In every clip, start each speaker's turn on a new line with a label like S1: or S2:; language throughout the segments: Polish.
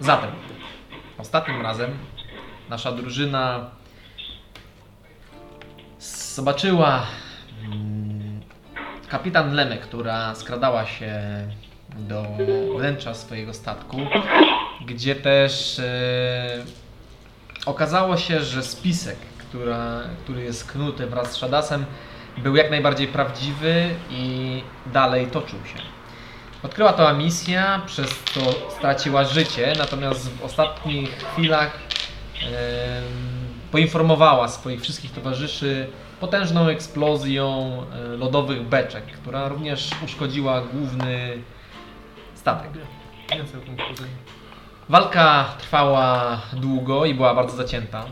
S1: Zatem, ostatnim razem nasza drużyna zobaczyła mm, kapitan Lemę, która skradała się do wnętrza swojego statku, gdzie też e, okazało się, że spisek, która, który jest knuty wraz z Shadasem, był jak najbardziej prawdziwy i dalej toczył się. Odkryła to misja, przez co straciła życie, natomiast w ostatnich chwilach em, poinformowała swoich wszystkich towarzyszy potężną eksplozją e, lodowych beczek, która również uszkodziła główny statek.
S2: Więcej o tym wchodzę.
S1: Walka trwała długo i była bardzo zacięta. Eee,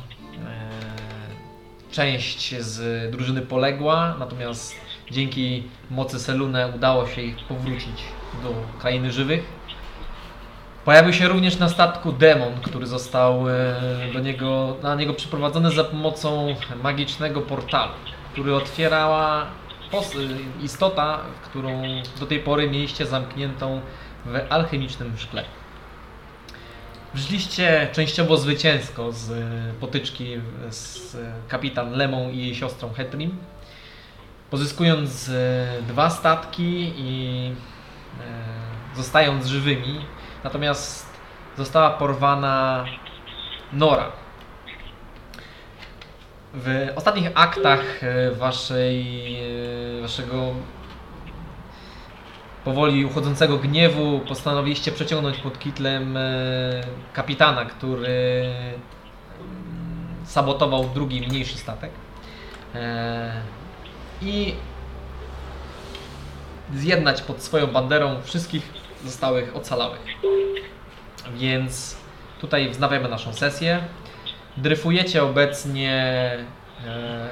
S1: Część z drużyny poległa, natomiast dzięki mocy Selune udało się ich powrócić do krainy żywych. Pojawił się również na statku demon, który został eee, do niego, na niego przyprowadzony za pomocą magicznego portalu, który otwierała pos- istota, którą do tej pory mieliście zamkniętą w alchemicznym szkle. Wrzliście częściowo zwycięsko z e, potyczki z e, kapitan Lemą i jej siostrą Hetrim, pozyskując e, dwa statki i e, zostając żywymi. Natomiast została porwana Nora. W ostatnich aktach e, waszej, e, waszego powoli uchodzącego gniewu postanowiliście przeciągnąć pod kitlem e, kapitana, który mm, sabotował drugi, mniejszy statek. E, I zjednać pod swoją banderą wszystkich zostałych ocalałych. Więc tutaj wznawiamy naszą sesję. Dryfujecie obecnie e,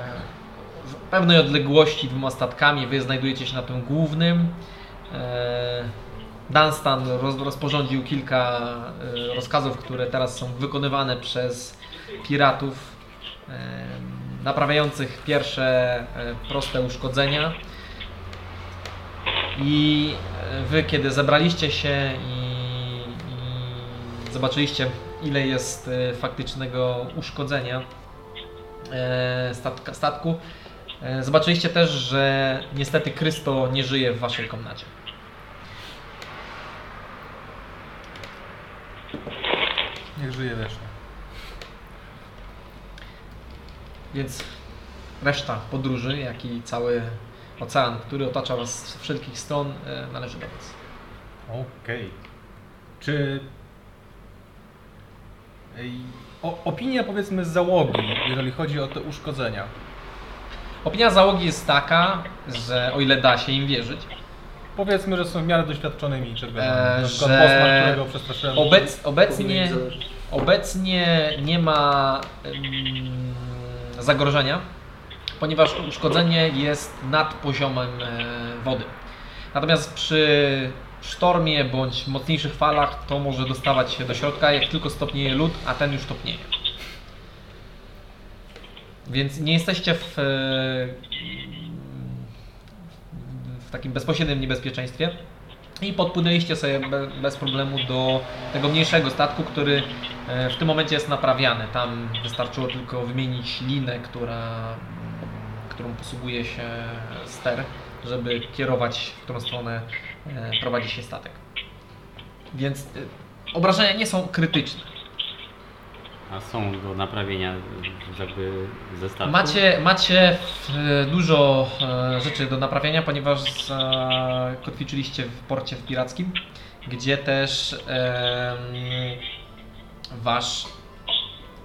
S1: w pewnej odległości dwoma statkami. Wy znajdujecie się na tym głównym. E, Dunstan roz, rozporządził kilka e, rozkazów, które teraz są wykonywane przez piratów, e, naprawiających pierwsze e, proste uszkodzenia. I e, wy, kiedy zebraliście się i, i zobaczyliście, ile jest e, faktycznego uszkodzenia e, statka, statku, E, Zobaczyliście też, że niestety Krysto nie żyje w waszej komnacie.
S2: Niech żyje wiecznie.
S1: Więc reszta podróży, jak i cały ocean, który otacza was z wszelkich stron, e, należy do was.
S2: Okej. Czy... Ej, O, opinia powiedzmy z załogi, jeżeli chodzi o te uszkodzenia.
S1: Opinia załogi jest taka, że o ile da się im wierzyć,
S2: Powiedzmy, że są w miarę doświadczonymi czerwonymi.
S1: Eee,
S2: na przykład
S1: że-
S2: Bosman, którego przestraszyłem.
S1: obec,
S3: Powinien
S1: obecnie,
S3: zależeć.
S1: obecnie nie ma em, zagrożenia, ponieważ uszkodzenie jest nad poziomem e, wody. Natomiast przy sztormie bądź mocniejszych falach to może dostawać się do środka, jak tylko stopnieje lód, a ten już topnieje. Więc nie jesteście w, e, w takim bezpośrednim niebezpieczeństwie. I podpłynęliście sobie be, bez problemu do tego mniejszego statku, który e, w tym momencie jest naprawiany. Tam wystarczyło tylko wymienić linę, która, którą posługuje się ster, żeby kierować, w którą stronę e, prowadzi się statek. Więc e, obrażenia nie są krytyczne.
S4: A są do naprawienia jakby ze statku?
S1: Macie, macie e, dużo e, rzeczy do naprawienia, ponieważ e, kotwiczyliście w porcie w Pirackim, gdzie też em, wasz,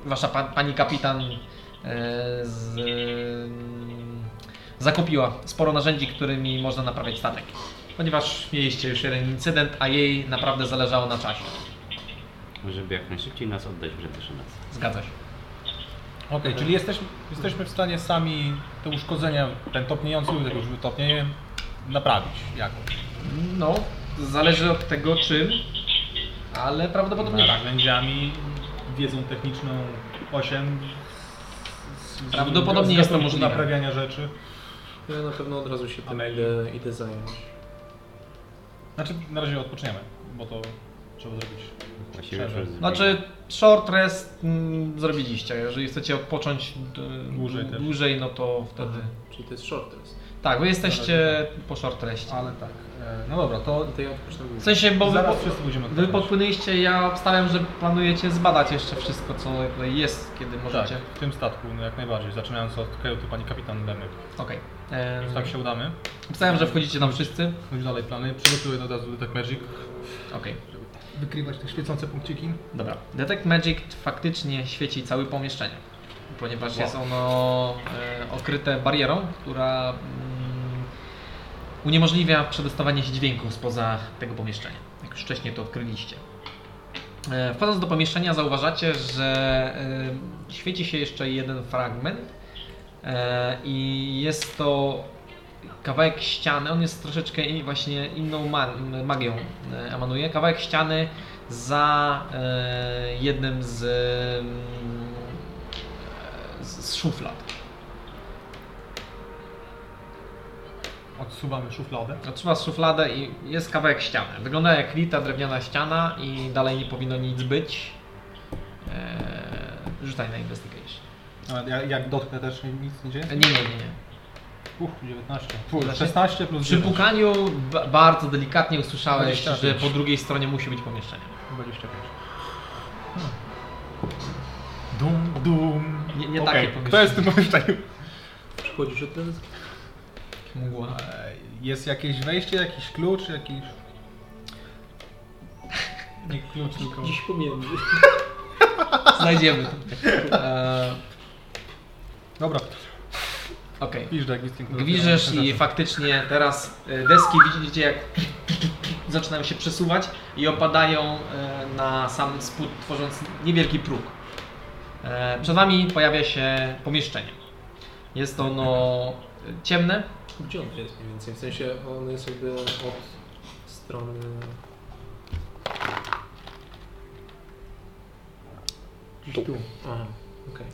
S1: wasza pa, pani kapitan e, z, mm, zakupiła sporo narzędzi, którymi można naprawiać statek. Ponieważ mieliście już jeden incydent, a jej naprawdę zależało na czasie.
S4: Żeby jak najszybciej nas oddać w Rzetyszynac.
S1: Zgadza się.
S2: Okej, czyli jesteśmy, jesteśmy w stanie sami te uszkodzenia, ten topniejący ludek już wytopnieje, naprawić jakoś.
S1: No, zależy od tego czym, ale prawdopodobnie tak.
S2: Narzędziami, wiedzą techniczną 8. z- z-
S1: Prawdopodobnie
S2: z
S1: jest to
S2: gatunku
S1: możliwe.
S2: Naprawiania rzeczy.
S3: Ja na pewno od razu się tym
S2: Amelie.
S3: idę, idę zająć.
S2: Znaczy, na razie odpoczniemy, bo to Trzeba zrobić
S4: Właściwie
S2: przerwę.
S4: już-
S1: Znaczy, short rest mm, zrobiliście. Jeżeli chcecie odpocząć d-
S2: Dłużej też.
S1: dłużej no to wtedy.
S3: Czyli to jest short rest.
S1: Tak, wy jesteście po short restie.
S2: Ale tak. E, no dobra, to
S3: No to ja odpocznę
S1: W
S3: głównie.
S1: sensie, bo wy,
S2: zaraz
S1: po-
S2: wszyscy będziemy
S1: wy
S2: odpoczywać.
S1: podpłynęliście, ja obstawiam, że planujecie zbadać jeszcze wszystko, co tutaj jest, kiedy
S2: Tak,
S1: możecie.
S2: w tym statku, no jak najbardziej. Zaczynając od Keuty, pani kapitan Lemek.
S1: Okej.
S2: Już
S1: Okay.
S2: tak się udamy.
S1: Obstawiam, że wchodzicie tam wszyscy.
S2: Chodź dalej plany. Przygotuję od razu Detect Magic,
S1: Okej.
S2: żeby wykrywać te świecące punkciki.
S1: Dobra. Detect Magic faktycznie świeci całe pomieszczenie, ponieważ
S2: Wow.
S1: jest ono e, okryte barierą, która mm, uniemożliwia przedostawanie się dźwięku spoza tego pomieszczenia, jak już wcześniej to odkryliście. E, wchodząc do pomieszczenia zauważacie, że e, świeci się jeszcze jeden fragment e, i jest to kawałek ściany, on jest troszeczkę i- właśnie inną ma- magią e, emanuje, kawałek ściany za e, jednym z, mm, e, z, z szuflad.
S2: Odsuwamy szufladę.
S1: Otrzyma szufladę i jest kawałek ściany. Wygląda jak lita drewniana ściana i dalej nie powinno nic być. E, rzucaj na investigation.
S2: A ja, jak dotknę też nic nie dzieje?
S1: E, Nie, nie, nie. nie.
S2: Uch, 19.
S1: Znaczy,
S2: 16 plus
S1: Przy
S2: 9.
S1: pukaniu ba- bardzo delikatnie usłyszałeś,
S2: 25.
S1: że po drugiej stronie musi być pomieszczenie.
S2: 25. Hmm. Dum, dum.
S1: Nie- nie
S2: Okej,
S1: takie pomieszczenie.
S2: Kto jest w tym pomieszczeniu?
S3: Przychodzisz od razu?
S1: Mgła.
S2: E, Jest jakieś wejście, jakiś klucz, jakiś... Nie klucz, tylko...
S3: No. Dziś pomiędzy.
S1: Znajdziemy to. E,
S2: Dobra,
S1: Okej.
S2: gwiżdżę jak nic nie
S1: Gwiżesz i faktycznie teraz e, deski widzicie jak zaczynają się przesuwać i opadają e, na sam spód, tworząc niewielki próg. E, Przed wami pojawia się pomieszczenie. Jest ono e, ciemne,
S3: Gdzie on jest mniej więcej? W sensie on jest jakby od strony... Gdzieś tu. Aha, okej.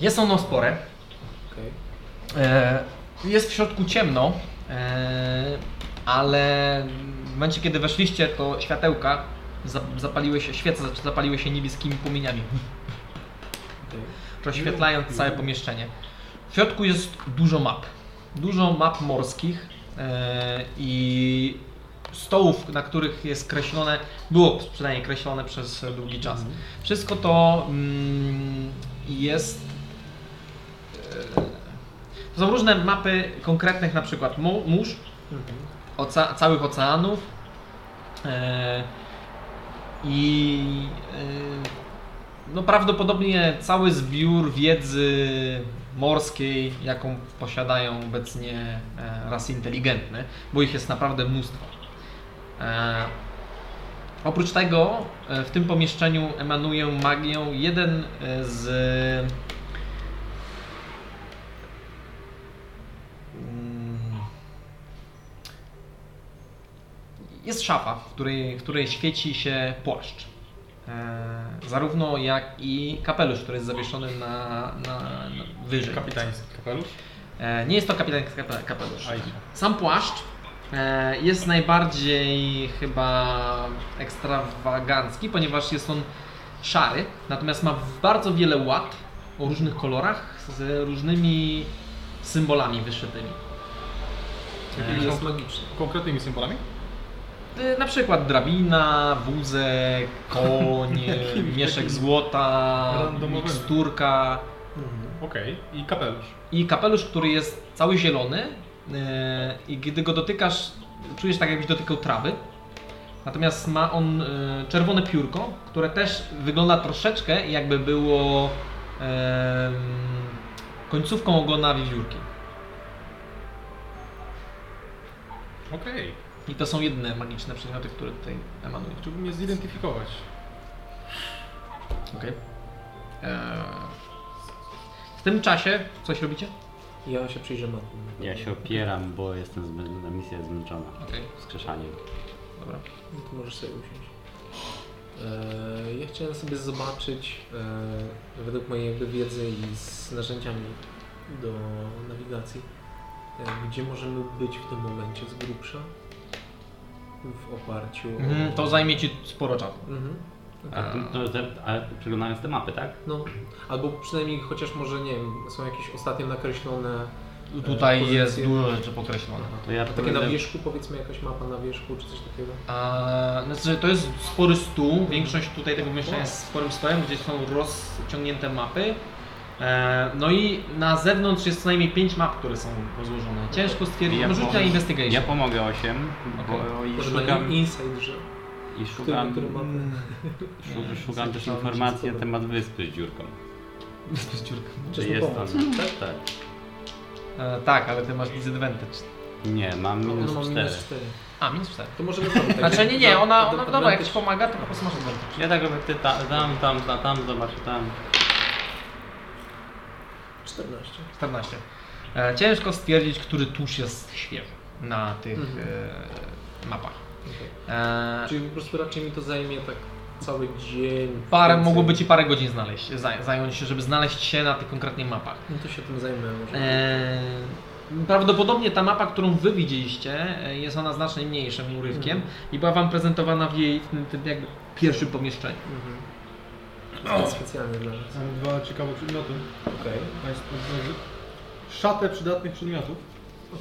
S1: jest ono spore,
S3: okej.
S1: E, Jest w środku ciemno, e, ale w momencie kiedy weszliście, to światełka za- zapaliły się, świece zapaliły się niebieskimi płomieniami,
S3: okej.
S1: rozświetlając całe pomieszczenie. W środku jest dużo map. Dużo map morskich e, i stołów, na których jest kreślone, było przynajmniej kreślone przez długi czas. Wszystko to mm, jest. e, To są różne mapy konkretnych na przykład mu- mórz,
S3: Mhm.
S1: oca- całych oceanów e, i e, no prawdopodobnie cały zbiór wiedzy morskiej, jaką posiadają obecnie e, rasy inteligentne, bo ich jest naprawdę mnóstwo. E, oprócz tego e, w tym pomieszczeniu emanuje magią jeden e, z mm, jest szafa, w której, w której świeci się płaszcz. E, zarówno jak i kapelusz, który jest zawieszony na, na, na wyżej.
S2: Kapitański kapelusz?
S1: E, nie jest to kapitański kape- kapelusz.
S2: A idź.
S1: Sam płaszcz e, jest najbardziej chyba ekstrawagancki, ponieważ jest on szary, natomiast ma bardzo wiele łat o różnych kolorach z różnymi symbolami wyszytymi. E, Tak.
S3: Czyli jest magiczny.
S2: Konkretnymi symbolami?
S1: Y, Na przykład drabina, wózek, koń, e,
S2: Jakimś
S1: mieszek
S2: takim
S1: złota,
S2: randomowym.
S1: miksturka
S3: Mhm.
S2: Okej. I kapelusz.
S1: i kapelusz, który jest cały zielony y, i gdy go dotykasz, czujesz tak jakbyś dotykał trawy. Natomiast ma on y, czerwone piórko, które też wygląda troszeczkę jakby było em, końcówką ogona wiewiórki.
S2: Okej.
S1: I to są jedyne magiczne przedmioty, które tutaj emanują.
S2: Chciałbym je zidentyfikować.
S1: Okej. E, W tym czasie coś robicie?
S3: Ja się przyjrzę mapie.
S4: Ja się opieram, bo jestem zmęczona, misja jest zmęczona.
S1: Okej,
S4: Wskrzeszaniem.
S1: dobra.
S3: No to możesz sobie usiąść. Eee, Ja chciałem sobie zobaczyć, eee, według mojej jakby wiedzy i z narzędziami do nawigacji, e, gdzie możemy być w tym momencie z grubsza. w oparciu o...
S1: Mhm, to zajmie ci sporo czasu. E,
S3: Mhm.
S4: A,
S1: Tak,
S4: to, to, to, ale przeglądając te mapy, tak?
S3: No, albo przynajmniej chociaż może, nie wiem, są jakieś ostatnio nakreślone... e,
S1: Tutaj
S3: pozycje.
S1: jest dużo rzeczy pokreślone.
S4: To ja
S3: A takie
S4: będę-
S3: na wierzchu, powiedzmy jakaś mapa na wierzchu, czy coś takiego?
S1: A, znaczy, to jest spory stół. Większość tutaj tego pomieszczenia jest sporym stołem, gdzie są rozciągnięte mapy. E, No i na zewnątrz jest co najmniej 5 map, które są rozłożone. Ciężko stwierdzić.
S4: Ja
S1: Ja Rzuć na
S4: pomogę-
S1: investigation.
S4: Ja pomogę 8, bo i
S3: Może na
S4: szukam, Mm,
S3: in- inside, że...
S4: i
S3: Którą,
S4: szukam,
S3: którą mapę?
S4: szu- szukam też
S3: Zapisałem,
S4: informacji na
S3: że-
S4: temat wyspy z dziurką.
S1: To jest dziurka.
S3: Chcesz
S4: Czy
S3: mi
S4: jest
S3: pomóc?
S4: tam? Tak, tak.
S1: E, tak, ale ty masz disadvantage.
S4: Nie, mam
S3: No,
S4: minus
S3: no mam
S4: 4.
S3: minus 4.
S1: A, minus 4.
S3: To możemy zrobić tak.
S1: Znaczy nie, nie, ona, ona dobra, jak
S3: Advantage.
S1: ci pomaga, to po prostu masz advantage.
S4: Ja tak robię, ty ta, tam, tam, tam, tam, zobacz, tam.
S3: 14.
S1: 14. E, Ciężko stwierdzić, który tusz jest świeży na tych
S3: Mhm.
S1: e, mapach.
S3: Okej.
S1: E,
S3: Czyli po prostu raczej mi to zajmie tak cały dzień.
S1: Parę,
S3: więcej.
S1: mogłoby ci parę godzin znaleźć, zaj- zająć się, żeby znaleźć się na tych konkretnych mapach.
S3: No to się tym zajmę może.
S1: Eee, prawdopodobnie ta mapa, którą wy widzieliście, e, jest ona znacznie mniejszym urywkiem
S3: Mhm.
S1: i była wam prezentowana w jej tym, tym jakby pierwszym pomieszczeniu.
S3: Mhm. To jest specjalnie dla nas.
S2: Mam dwa ciekawe przedmioty.
S3: Okej,
S2: Państwu zależy. Szatę przydatnych przedmiotów,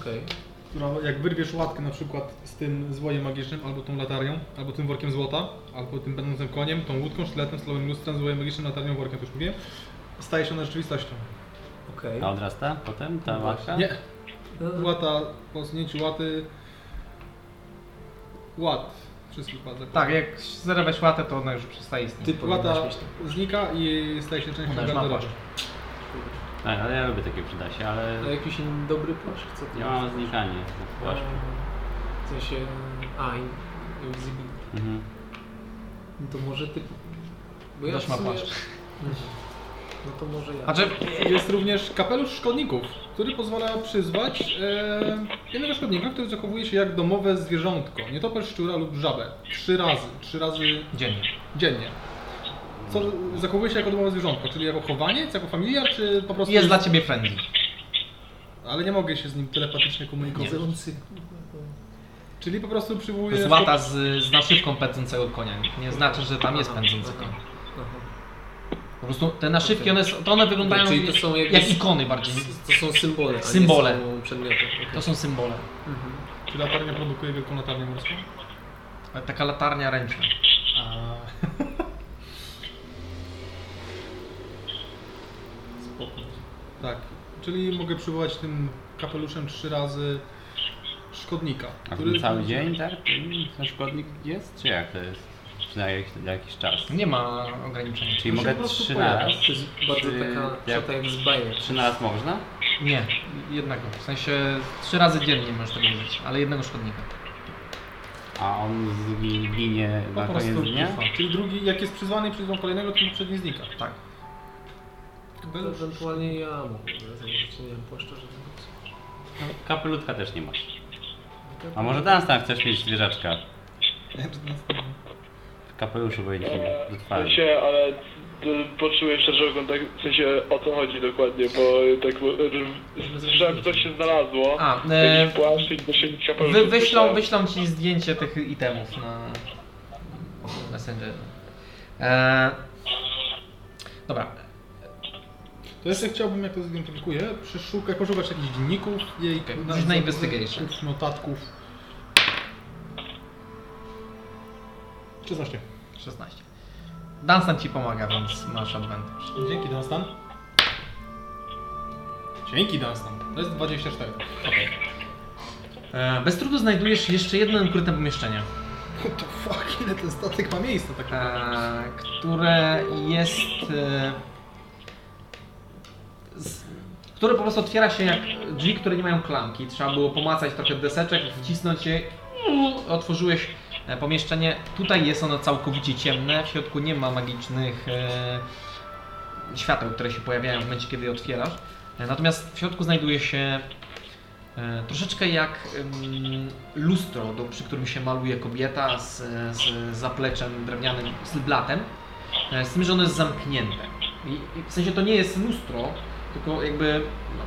S3: okej.
S2: która jak wyrwiesz łatkę na przykład z tym złojem magicznym, albo tą latarnią, albo tym workiem złota, albo tym będącym koniem, tą łódką, sztyletem, stalowym lustrem, złojem magicznym, latarnią, workiem, to już mówiłem, staje się ona rzeczywistością.
S3: Okej.
S4: A odrasta potem ta
S3: No
S4: matka?
S1: Tak.
S2: Nie,
S3: No,
S2: łata, po znięciu łaty, ład, wszystkich ład. zakładam.
S1: Tak, jak zerwać łatę, to ona już przestaje istnieć.
S3: Ty
S2: Łata
S3: powinnaś mieć to.
S2: znika i staje się częścią
S1: Ona już ma
S2: garderoby.
S4: Tak, ale ja lubię takie przydasie, ale
S3: A jakiś in- dobry płaszcz? Co ty
S4: ja
S3: masz?
S4: mam znikanie na płaszczu.
S3: A, W sensie... A, in- invisibility.
S4: Mhm.
S3: No to może ty... Bo
S1: Dasz
S3: w
S1: ma
S3: sumie-
S1: płaszcz.
S3: No to może ja.
S1: Znaczy,
S2: Jest również kapelusz szkodników, który pozwala przyzwać e, jednego szkodnika, który zachowuje się jak domowe zwierzątko, nietoper, szczura lub żabę. Trzy razy, trzy razy
S1: dziennie.
S2: dziennie. Co zachowuje się jako domowe zwierzątko, czyli jako chowaniec, jako familiar, czy po prostu...
S1: Jest dla ciebie friendly.
S2: Ale nie mogę się z nim telepatycznie komunikować.
S3: Kozerący.
S2: Czyli po prostu
S1: To
S2: przywołuje...
S1: jest łata z, z naszywką pędzącego konia. Nie znaczy, że tam jest
S3: Aha,
S1: pędzący
S3: aha,
S1: koń.
S3: aha.
S1: Po prostu te naszywki, one, są- to one wyglądają
S3: Czyli to są jakieś-
S1: jak ikony bardziej.
S3: To są symbole, a
S1: Symbole.
S3: nie są przedmioty. okej.
S1: To są symbole.
S3: Mhm.
S2: Czy latarnia produkuje wielką latarnię morską?
S1: Ale Taka latarnia ręczna.
S2: A... tak, czyli mogę przywołać tym kapeluszem trzy razy szkodnika,
S4: A ten cały dzień, tak? Ten szkodnik jest? Czy jak to jest? Czy na jakiś, na jakiś czas?
S1: Nie ma ograniczenia.
S4: Czyli
S2: On się
S4: mogę
S2: po prostu
S4: trzy na
S2: pojawia.
S4: raz?
S3: To jest bardzo
S4: Czy-
S3: taka
S4: jak-
S3: szata e, jak z bajek.
S4: Trzy na raz można?
S1: Nie, jednego. W sensie trzy razy dziennie możesz tego użyć, ale jednego szkodnika.
S4: A on zginie
S1: Po
S4: na koniec
S1: prostu
S4: dnia?
S1: ufa.
S2: Czyli drugi, jak jest przyzwany i przyzwał kolejnego, to poprzedni znika.
S1: Tak.
S3: To ewentualnie ja mogę założyć, nie wiem, płaszcza żadnego.
S4: Kapelutka też nie masz. A może Dunstan chcesz mieć zwierzaczka? W kapeluszu wojennym, do
S5: W
S4: twarzy.
S5: sensie, ale y, poczułem szczerze, że tak, w sensie o co chodzi dokładnie, bo y, tak y, słyszałem, że coś się znalazło.
S1: A, e,
S5: Jakiś płaszcz i do siebie kapelusz.
S1: wy, wyślą, wyślą ci zdjęcie tych itemów na Messenger. E, dobra.
S2: To jeszcze chciałbym, jak to zidentyfikuję, przeszukać, poszukać jakichś dzienników, jej
S1: Okej, rzuć na investigation.
S2: notatków. 16.
S1: 16. Dansan ci pomaga, więc masz advantage.
S2: Dzięki Dunstan. Dzięki Dunstan. To jest 24.
S1: E, bez trudu znajdujesz jeszcze jedno ukryte pomieszczenie,
S2: What the fuck, ile ten statek ma miejsca tak naprawdę?
S1: e, które jest... E, z, które po prostu otwiera się jak drzwi, które nie mają klamki. Trzeba było pomacać trochę deseczek, wcisnąć je. i Otworzyłeś e, pomieszczenie. Tutaj jest ono całkowicie ciemne. W środku nie ma magicznych e, świateł, które się pojawiają w momencie, kiedy je otwierasz. E, Natomiast w środku znajduje się e, troszeczkę jak em, lustro, do, przy którym się maluje kobieta z, z zapleczem drewnianym, z blatem. E, Z tym, że ono jest zamknięte. I, i w sensie to nie jest lustro, tylko jakby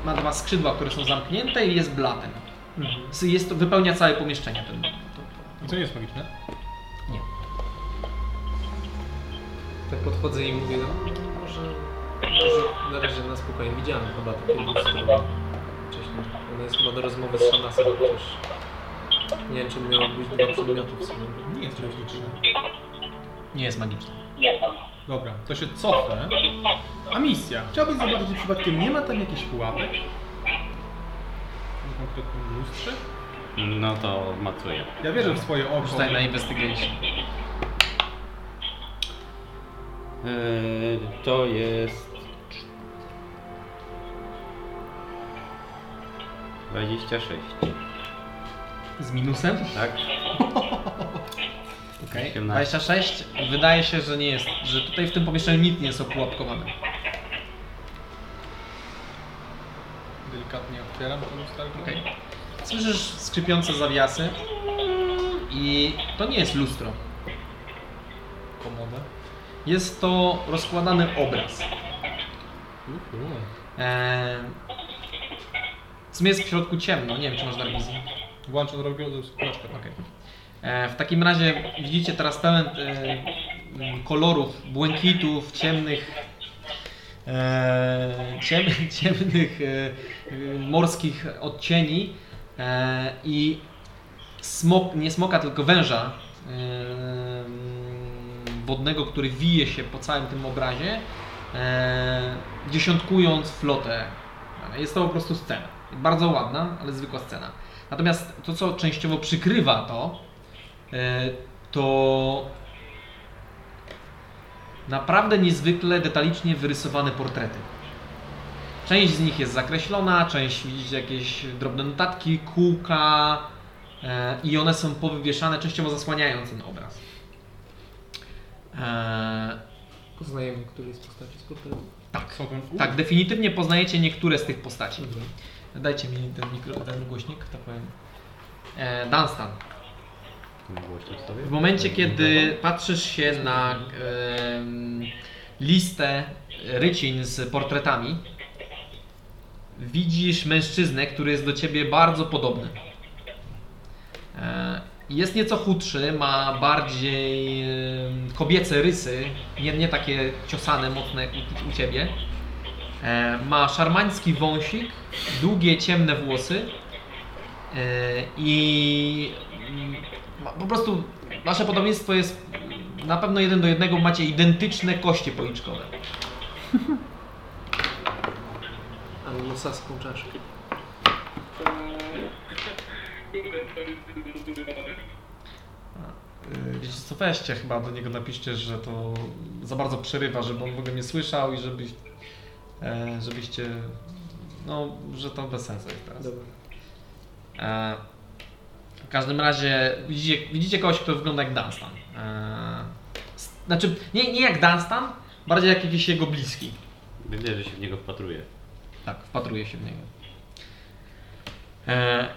S1: ma dwa skrzydła, które są zamknięte i jest blatem.
S3: Mhm.
S1: S- Jest to, wypełnia całe pomieszczenie ten blat.
S3: To- to-
S2: To nie jest magiczne.
S3: Tak podchodzę i mówię, no może, może na razie na spokojnie. Widziałem chyba takie lustro wcześniej. Ona jest, ma do rozmowy z Szanasem, chociaż nie wiem, czy miało być dwa przedmioty w sumie.
S2: Nie jest magiczne.
S1: Nie jest magiczne.
S2: Dobra, to się cofnę. A misja. Chciałbym zobaczyć, czy przypadkiem nie ma tam jakichś pułapek? Na konkretnym lustrze?
S4: No to macuję.
S2: Ja wierzę w swoje oko.
S1: Rzucaj na investigation.
S4: Eee, to jest... 26,
S1: Z minusem?
S4: tak?
S1: Okej.
S4: 18.
S1: 26. Wydaje się, że nie jest, że tutaj w tym pomieszczeniu nic nie jest opułapkowane.
S2: Delikatnie otwieram to lusterko.
S1: Okej. Słyszysz skrzypiące zawiasy i to nie jest lustro.
S2: Komodę.
S1: Jest to rozkładany obraz. Eee, w sumie jest w środku ciemno, nie wiem czy masz na wizji.
S2: Włączę drogę z proszkę.
S1: Okej. E, W takim razie widzicie teraz pełen e, m, kolorów, błękitów, ciemnych, e, ciem, ciemnych e, y, morskich odcieni e, i smok, nie smoka, tylko węża e, m, wodnego, który wije się po całym tym obrazie, e, dziesiątkując flotę. Jest to po prostu scena. Bardzo ładna, ale zwykła scena. Natomiast to, co częściowo przykrywa to, e, to naprawdę niezwykle detalicznie wyrysowane portrety. Część z nich jest zakreślona, część widzicie jakieś drobne notatki, kółka e, i one są powywieszane, częściowo zasłaniając ten obraz. E,
S3: Poznajemy, który jest postaci z portretu.
S1: tak,
S2: Co tam?
S1: tak, definitywnie poznajecie niektóre z tych postaci. Dajcie mi ten, mikro, ten głośnik, tak powiem. E, Dunstan.
S4: Głośno sobie.
S1: W momencie, kiedy patrzysz się na em, listę rycin z portretami, widzisz mężczyznę, który jest do ciebie bardzo podobny. E, Jest nieco chudszy, ma bardziej em, kobiece rysy, nie, nie takie ciosane, mocne jak u, u ciebie. E, Ma szarmański wąsik, długie, ciemne włosy e, i mm, ma- po prostu wasze podobieństwo jest na pewno jeden do jednego, macie identyczne kości policzkowe.
S3: Anglosaską no, czaszkę.
S1: Yy, Wiecie co, weźcie chyba do niego napiszcie, że to za bardzo przerywa, żeby on w ogóle nie słyszał i żeby, e, żebyście, no, że to bez sensu jest teraz.
S3: Dobra.
S1: E, W każdym razie widzicie, widzicie kogoś, kto wygląda jak Dunstan. E, s- Znaczy, nie, nie jak Dunstan, bardziej jak jakiś jego bliski.
S4: Widzę, że się w niego wpatruję.
S1: Tak, wpatruje się w niego. E,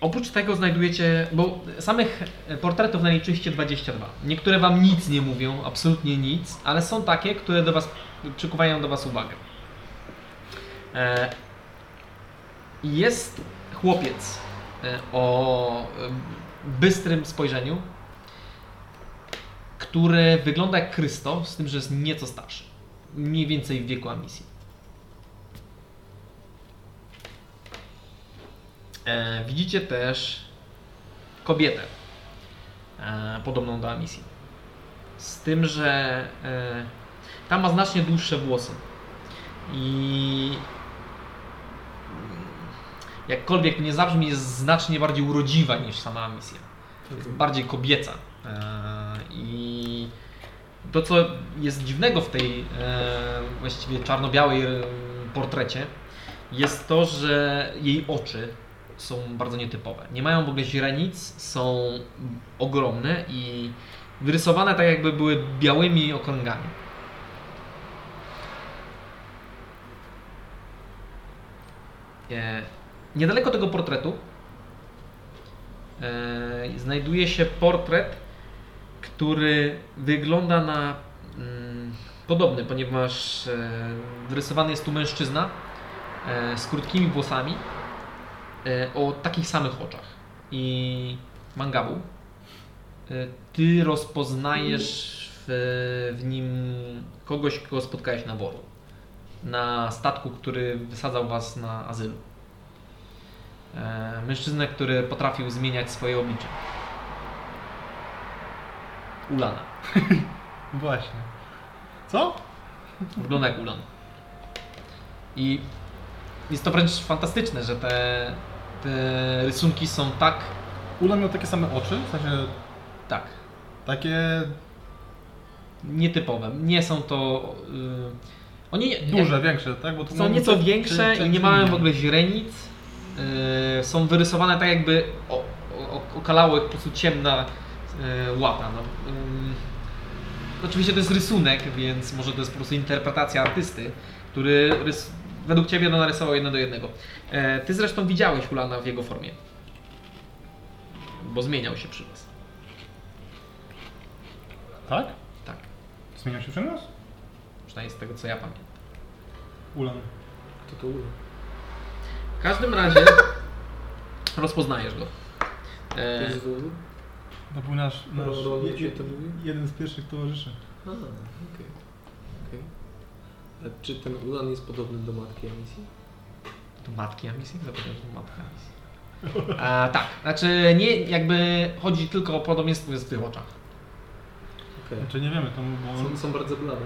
S1: oprócz tego znajdujecie, bo samych portretów najliczyliście 22. Niektóre wam nic nie mówią, absolutnie nic, ale są takie, które do was przykuwają do was uwagę. E, i jest chłopiec e, o e, bystrym spojrzeniu, który wygląda jak Krysto, z tym, że jest nieco starszy. Mniej więcej w wieku amisji. E, widzicie też kobietę e, podobną do Amisji. Z tym, że e, ta ma znacznie dłuższe włosy. I mm, jakkolwiek nie zabrzmi, jest znacznie bardziej urodziwa niż sama Amisja. Jest bardziej kobieca. E, I to, co jest dziwnego w tej e, właściwie czarno-białej e, portrecie, jest to, że jej oczy są bardzo nietypowe. Nie mają w ogóle źrenic, są ogromne i wyrysowane tak jakby były białymi okrągami. E, niedaleko tego portretu e, znajduje się portret, który wygląda na mm, podobny, ponieważ e, wyrysowany jest tu mężczyzna e, z krótkimi włosami e, o takich samych oczach i mangabu. E, Ty rozpoznajesz w, w nim kogoś, kogo spotkałeś na boru. Na statku, który wysadzał was na azylu. E, Mężczyznę, który potrafił zmieniać swoje oblicze. Ulana.
S2: Właśnie. Co?
S1: Wygląda jak ulan. I jest to wręcz fantastyczne, że te, te rysunki są tak,
S2: Ulan miał takie same oczy, w sensie
S1: tak,
S2: takie
S1: nietypowe. Nie są to... y, oni nie-
S2: duże, większe, tak? Bo to
S1: Są
S2: mamy
S1: nieco
S2: czy-
S1: większe
S2: czy-
S1: i nie
S2: czy-
S1: mają w ogóle źrenic. Yy, są wyrysowane tak jakby o, o, okalało ich po prostu ciemna yy, łata. No, Ym, oczywiście to jest rysunek, więc może to jest po prostu interpretacja artysty, który rys- według Ciebie no, narysował jedno do jednego. E, ty zresztą widziałeś Hulana w jego formie. Bo zmieniał się przy Was.
S2: Tak?
S1: Tak,
S2: Zmieniał się przy nas?
S1: przynajmniej z tego co ja pamiętam.
S2: Ulan.
S3: To to ulo.
S1: W każdym razie rozpoznajesz go.
S3: To
S1: E,
S3: jest z Ulu?
S2: To No był nasz, nasz
S3: Ro- Ro-
S2: je- je-
S3: to mówi?
S2: jeden z pierwszych towarzyszy.
S3: A, okej. okej. A czy ten ulan jest podobny do matki emisji?
S1: To matki Amisji? Zapomniałem, że to matka Amisji. A, tak, znaczy nie jakby chodzi tylko o podobieństwo jest w tych oczach.
S3: Okej.
S2: Znaczy nie wiemy, to bo
S3: Są, są bardzo blade.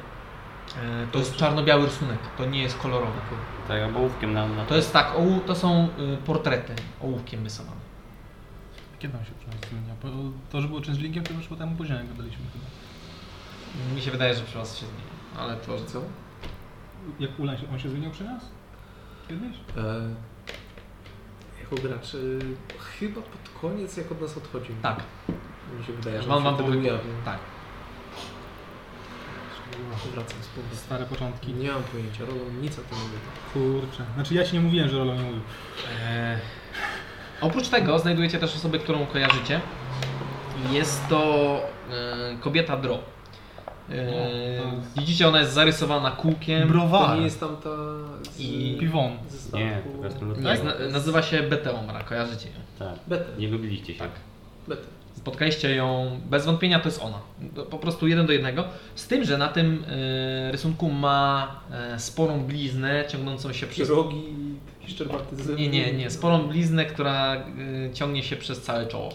S1: E, to jest czarno-biały rysunek, to nie jest kolorowy.
S3: Okej.
S4: Tak, obołówkiem na, na
S1: To jest tak, ołu, to są y, portrety ołówkiem rysowane.
S2: Kiedy on się przynajmniej zmienia? Bo to, że było Changelingiem, to już potem później jak go daliśmy chyba.
S1: Mi się wydaje, że przy was się zmieni, ale to...
S3: Co?
S2: Jak Ulan się, on się zmienił przy nas? Kiedyś?
S3: E, jako gracz, e, chyba pod koniec jak od nas odchodził.
S1: Tak,
S3: Mi się wydaje, że
S1: mam
S3: on się
S1: wam
S3: wtedy ujawnił.
S1: Tak,
S3: Wracam no, z pomysłu.
S2: Stare początki.
S3: Nie mam pojęcia, rolą nic o tym nie wiem.
S2: Kurczę. Znaczy ja ci nie mówiłem, że Rolo nie mówił.
S1: E, Oprócz tego znajdujecie też osobę, którą kojarzycie. Jest to e, kobieta Dro. E,
S2: O, No, to jest-
S1: widzicie, ona jest zarysowana kółkiem.
S2: Browar.
S3: To nie jest tamta z,
S1: I-
S2: Piwon.
S3: ze
S4: Nie,
S3: statku...
S4: to jest ten
S1: Nie,
S4: lotnik.
S1: zna, nazywa się Beteomra, kojarzycie ją.
S4: Tak.
S3: Betę.
S4: Nie lubiliście się.
S1: Tak.
S3: Betę.
S1: Spotkaliście ją, bez wątpienia to jest ona. Do- Po prostu jeden do jednego. Z tym, że na tym e, rysunku ma e, sporą bliznę ciągnącą się przez.
S3: Pierogi i taki szczerbaty zęb.
S1: Nie, nie, nie. Sporą bliznę, która e, ciągnie się przez całe czoło.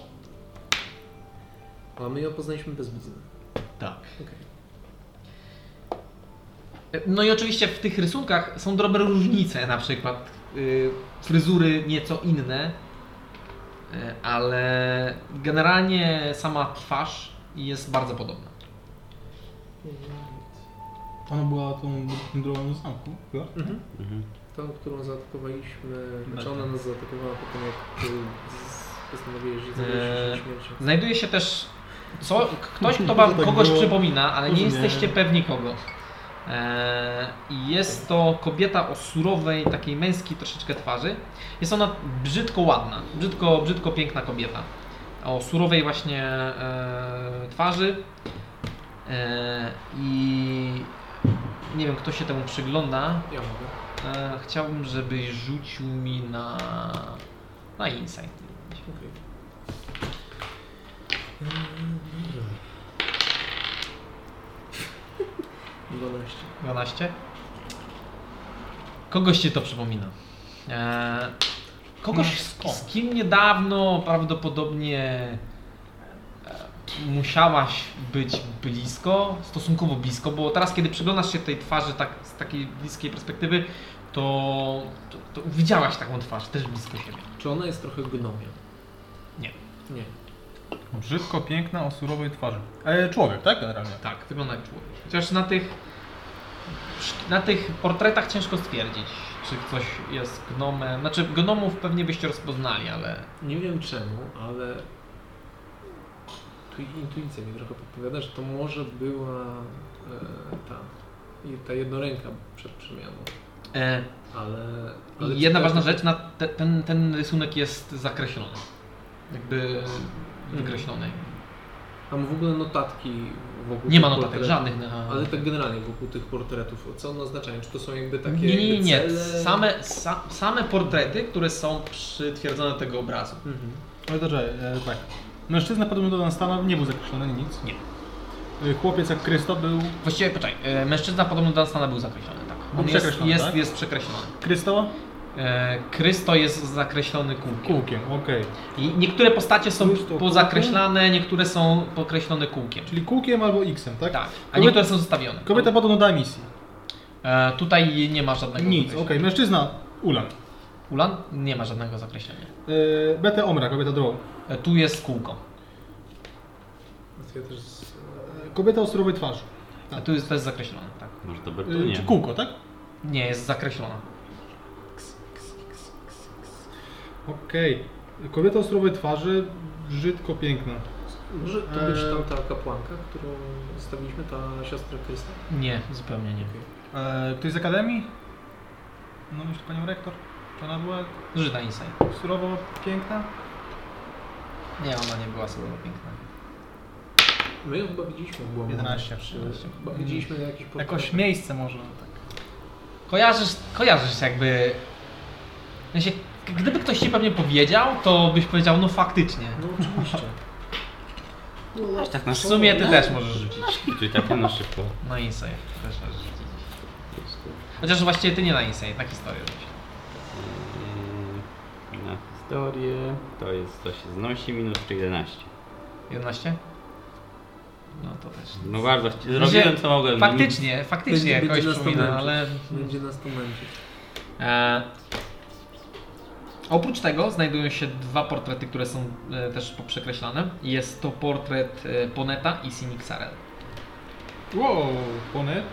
S3: A my ją poznaliśmy bez blizny.
S1: Tak.
S3: Okej.
S1: No i oczywiście w tych rysunkach są drobne różnice, na przykład y, fryzury nieco inne, y, ale generalnie sama twarz jest bardzo podobna.
S2: Ona była tą tym drogą do zamku, chyba?
S4: Mhm.
S3: Tą, którą zaatakowaliśmy,
S2: Betę.
S3: czy ona nas zaatakowała potem jak y, z- postanowiłeś, że
S1: Eee,
S3: zabierzesz się śmiercią.
S1: Znajduje się też co, ktoś, kto wam
S2: To tak
S1: kogoś
S2: było.
S1: przypomina, ale nie
S2: Różnie.
S1: jesteście pewni kogo. E, I jest to kobieta o surowej, takiej męskiej troszeczkę twarzy. Jest ona brzydko ładna, brzydko, brzydko piękna kobieta. O surowej właśnie e, twarzy. E, I nie wiem, kto się temu przygląda.
S3: Ja mogę.
S1: E, chciałbym, żebyś rzucił mi na, na insight.
S3: Okej. Dwanaście.
S1: 12. Kogoś ci to przypomina. Eee, kogoś, z, z kim niedawno prawdopodobnie e, musiałaś być blisko, stosunkowo blisko, bo teraz, kiedy przyglądasz się tej twarzy tak, z takiej bliskiej perspektywy, to, to, to widziałaś taką twarz też blisko siebie.
S3: Czy ona jest trochę gnomia?
S1: Nie.
S3: Nie.
S2: Brzydko piękna o surowej twarzy. E, człowiek, tak? Generalnie.
S1: Tak, wygląda jak człowiek. Chociaż na tych, na tych portretach ciężko stwierdzić, czy ktoś jest gnomem. Znaczy, gnomów pewnie byście rozpoznali, ale
S3: Nie wiem czemu, ale tu intuicja mi trochę podpowiada, że to może była e, ta, i ta jednoręka przed przemianą,
S1: e,
S3: ale...
S1: i
S3: ale
S1: jedna
S3: czy-
S1: ważna rzecz, na te, ten, ten rysunek jest zakreślony. Jakby wykreślony.
S3: Mam w ogóle notatki wokół
S1: Nie ma
S3: tych
S1: notatek
S3: portretów.
S1: żadnych na...
S3: Ale tak generalnie wokół tych portretów, co one oznaczają? Czy to są jakby takie
S1: Nie, nie, nie,
S3: jakby
S1: nie.
S3: cele?
S1: Same, sa, same portrety, które są przytwierdzone do tego obrazu.
S3: Mhm.
S2: Ale dobrze, e, tak. Mężczyzna podobny do Dunstana nie był zakreślony, ani nic.
S1: Nie.
S2: Y, Chłopiec jak Krysto był...
S1: Właściwie, poczekaj, e, mężczyzna podobno do Dunstana był zakreślony, tak.
S2: Był
S1: On jest,
S2: przekreślony,
S1: jest,
S2: tak?
S1: jest przekreślony.
S2: Krysto?
S1: E, Krysto jest zakreślony kółkiem.
S2: Kółkiem, okej.
S1: I niektóre postacie są
S2: Krysto kółkiem?
S1: pozakreślane, niektóre są pokreślone kółkiem.
S2: Czyli kółkiem albo X-em, tak?
S1: Tak, a
S2: Kobieta-
S1: niektóre są zostawione.
S2: Kobieta podobno dała misji.
S1: E, tutaj nie ma żadnego
S2: Nic, okej.
S1: zakreślenia.
S2: Mężczyzna, Ulan.
S1: Ulan? Nie ma żadnego zakreślenia.
S2: Y, Betę Omra, kobieta Drow.
S1: E, tu jest kółko.
S3: Ja też z...
S2: Kobieta o surowej twarzy.
S1: A tu jest też zakreślone, tak.
S4: Może to
S2: Y,
S4: Bertunie.
S2: Czy kółko, tak?
S1: Nie, jest zakreślona.
S2: Okej. Kobieta o surowej twarzy, brzydko piękna.
S3: Może to być
S2: Eee.
S3: tam ta kapłanka, którą zostawiliśmy, ta siostra Krysta?
S1: Nie, zupełnie nie.
S2: E, ktoś z akademii? No myślę panią rektor. Czy ona była
S1: Żyda Insane.
S2: surowo piękna?
S1: Nie, ona nie była sobie piękna.
S3: My ją chyba widzieliśmy, była
S2: 11.
S3: Przy... Chyba widzieliśmy na jakiś
S2: Jakoś miejsce może. Tak.
S1: Kojarzysz, kojarzysz jakby... W sensie, g- gdyby ktoś ci pewnie powiedział, to byś powiedział, no faktycznie.
S3: No oczywiście.
S4: Aż tak na
S1: no W sumie ty też możesz rzucić.
S4: Czyli tak na szybko.
S1: Na Insane też możesz rzucić. Chociaż właściwie ty nie na Insane, na historię rzucić.
S4: Yy, Na historię. To jest, to się znosi minus 11.
S1: 11? No to też.
S4: No bardzo, chci- zrobiłem co mogłem.
S1: Faktycznie, faktycznie
S3: Będzie-
S1: jakoś
S3: będzie
S1: przypomina,
S3: następny.
S1: ale...
S3: Będzie nas tu męczyć.
S1: E, oprócz tego znajdują się dwa portrety, które są e, też poprzekreślane. Jest to portret e, Poneta i Sinixarel.
S2: Wow, ponet.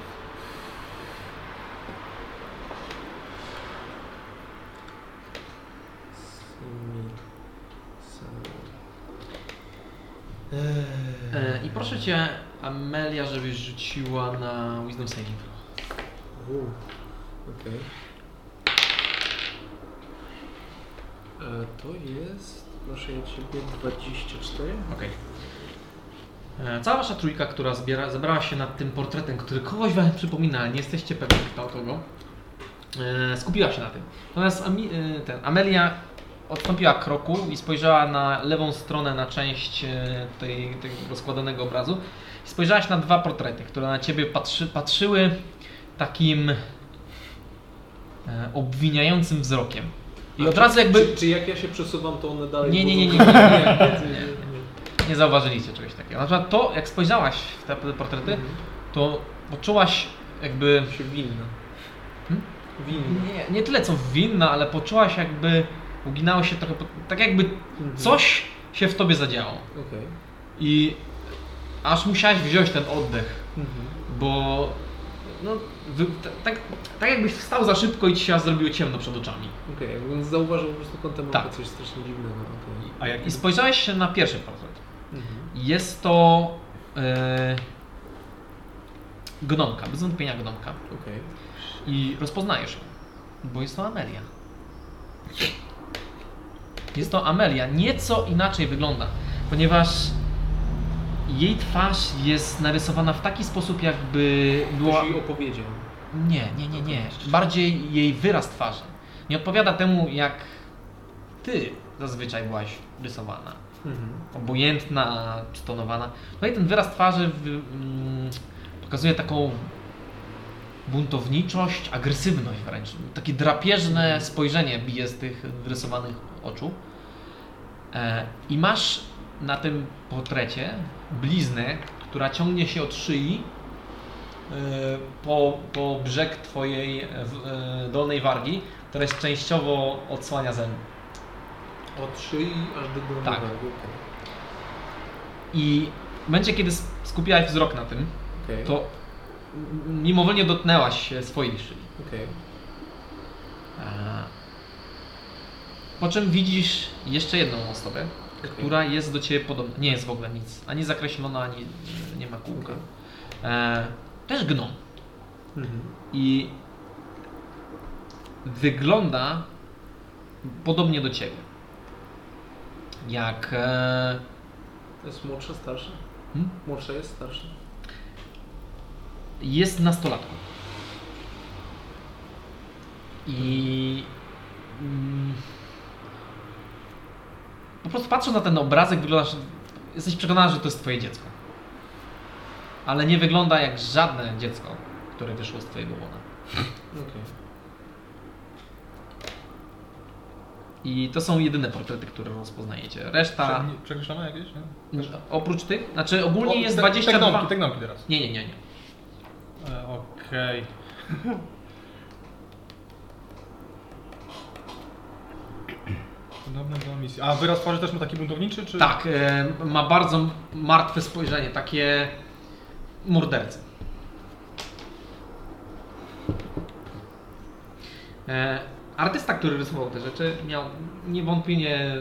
S1: E, I proszę Cię, Amelia, żebyś rzuciła na Wisdom Saving Throw.
S3: U, Okej. E, To jest, proszę ja ciebie, 24.
S1: Okej. E, Cała wasza trójka, która zbiera, zebrała się nad tym portretem, który kogoś wam przypomina, ale nie jesteście pewni kto kogo, e, skupiła się na tym. Natomiast Ami, e, ten, Amelia odstąpiła kroku i spojrzała na lewą stronę, na część e, tej, tego rozkładanego obrazu. I spojrzałaś na dwa portrety, które na ciebie patrzy, patrzyły takim e, obwiniającym wzrokiem. I
S3: A
S1: od
S3: czy-
S1: razu jakby...
S3: Znaczy, Czy, czy jak ja się przesuwam, to one dalej...
S1: Nie, nie, nie, nie, nie, nie,
S3: budzą-
S1: nie,
S3: nie,
S1: nie, nie.
S3: nie.
S1: Nie zauważyliście czegoś takiego. Na przykład to, jak spojrzałaś w te portrety,
S3: Mhm.
S1: to poczułaś jakby...
S3: się winna.
S1: Hmm?
S3: Winna.
S1: Nie, nie tyle co winna, ale poczułaś jakby... Uginało się trochę... po- Tak jakby
S4: Mhm.
S1: coś się w tobie zadziało.
S3: Okej.
S1: I aż musiałaś wziąć ten oddech,
S3: Mhm.
S1: bo... No, wy, t- tak, tak jakbyś wstał za szybko i ci się zrobiło ciemno przed oczami.
S3: Okej, jakbym zauważył po prostu kątem
S1: Tak.
S3: oka coś strasznie dziwnego. no okej.
S4: A jak
S1: I spojrzałeś się na pierwszy portret.
S3: Mhm.
S1: Jest to... E, gnomka, bez wątpienia gnomka.
S3: Okej.
S1: I rozpoznajesz ją, bo jest to Amelia. Jest to Amelia. Nieco inaczej wygląda, ponieważ jej twarz jest narysowana w taki sposób, jakby była.
S3: Ktoś jej opowiedział.
S1: Nie, nie, nie, nie. Bardziej jej wyraz twarzy. Nie odpowiada temu, jak ty zazwyczaj byłaś rysowana.
S3: Mhm.
S1: Obojętna, stonowana. No i ten wyraz twarzy wy- mm, pokazuje taką buntowniczość, agresywność wręcz. Takie drapieżne spojrzenie bije z tych wyrysowanych oczu. E, I masz na tym portrecie bliznę, która ciągnie się od szyi e, po, po brzeg twojej e, w- e, dolnej wargi, która jest częściowo odsłania zęby.
S3: Od szyi aż do góry.
S1: Tak.
S3: Okej.
S1: I w momencie, kiedy s- skupiłaś wzrok na tym,
S3: Okej.
S1: to m- mimowolnie dotknęłaś się swojej szyi.
S3: Okej.
S1: A. Po czym widzisz jeszcze jedną osobę, która jest do ciebie podobna. Nie jest w ogóle nic. Ani zakreślona, ani nie ma kółka. E, też gnom.
S3: Mhm.
S1: I wygląda podobnie do ciebie. Jak. E,
S3: To jest młodsza, starsza?
S1: Hmm?
S3: Młodsza jest starsza.
S1: jest nastolatką. I mm, po prostu patrząc na ten obrazek, wyglądasz jesteś przekonana, że to jest twoje dziecko. Ale nie wygląda jak żadne dziecko, które wyszło z twojego łona.
S3: Okej.
S1: I to są jedyne portrety, które rozpoznajecie. Reszta,
S2: Prze- nie- Przekreślone jakieś? Nie?
S1: oprócz tych, znaczy ogólnie
S2: O,
S1: jest
S2: te-
S1: 22...
S2: Teknomki, teknomki teraz.
S1: Nie, nie, nie, nie.
S2: E, Okej. Podobne do misji. A wyraz twarzy też ma taki buntowniczy, czy?
S1: Tak, e, ma bardzo martwe spojrzenie, takie mordercy. E, Artysta, który rysował te rzeczy, miał niewątpliwie e,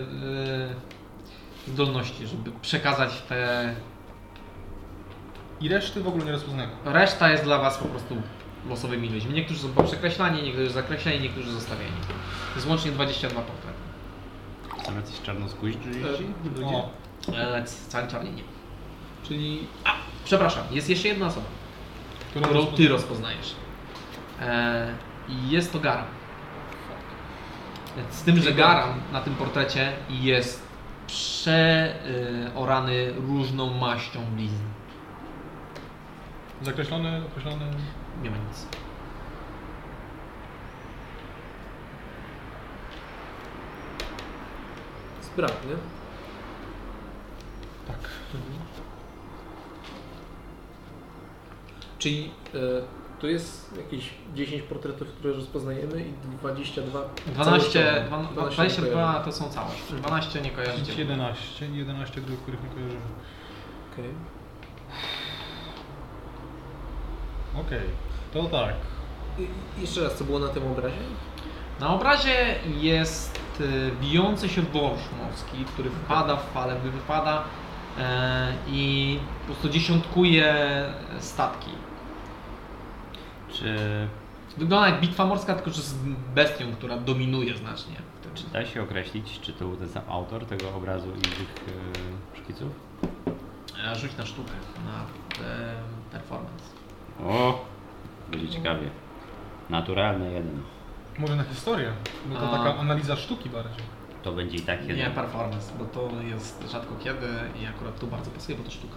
S1: zdolności, żeby przekazać te.
S2: I reszty w ogóle nie rozpoznają.
S1: Reszta jest dla Was po prostu losowymi ludźmi. Niektórzy są przekreślani, niektórzy zakreśleni, niektórzy zostawieni. To jest łącznie 22 portrety.
S4: Są jacyś czarnoskórzy
S3: E, ludzie?
S2: O,
S1: E, c- Cały czarny nie.
S3: Czyli
S1: Przepraszam, jest jeszcze jedna osoba.
S2: którą
S1: którą
S2: rozpoznaję.
S1: ty rozpoznajesz. E, I jest to Garam. Z tym, że Garam na tym portrecie jest przeorany różną maścią blizn.
S2: Zakreślony, określony.
S1: Nie ma nic.
S3: zbrak, nie?
S2: Tak.
S3: Czyli e, tu jest jakieś 10 portretów, które rozpoznajemy i 22...
S1: 12,
S3: całościowe.
S1: 12,
S3: 22
S1: 22 to są całość. 12 nie kojarzycie.
S2: 11 i 11 do których nie kojarzymy.
S3: Okej.
S2: Okej, to tak.
S3: I- i- Jeszcze raz, co było na tym obrazie?
S1: Na obrazie jest e, bijący się wąż morski, który wpada w falę, gdy wypada e, i po prostu dziesiątkuje statki.
S4: Czy,
S1: Wygląda jak bitwa morska, tylko że z bestią, która dominuje znacznie. w tym.
S4: czy da się określić, czy to był ten sam autor tego obrazu i tych e, szkiców?
S1: E, Rzuć na sztukę, na e, performance.
S4: O! Będzie ciekawie. Naturalny jeden.
S2: Może na historię, bo to
S1: A.
S2: taka analiza sztuki bardziej.
S4: To będzie i tak jeden.
S1: Nie performance, bo to jest rzadko kiedy i akurat tu bardzo pasuje, bo to sztuka.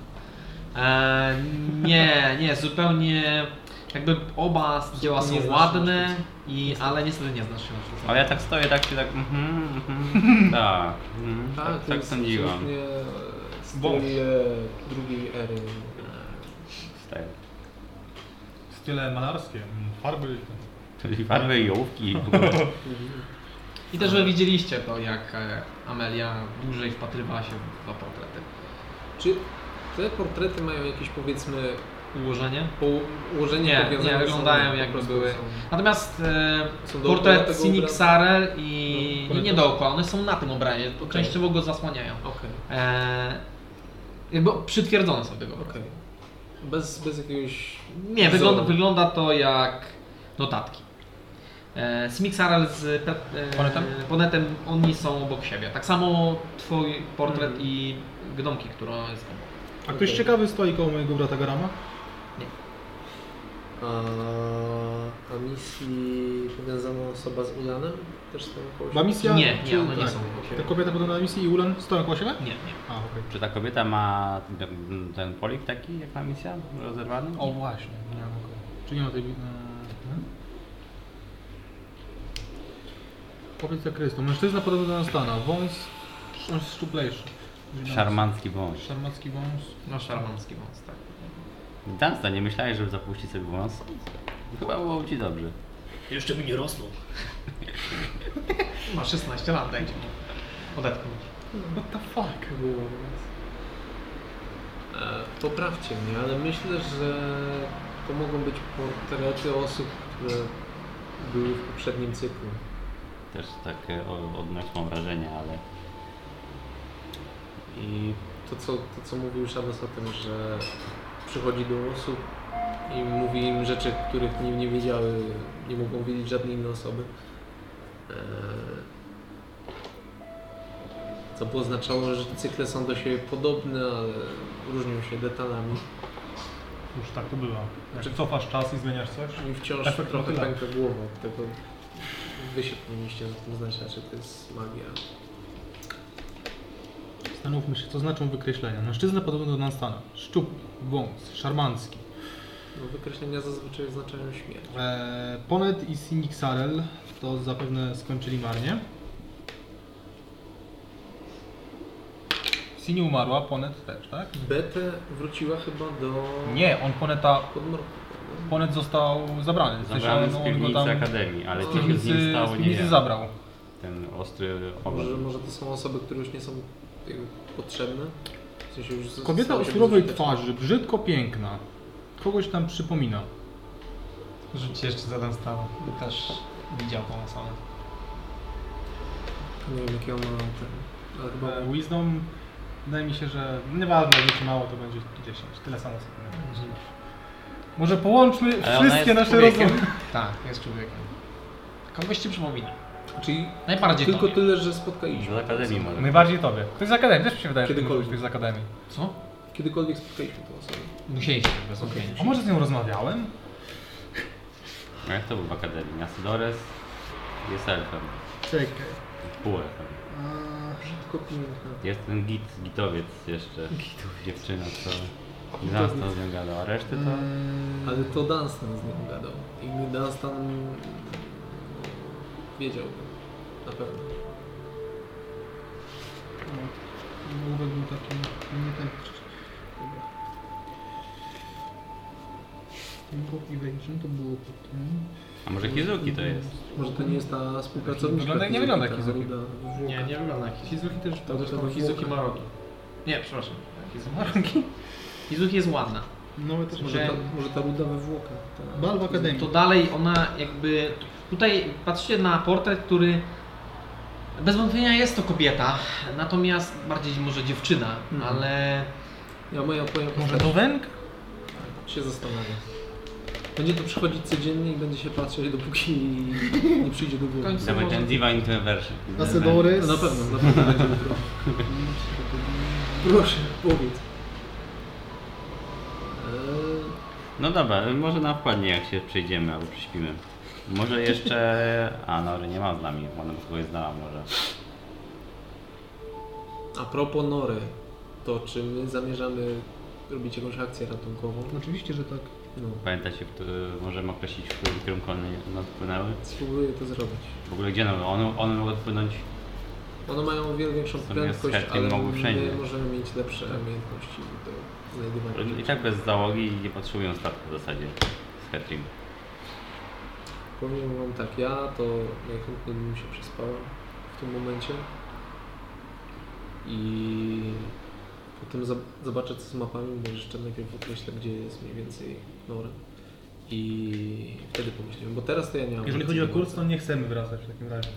S1: E, nie, nie, zupełnie jakby oba dzieła
S3: Nie
S1: są
S3: znasz
S1: ładne,
S3: sztuki.
S1: i, ale niestety nie znasz się na sztuce.
S4: Ale ja tak stoję, tak się tak. Mhm, mhm, tak, mhm,
S3: A,
S4: tak,
S3: to
S4: tak
S3: jest
S4: sądziłam.
S3: absolutnie, e,
S2: Bo-
S3: Styl e, drugiej ery.
S4: Tak.
S2: Style malarskie, mm, farby. i ten.
S4: Czyli farby i ołówki i w ogóle.
S1: I też że widzieliście to, jak e, Amelia dłużej wpatrywała się w dwa portrety.
S3: Czy te portrety mają jakieś, powiedzmy,
S1: Ułożenie?
S3: po- ułożenie
S1: Nie, nie,
S3: powiązane ze sobą?
S1: wyglądają
S3: Po
S1: jakby
S3: prostu
S1: były.
S3: są-
S1: Natomiast e,
S3: Są dookoła
S1: portret
S3: tego
S1: Cynic
S3: obrazu?
S1: Sarel i
S2: No,
S1: nie
S2: korytarz.
S1: dookoła, one są na tym obrazie, to
S3: Okej.
S1: częściowo go zasłaniają.
S3: Okej,
S1: E, jakby przytwierdzone są do tego obrazu.
S3: okej. Bez, bez jakiegoś...
S1: Nie, wygląda,
S3: wzoru.
S1: wygląda to jak notatki. E, Cynic Sarel z pe, e,
S2: Ponetem?
S1: Ponetem, oni są obok siebie. Tak samo twój portret
S3: Mhm.
S1: i gnomki, która jest obok.
S2: A ktoś
S3: Okej.
S2: ciekawy stoi koło mojego brata Garama?
S3: A, a misji powiązana osoba z Ulanem? Też z tą jakąś-
S2: Bo misja...
S1: Nie, nie, one nie
S2: tak.
S1: są
S2: Ta
S1: obok
S2: kobieta podobna na misji i Ulan stoją koło siebie?
S1: siebie. Nie, nie.
S2: A, okej.
S4: Czy ta kobieta ma ten, ten polik taki, jak ma misja? Rozerwany?
S2: O właśnie, nie wiem. Czy nie ma tej... Hmm? Powiedz jak Krystu. Mężczyzna podobny do Anastana. Wąs sz- szczuplejszy.
S4: Szarmancki wąż.
S2: Szarmacki wąs.
S1: No szarmancki wąs, tak.
S4: Dansta, no nie myślałeś, żeby zapuścić sobie wąs? Chyba było ci dobrze.
S6: Jeszcze mi nie rosną.
S1: Ma 16 lat, dajcie mu odetknąć.
S2: What the fuck?
S3: Było, więc- E, Poprawcie mnie, ale myślę, że to mogą być portrety osób, które były w poprzednim cyklu.
S4: Też takie o- odnośnie mam wrażenie, ale... I
S3: To co, to, co mówił Shadows o tym, że przychodzi do osób i mówi im rzeczy, których nie, nie wiedziały, nie mogą wiedzieć żadne inne osoby. E, Co by oznaczało, że cykle są do siebie podobne, ale różnią się detalami.
S2: Już tak to bywa. Znaczy cofasz czas i zmieniasz coś?
S3: Mi wciąż
S2: Efekt
S3: trochę
S2: motyla.
S3: pęka głowa od tego. Wy się powinniście na tym znać, a czy to jest magia.
S2: Zastanówmy się, co znaczą wykreślenia. Mężczyzna podobny do nas stanął. Szczupły, wąs, szarmancki.
S3: No, wykreślenia zazwyczaj oznaczają śmierć.
S2: Eee, Ponet i Sinixarel to zapewne skończyli marnie. Sini umarła, Ponet też, tak?
S3: Betę wróciła chyba do...
S2: Nie, on Poneta,
S3: Podmorku.
S2: Ponet został zabrany. W sensie
S4: Zabrany z
S2: on-
S4: piwnicy
S2: on go no, tam
S4: Akademii, ale
S2: z
S4: co się z nim
S2: piwnicy,
S4: stało,
S2: z
S4: nie
S2: piwnicy
S4: wiem.
S2: zabrał.
S4: Ten ostry obraz.
S3: Może, może to są osoby, które już nie są jakby potrzebne. W sensie już z-
S2: Kobieta
S3: stały
S2: o
S3: się
S2: surowej
S3: bezużyteczne.
S2: twarzy, brzydko piękna. Kogoś tam przypomina.
S1: Rzuć jeszcze za ten stał. Też widział tą osobę.
S3: Nie wiem jakiego ma ten... Ale chyba...
S2: Chyba Wisdom, wydaje mi się, że nieważne, jak mało, to będzie 10. Tyle samo co pamiętam. Może połączmy
S4: Ale ona
S2: wszystkie
S4: jest
S2: nasze
S4: człowiekiem.
S2: rozumy.
S1: Tak, jest człowiekiem. Kogoś ci przypomina.
S3: Czyli
S1: Najbardziej
S3: Znaczy, tylko
S1: to.
S3: tyle, że spotkaliśmy.
S4: Z Akademii może.
S2: Najbardziej tobie. Ktoś z Akademii, też mi się wydaje, że
S3: Kiedykolwiek.
S2: ktoś z Akademii.
S1: Co?
S3: Kiedykolwiek spotkaliśmy tę osobę.
S1: Musieliście bez wątpienia.
S2: A może z nią rozmawiałem?
S4: A jak to był w Akademii? Miastodores jest elfem.
S2: Czekaj.
S4: Półelfem.
S3: Brzydko piękna.
S4: Jest ten git, gitowiec jeszcze. Dziewczyna, co nas to z nią gada, a reszty to...
S3: Ale to Dunstan z nim gadał. I Dunstan mm, wiedział na pewno.
S2: Główek był taki, nie ten... Temple Evasion to było potem...
S4: A może Kizuki to jest?
S3: Może to nie jest ta współpracowniczka.
S2: Wygląda jak- nie
S3: Hizuki,
S2: wygląda jak
S3: ta
S2: Hizuki.
S3: ruda włóka.
S1: Nie, nie wygląda na Hizuki.
S2: Kizuki też...
S3: To też tam Hizuki ma rogi.
S1: Nie, przepraszam. Hizuki ma rogi. Hizuki jest ładna.
S2: No, ale też
S3: Może
S2: może...
S3: ta, może ta ruda we włokach. ta-
S2: Bal w Akademii.
S1: To dalej ona jakby. Tutaj patrzycie na portret, który bez wątpienia jest to kobieta, natomiast bardziej może dziewczyna,
S3: Mhm.
S1: ale
S3: Ja moja powiem,
S2: Może do węg?
S3: się zastanawiam. Będzie tu przychodzić codziennie i będzie się patrzeć, dopóki nie przyjdzie do głowy.
S1: końcu
S4: To będzie
S1: może-
S4: Divine Intervention.
S3: No na pewno, na pewno będzie jutro. Proszę, powiedz. Eee,
S4: No dobra, może nam wpadnie jak się przejdziemy albo przyśpimy. Może jeszcze... A, no nie ma z nami, ona by kogoś znała może.
S3: A propos Nory, to czy my zamierzamy robić jakąś akcję ratunkową?
S2: Oczywiście, że tak.
S3: No,
S4: Pamiętacie, w którym- możemy określić, w którym kierunku one nas wpłynęły?
S3: spróbuję to zrobić.
S4: W ogóle gdzie one, one, one mogły odpłynąć?
S3: One mają o wiele większą
S4: Zamiast
S3: prędkość,
S4: chętnie
S3: ale
S4: mogły wszędzie.
S3: my możemy mieć lepsze umiejętności do znajdywania
S4: I
S3: rzeczy.
S4: tak bez załogi nie potrzebują statku w zasadzie z Hetrim.
S3: Powiem wam tak, ja to najchętniej bym się przespał w tym momencie i potem za- zobaczę co z mapami, bo jeszcze najpierw określę gdzie jest mniej więcej Nora i wtedy pomyślimy, bo teraz to ja nie mam
S2: Jeżeli
S3: nic
S2: chodzi o
S3: innego.
S2: kurs, to nie chcemy wracać w takim razie.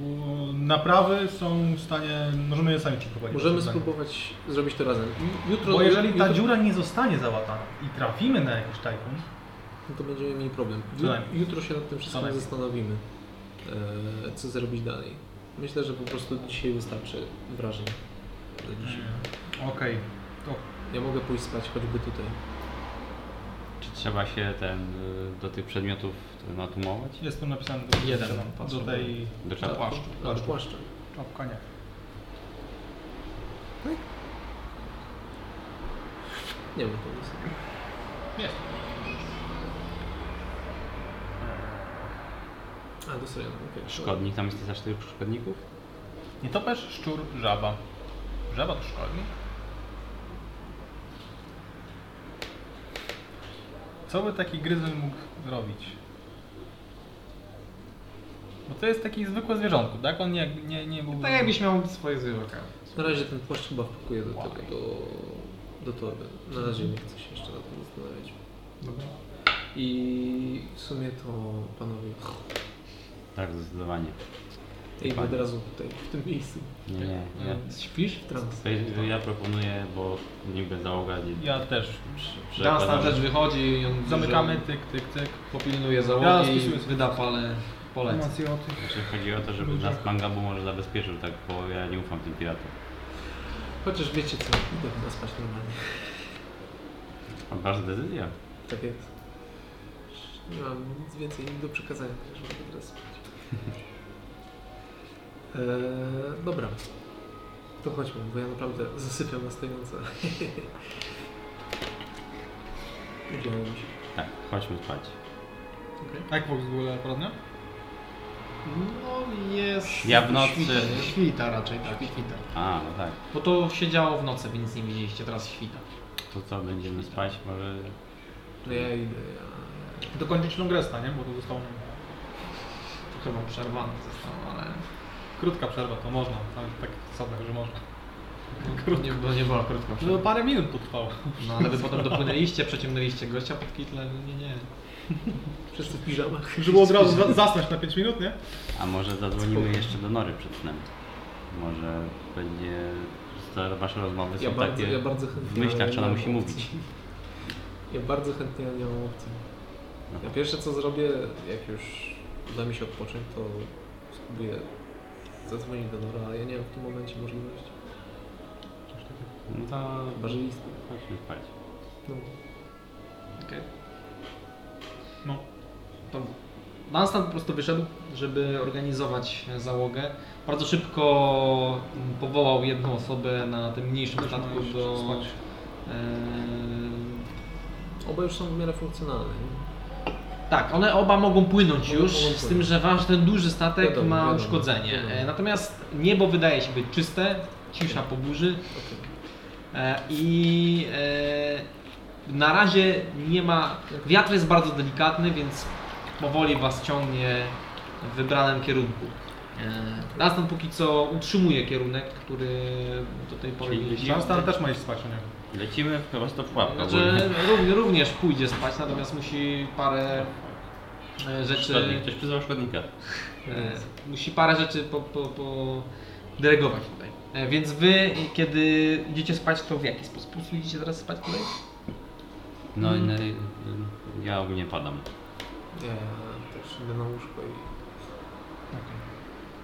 S2: Bo naprawy są w stanie. Możemy je sami przeprowadzić.
S3: Możemy
S2: w takim stanie.
S3: spróbować zrobić to razem. I Jutro,
S2: Bo jeżeli
S3: jutro,
S2: ta dziura nie zostanie załatana i trafimy na jakiś tajfun,
S3: no to będziemy mieli problem.
S2: Co najmniej.
S3: Jutro się nad tym wszystkim
S2: najmniej.
S3: zastanowimy, e, co zrobić dalej. Myślę, że po prostu dzisiaj wystarczy wrażeń. za dzisiaj.
S2: okej, to
S3: Ja mogę pójść spać choćby tutaj.
S4: Czy trzeba się ten, y, do tych przedmiotów y, natumować?
S2: jest tu napisane do,
S1: Jeden
S2: do
S1: potrzebny.
S2: tej
S4: Do
S3: Tak.
S4: czapki?
S2: płaszczu.
S3: A, do płaszcza.
S2: czapka nie.
S3: Nie wiem, to jest. A, do strony, okej.
S4: Szkodnik, tam jest też aż tych szkodników?
S2: Nie topesz, szczur, żaba. Żaba to szkodnik. Co by taki gryzoń mógł zrobić? Bo to jest taki zwykłe zwierzątko, tak? On nie, nie, nie był...
S1: Tak jakbyś miał swoje zwierzaka.
S3: Na razie ten płaszcz chyba wpakuje do tego, do, do torby. Na razie nie chcę się jeszcze na tym zastanawiać.
S1: Dobrze.
S3: I w sumie to panowie.
S4: Tak, zdecydowanie.
S3: Ej,
S4: Panie.
S3: od razu tutaj, w tym miejscu.
S4: Nie, nie, nie.
S1: Śpisz?
S3: W trans.
S4: Słuchaj, Ja proponuję, bo niby załoga nie...
S2: Ja też.
S1: Dans tam
S4: przekładam-
S1: też wychodzi i on
S2: Zamykamy, tyk, tyk, tyk.
S1: że popilnuje
S2: Ja
S1: załogi i
S2: spisuję sobie.
S1: wyda pale polec.
S2: o tych...
S4: Znaczy, Chodzi o to, żeby nas Mangabu może zabezpieczył, tak, bo ja nie ufam tym piratom.
S3: Chociaż wiecie co, idę chyba spać normalnie.
S4: A wasza decyzja?
S3: Tak jest. Nie mam nic więcej do przekazania, tak, także mogę teraz spać. Eee, dobra. E, To chodźmy, bo ja naprawdę zasypiam na stojąco. Udziałem się.
S4: Tak, chodźmy spać.
S3: Okej.
S2: A jak Vox w ogóle poradnia?
S1: No jest.
S4: Ja w nocy-
S1: Świta, nie? świta raczej, tak, świta.
S4: A, no tak.
S1: Bo to się działo w nocy, wy nic nie widzieliście, teraz świta.
S4: To co, będziemy spać? Może...
S3: No ja idę, ja...
S2: Dokończyć Longresta, nie? Bo to zostało nam
S1: To chyba przerwane zostało, ale.
S2: krótka przerwa, to można. Tam tak sobie, że można. Krótko.
S1: Nie, bo nie była krótka
S2: No
S1: przerwa.
S2: parę minut to trwało.
S1: No ale wy potem dopłynęliście, przeciągnęliście gościa pod kitle, no nie, nie.
S3: Wszyscy w piżamach.
S2: Żeby od razu za- zasnąć na 5 minut, nie?
S4: A może zadzwonimy jeszcze do Nory przed snem? Może będzie... że Wasze rozmowy są
S3: Ja bardzo,
S4: takie
S3: ja bardzo
S4: w
S3: chętnie...
S4: myślach, co ona
S3: nie
S4: musi
S3: mam
S4: mówić.
S3: opcji. Ja bardzo chętnie nie mam opcji.
S4: No.
S3: Ja pierwsze co zrobię, jak już uda mi się odpocząć, to spróbuję zadzwonić do Nora, ale ja nie mam w tym momencie możliwości.
S4: No to...
S3: Chyba, że list.
S4: Chodźmy spać.
S3: No.
S1: Okej.
S2: No.
S1: To Dunstan po prostu wyszedł, żeby organizować załogę. Bardzo szybko mm, powołał jedną osobę na tym mniejszym statku do... Eee,
S3: Oba już są w miarę funkcjonalne. nie?
S1: tak, one oba mogą płynąć
S3: Mogą-
S1: już,
S3: mogą
S1: z tym,
S3: płynąć.
S1: że wasz ten duży statek
S3: Wiadomo,
S1: ma
S3: wiadomo,
S1: uszkodzenie.
S3: wiadomo.
S1: E, Natomiast niebo wydaje się być czyste, cisza po burzy.
S3: Okej.
S1: E, I e, na razie nie ma. Wiatr jest bardzo delikatny, więc powoli was ciągnie w wybranym kierunku. E, Dunstan póki co utrzymuje kierunek, który do tej pory
S4: Czyli
S1: mieliście.
S2: Dunstan też ma iść spać, nie?
S4: Lecimy chyba stop w łapkę.
S1: Znaczy, ró- również pójdzie spać, natomiast musi parę e,
S3: znaczy-
S1: rzeczy.
S4: Szkodnik, ktoś przyzwał szkodnika.
S1: E, musi parę rzeczy po, po, po dyrygować tutaj. E, więc wy, kiedy idziecie spać, to w jaki sposób? Po prostu idziecie teraz spać tutaj?
S4: No, i- no i-
S3: Hmm.
S4: ja ogólnie padam.
S3: Ja też idę na łóżko i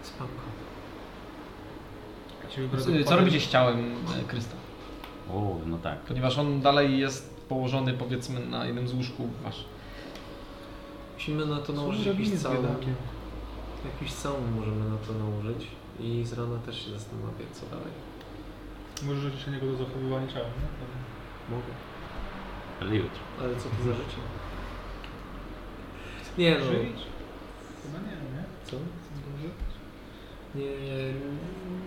S3: spanko.
S1: Co- Co robicie z ciałem e, Krysta?
S4: O, no tak.
S1: Ponieważ on dalej jest położony powiedzmy na jednym z łóżków wasz.
S3: Musimy na to nałożyć jakiś całą. Jakiś całą możemy na to nałożyć. I z rana też się zastanawię, co dalej.
S2: Może życzyć się niego do zachowywania ciała, nie?
S3: Mogę.
S4: Ale jutro.
S3: Ale co to za życie?
S1: Tak.
S3: Nie no.
S2: Żyć? Chyba nie, nie?
S3: Co?
S2: Dobrze.
S3: Nie,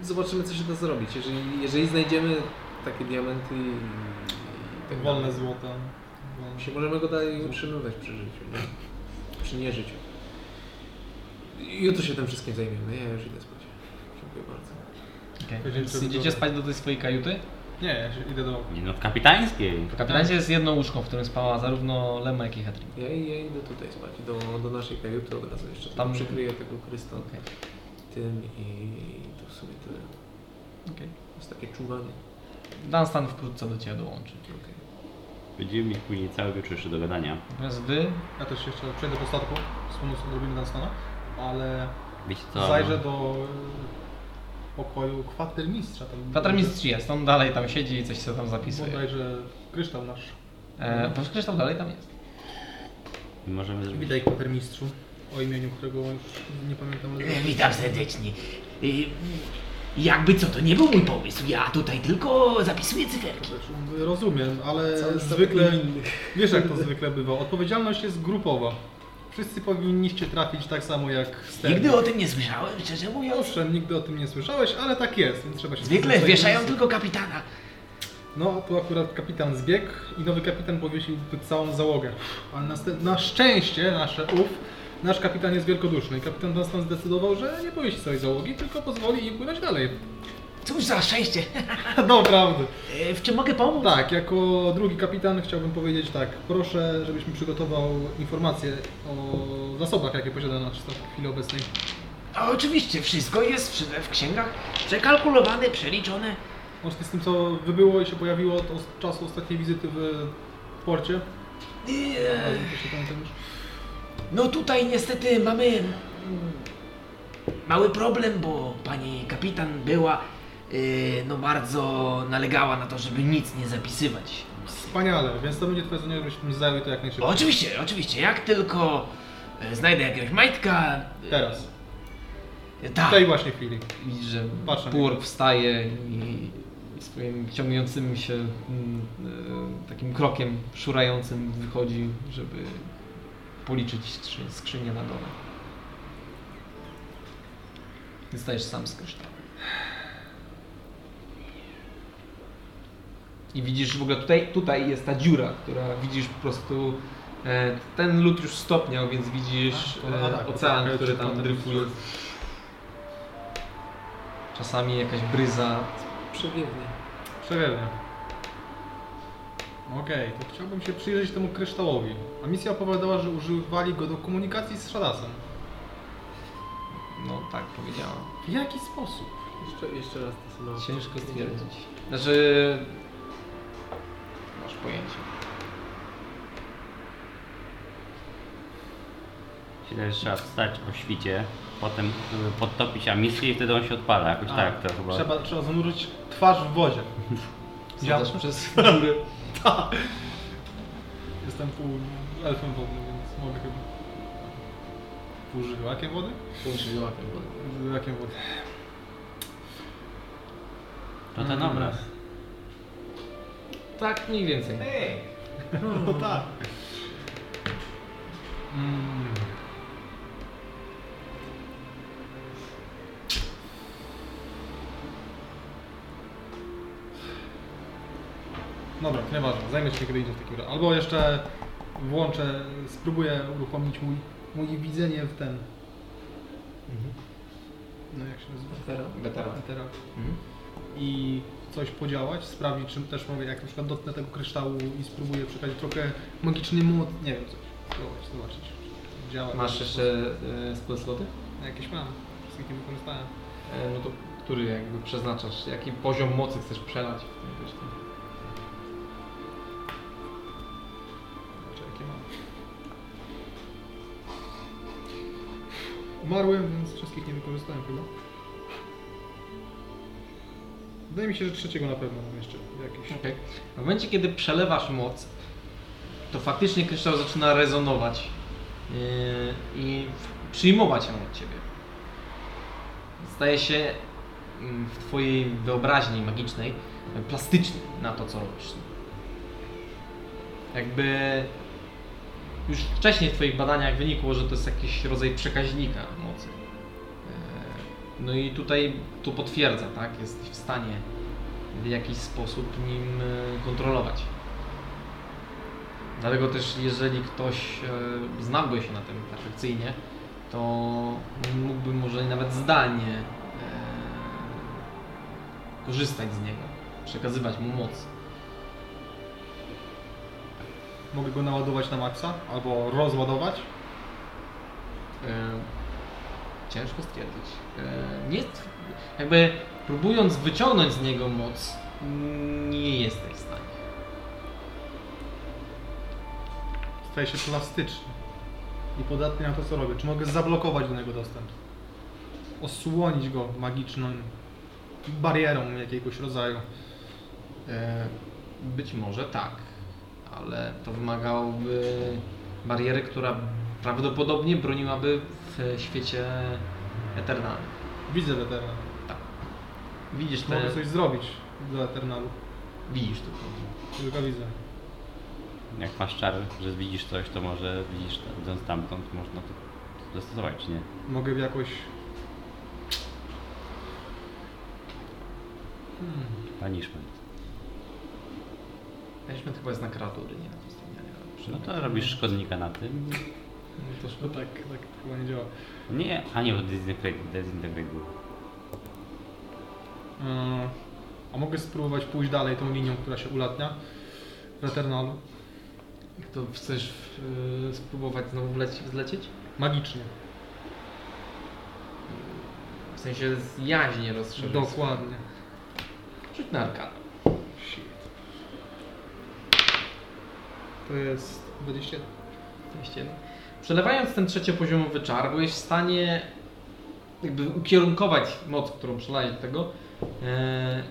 S3: zobaczymy co się da zrobić. Jeżeli, jeżeli znajdziemy takie diamenty i, i tak
S2: Wolne
S3: dalej,
S2: złoto.
S3: się możemy go dalej utrzymywać przy życiu, nie? przy nieżyciu. Jutro się tym wszystkim zajmiemy, ja już idę spać. Dziękuję bardzo.
S1: Więc idziecie spać do tej swojej kajuty?
S2: Nie, ja się idę do...
S4: Nie, No w kapitańskiej.
S1: W kapitanie jest jedno łóżko, w którym spała zarówno Lema, jak i Hedrin.
S3: Ja, ja idę tutaj spać, do, do naszej kajuty od razu jeszcze.
S1: Tam-
S3: Tam przykryję tego Krysta
S1: Okej.
S3: tym i to w sumie tyle.
S1: Okay.
S3: To jest takie czuwanie.
S1: Dunstan wkrótce do ciebie dołączy.
S3: Okej.
S4: Będziemy mieć później cały wieczór jeszcze do gadania.
S1: Natomiast wy
S2: Ja też jeszcze przejdę po statku, z pomocą odrobiny Dunstana, ale
S4: Wiecie co?
S2: zajrzę do y, pokoju kwatermistrza. Tam
S1: Kwatermistrz jest, on dalej tam siedzi i coś sobie tam zapisuje.
S2: Bodajże kryształ nasz.
S1: E, bo Krzysztof dalej tam jest.
S4: Możemy zrobić...
S2: Witaj kwatermistrzu, o imieniu którego już nie pamiętam. ale-
S6: Witam serdecznie. Y, Jakby co, to nie był mój pomysł. Ja tutaj tylko zapisuję cyferki.
S2: Znaczy, Rozumiem, ale
S3: Cały statek
S2: zwykle,
S3: inny.
S2: wiesz jak to zwykle bywa, odpowiedzialność jest grupowa. Wszyscy powinniście trafić tak samo jak ster.
S6: Nigdy o tym nie słyszałem, szczerze mówiąc.
S2: Owszem, nigdy o tym nie słyszałeś, ale tak jest, więc trzeba się...
S6: Zwykle
S2: przyzwyczaić.
S6: wieszają tylko kapitana.
S2: No, tu akurat kapitan zbiegł i nowy kapitan powiesił tu całą załogę. Ale na, na szczęście, nasze ów, nasz kapitan jest wielkoduszny i kapitan Dunstan zdecydował, że nie powiesi całej załogi, tylko pozwoli im płynąć dalej.
S6: Cóż za szczęście.
S2: Doprawdy.
S6: E, W czym mogę pomóc?
S2: Tak, jako drugi kapitan chciałbym powiedzieć tak. Proszę, żebyś mi przygotował informacje o zasobach, jakie posiada nasz statek w chwili obecnej.
S6: A oczywiście, wszystko jest przy- w księgach przekalkulowane, przeliczone.
S2: Łącznie z tym, co wybyło i się pojawiło od os- czasu ostatniej wizyty w porcie.
S6: E,
S2: Razem to się pamiętam już.
S6: No tutaj niestety mamy mm, mały problem, bo pani kapitan była, y, no bardzo nalegała na to, żeby nic nie zapisywać.
S2: Wspaniale, więc to będzie twoje zadanie, żebyśmy zajęli to jak najszybciej.
S6: Oczywiście, oczywiście. Jak tylko e, znajdę jakiegoś majtka. e,
S2: Teraz.
S6: Tak.
S2: W tej właśnie chwili.
S1: Widzisz, że
S2: Patrzę na
S1: Purg wstaje i swoim ciągnącym się mm, e, takim krokiem szurającym wychodzi, żeby policzyć skrzy- skrzynię na dole. Zostajesz sam z kryształem. I widzisz w ogóle tutaj, tutaj jest ta dziura, która widzisz po prostu e, ten lód już stopniał, więc widzisz
S2: A, a
S1: e,
S2: tak,
S1: ocean,
S2: tak,
S1: który
S2: tak,
S1: tam
S2: tak.
S1: dryfuje. Czasami jakaś bryza.
S3: Przebiegnie.
S2: Przewielnie. Okej, to chciałbym się przyjrzeć temu kryształowi. A misja opowiadała, że używali go do komunikacji z Shadasem.
S1: No tak powiedziałam.
S2: W jaki sposób?
S3: Jeszcze, jeszcze raz to samo.
S1: Ciężko stwierdzić. Znaczy. Masz pojęcie.
S4: Chwilę trzeba wstać o świcie, potem y, podtopić amisję i wtedy on się odpala. Jakoś
S2: A,
S4: tak to chyba.
S2: Trzeba, trzeba zanurzyć twarz w wodzie.
S1: Zjadasz przez dziury.
S2: Jestem pół elfem wodnym, więc mogę chyba... Pół żywiołakiem wody? Żywiołakiem wody.
S4: To No ten obraz.
S1: Tak, mniej więcej.
S2: No tak. Mm. Dobra, to nieważne, zajmę się kiedy idzie w takim razie. Albo jeszcze włączę, spróbuję uruchomić mój, moje widzenie w ten. No jak się nazywa?
S3: Teraz?
S1: Betera.
S2: Teraz. i coś podziałać, sprawdzić czym też mogę, jak na przykład dotknę tego kryształu i spróbuję przekazać trochę magiczny moc, nie wiem coś, spróbować, zobaczyć, czy działa.
S1: Masz jeszcze e, spłyn sloty?
S2: Jakieś mam, wszystkie wykorzystałem.
S1: E, no to który jakby przeznaczasz? Jaki poziom mocy chcesz przelać w tym kryształ?
S2: Zobaczę jakie mam. Umarłem, więc wszystkich nie wykorzystałem chyba. Wydaje mi się, że trzeciego na pewno mam jeszcze jakiś.
S1: Okej. W momencie, kiedy przelewasz moc, to faktycznie kryształ zaczyna rezonować yy, i w- przyjmować ją od ciebie. Staje się mm, w twojej wyobraźni magicznej y, plastyczny na to, co robisz. Jakby już wcześniej w twoich badaniach wynikło, że to jest jakiś rodzaj przekaźnika mocy. Yy, No i tutaj to potwierdza, tak? Jesteś w stanie w jakiś sposób nim e, kontrolować. Dlatego też, jeżeli ktoś e, znałby się na tym perfekcyjnie, to mógłby może nawet zdalnie e, korzystać z niego, przekazywać mu moc.
S2: Mogę go naładować na maksa albo rozładować.
S1: E, ciężko stwierdzić. E, nie jest, jakby próbując wyciągnąć z niego moc, nie jesteś w stanie.
S2: Staje się plastyczny i podatny na to, co robię. Czy mogę zablokować do niego dostęp? Osłonić go magiczną barierą jakiegoś rodzaju.
S1: E, Być może tak, ale to wymagałoby bariery, która prawdopodobnie broniłaby w świecie eternalnym.
S2: Widzę Eternal.
S1: Widzisz
S2: Czy
S1: te...
S2: mogę coś zrobić dla Eternalu?
S1: Widzisz tylko.
S2: Tylko widzę.
S4: Jak masz czar, że widzisz coś, to może widzisz tam- idąc stamtąd, można to dostosować, czy nie?
S2: Mogę jakoś... Hmm.
S4: Punishment.
S1: Management chyba jest na kreatury, nie na postanowienia.
S4: No to robisz szkodnika na tym.
S2: No to szkoda, tak, tak chyba nie działa.
S4: Nie, a nie, bo dezintegrate- dezintegrate był.
S2: Mm, A mogę spróbować pójść dalej tą linią, która się ulatnia w Eternalu?
S1: To chcesz e, spróbować znowu wleci, zlecieć?
S2: Magicznie.
S1: W sensie z jaźnie rozszerzyć.
S2: Dokładnie.
S1: Rzuć na arkanę.
S2: Shit. To jest 21.
S1: 21. No. Przelewając ten trzeciopoziomowy czar, byłeś w stanie jakby ukierunkować moc, którą przelałeś do tego, e,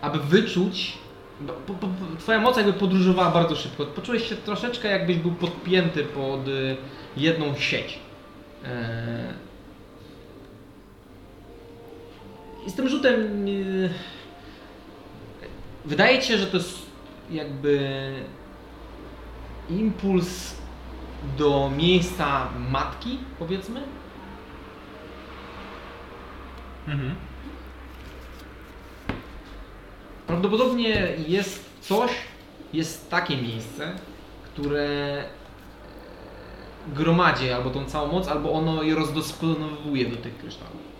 S1: aby wyczuć, no, bo, bo, bo, bo twoja moc jakby podróżowała bardzo szybko. Poczułeś się troszeczkę jakbyś był podpięty pod e, jedną sieć. E, I z tym rzutem yy, wydaje ci się, że to jest jakby impuls do miejsca matki, powiedzmy.
S2: Mhm.
S1: Prawdopodobnie jest coś, jest takie miejsce, które e, gromadzi albo tą całą moc, albo ono je rozdoskonałuje do tych kryształów.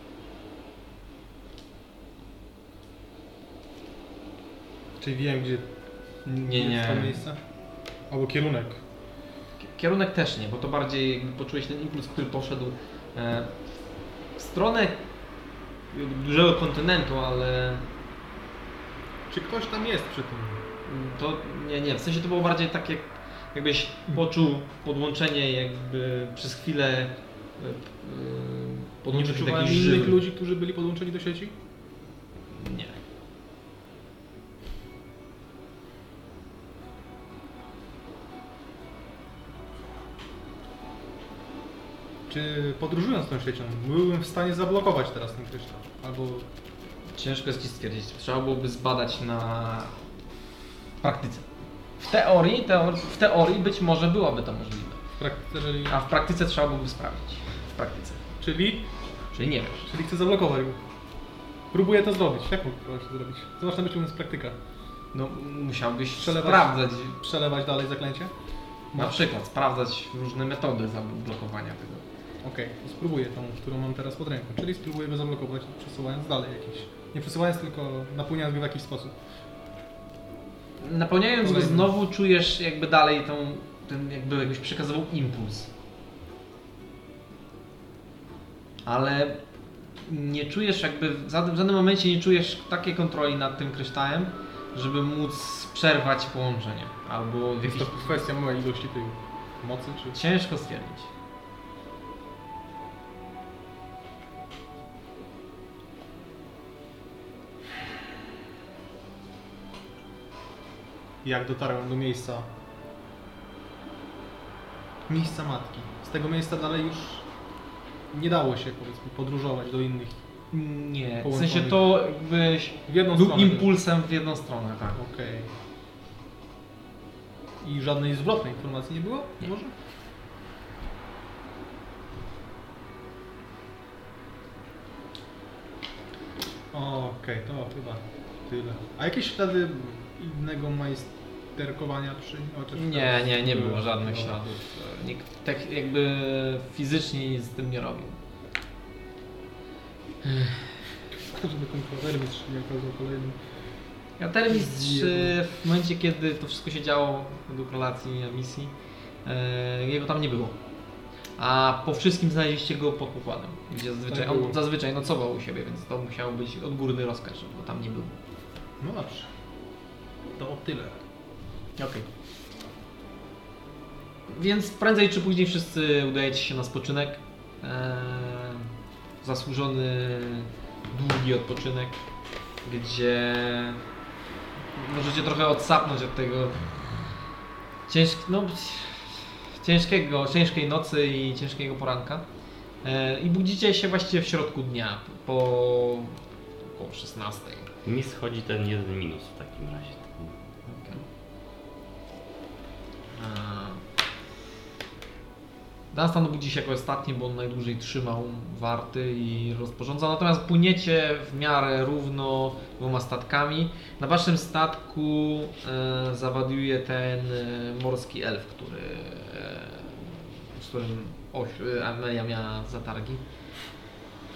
S2: Czyli wiem, gdzie
S1: Nie,
S2: jest to
S1: nie.
S2: miejsce. Albo kierunek.
S1: Kierunek też nie, bo to bardziej jakby poczułeś ten impuls, który poszedł e, w stronę jakby dużego kontynentu, ale
S2: Czy ktoś tam jest przy tym?
S1: to nie, nie, w sensie to było bardziej tak jak jakbyś poczuł podłączenie jakby przez chwilę e, e,
S2: Nie
S1: podłączył się do
S2: wyczuwałem
S1: jakiejś
S2: innych
S1: żywy.
S2: ludzi, którzy byli podłączeni do sieci?
S1: Nie.
S2: Czy podróżując tą siecią byłbym w stanie zablokować teraz ten kryształ? Albo
S1: Ciężko jest ci stwierdzić. Trzeba byłoby zbadać na praktyce. W teorii, teor- w teorii być może byłoby to możliwe,
S2: w praktyce, jeżeli...
S1: a w praktyce trzeba byłoby sprawdzić. W praktyce.
S2: Czyli?
S1: Czyli nie wiesz.
S2: Czyli chcę zablokować go. Próbuję to zrobić. Jak mogę to zrobić? Zobacz, na być praktyka.
S1: No musiałbyś
S2: Przelewać.
S1: sprawdzać,
S2: Przelewać dalej zaklęcie?
S1: na przykład sprawdzać różne metody zablokowania tego.
S2: Okej, to spróbuję tą, którą mam teraz pod ręką. Czyli spróbuję go zablokować, przesuwając dalej jakieś. Nie przesuwając, tylko napłyniając go w jakiś sposób.
S1: Napełniając go
S2: Kolejny.
S1: znowu czujesz jakby dalej tą, ten jakby jakbyś przekazywał impuls. Ale nie czujesz jakby, w żadnym w żadnym momencie nie czujesz takiej kontroli nad tym kryształem, żeby móc przerwać połączenie. Albo w
S2: Jest
S1: jakiś...
S2: to kwestia małej ilości tej mocy, czy...
S1: Ciężko stwierdzić.
S2: Jak dotarłem do miejsca... Miejsca matki. Z tego miejsca dalej już nie dało się, powiedzmy, podróżować do innych.
S1: Nie, w
S2: Połączony.
S1: sensie to jakbyś
S2: W jedną
S1: był
S2: stronę.
S1: impulsem w jedną stronę, tak.
S2: Okej. I żadnej zwrotnej informacji nie było?
S1: Nie.
S2: Może? Okej, to chyba tyle. A jakieś ślady innego majsterkowania przy... Chociaż
S1: Nie,
S2: teraz
S1: nie, nie było żadnych
S2: Dobra.
S1: śladów. Nikt tak jakby fizycznie nic z tym nie robił.
S2: Żeby ten klawermistrz nie okazał kolejny.
S1: Ja Termistrz e, w momencie, kiedy to wszystko się działo według relacji e, misji, e, jego tam nie było. A po wszystkim znaleźliście go pod pokładem, gdzie zazwyczaj,
S2: Tak było.
S1: on zazwyczaj nocował u siebie, więc to musiał być odgórny rozkaz, bo tam nie był.
S2: No dobrze. To tyle.
S1: Okej. Więc prędzej czy później wszyscy udajecie się na spoczynek. Eee, zasłużony, długi odpoczynek, gdzie możecie trochę odsapnąć od tego ciężk, no, ciężkiego, ciężkiej nocy i ciężkiego poranka. Eee, I budzicie się właściwie w środku dnia, po około 16.
S4: Mi schodzi ten jeden minus w takim razie.
S1: Okej. Eee. A. Dunstan budzi się jako ostatni, bo on najdłużej trzymał warty i rozporządzał. Natomiast płyniecie w miarę równo dwoma statkami. Na waszym statku e, zawadiuje ten e, morski elf, który, e, z którym oś, e, Amelia miała zatargi.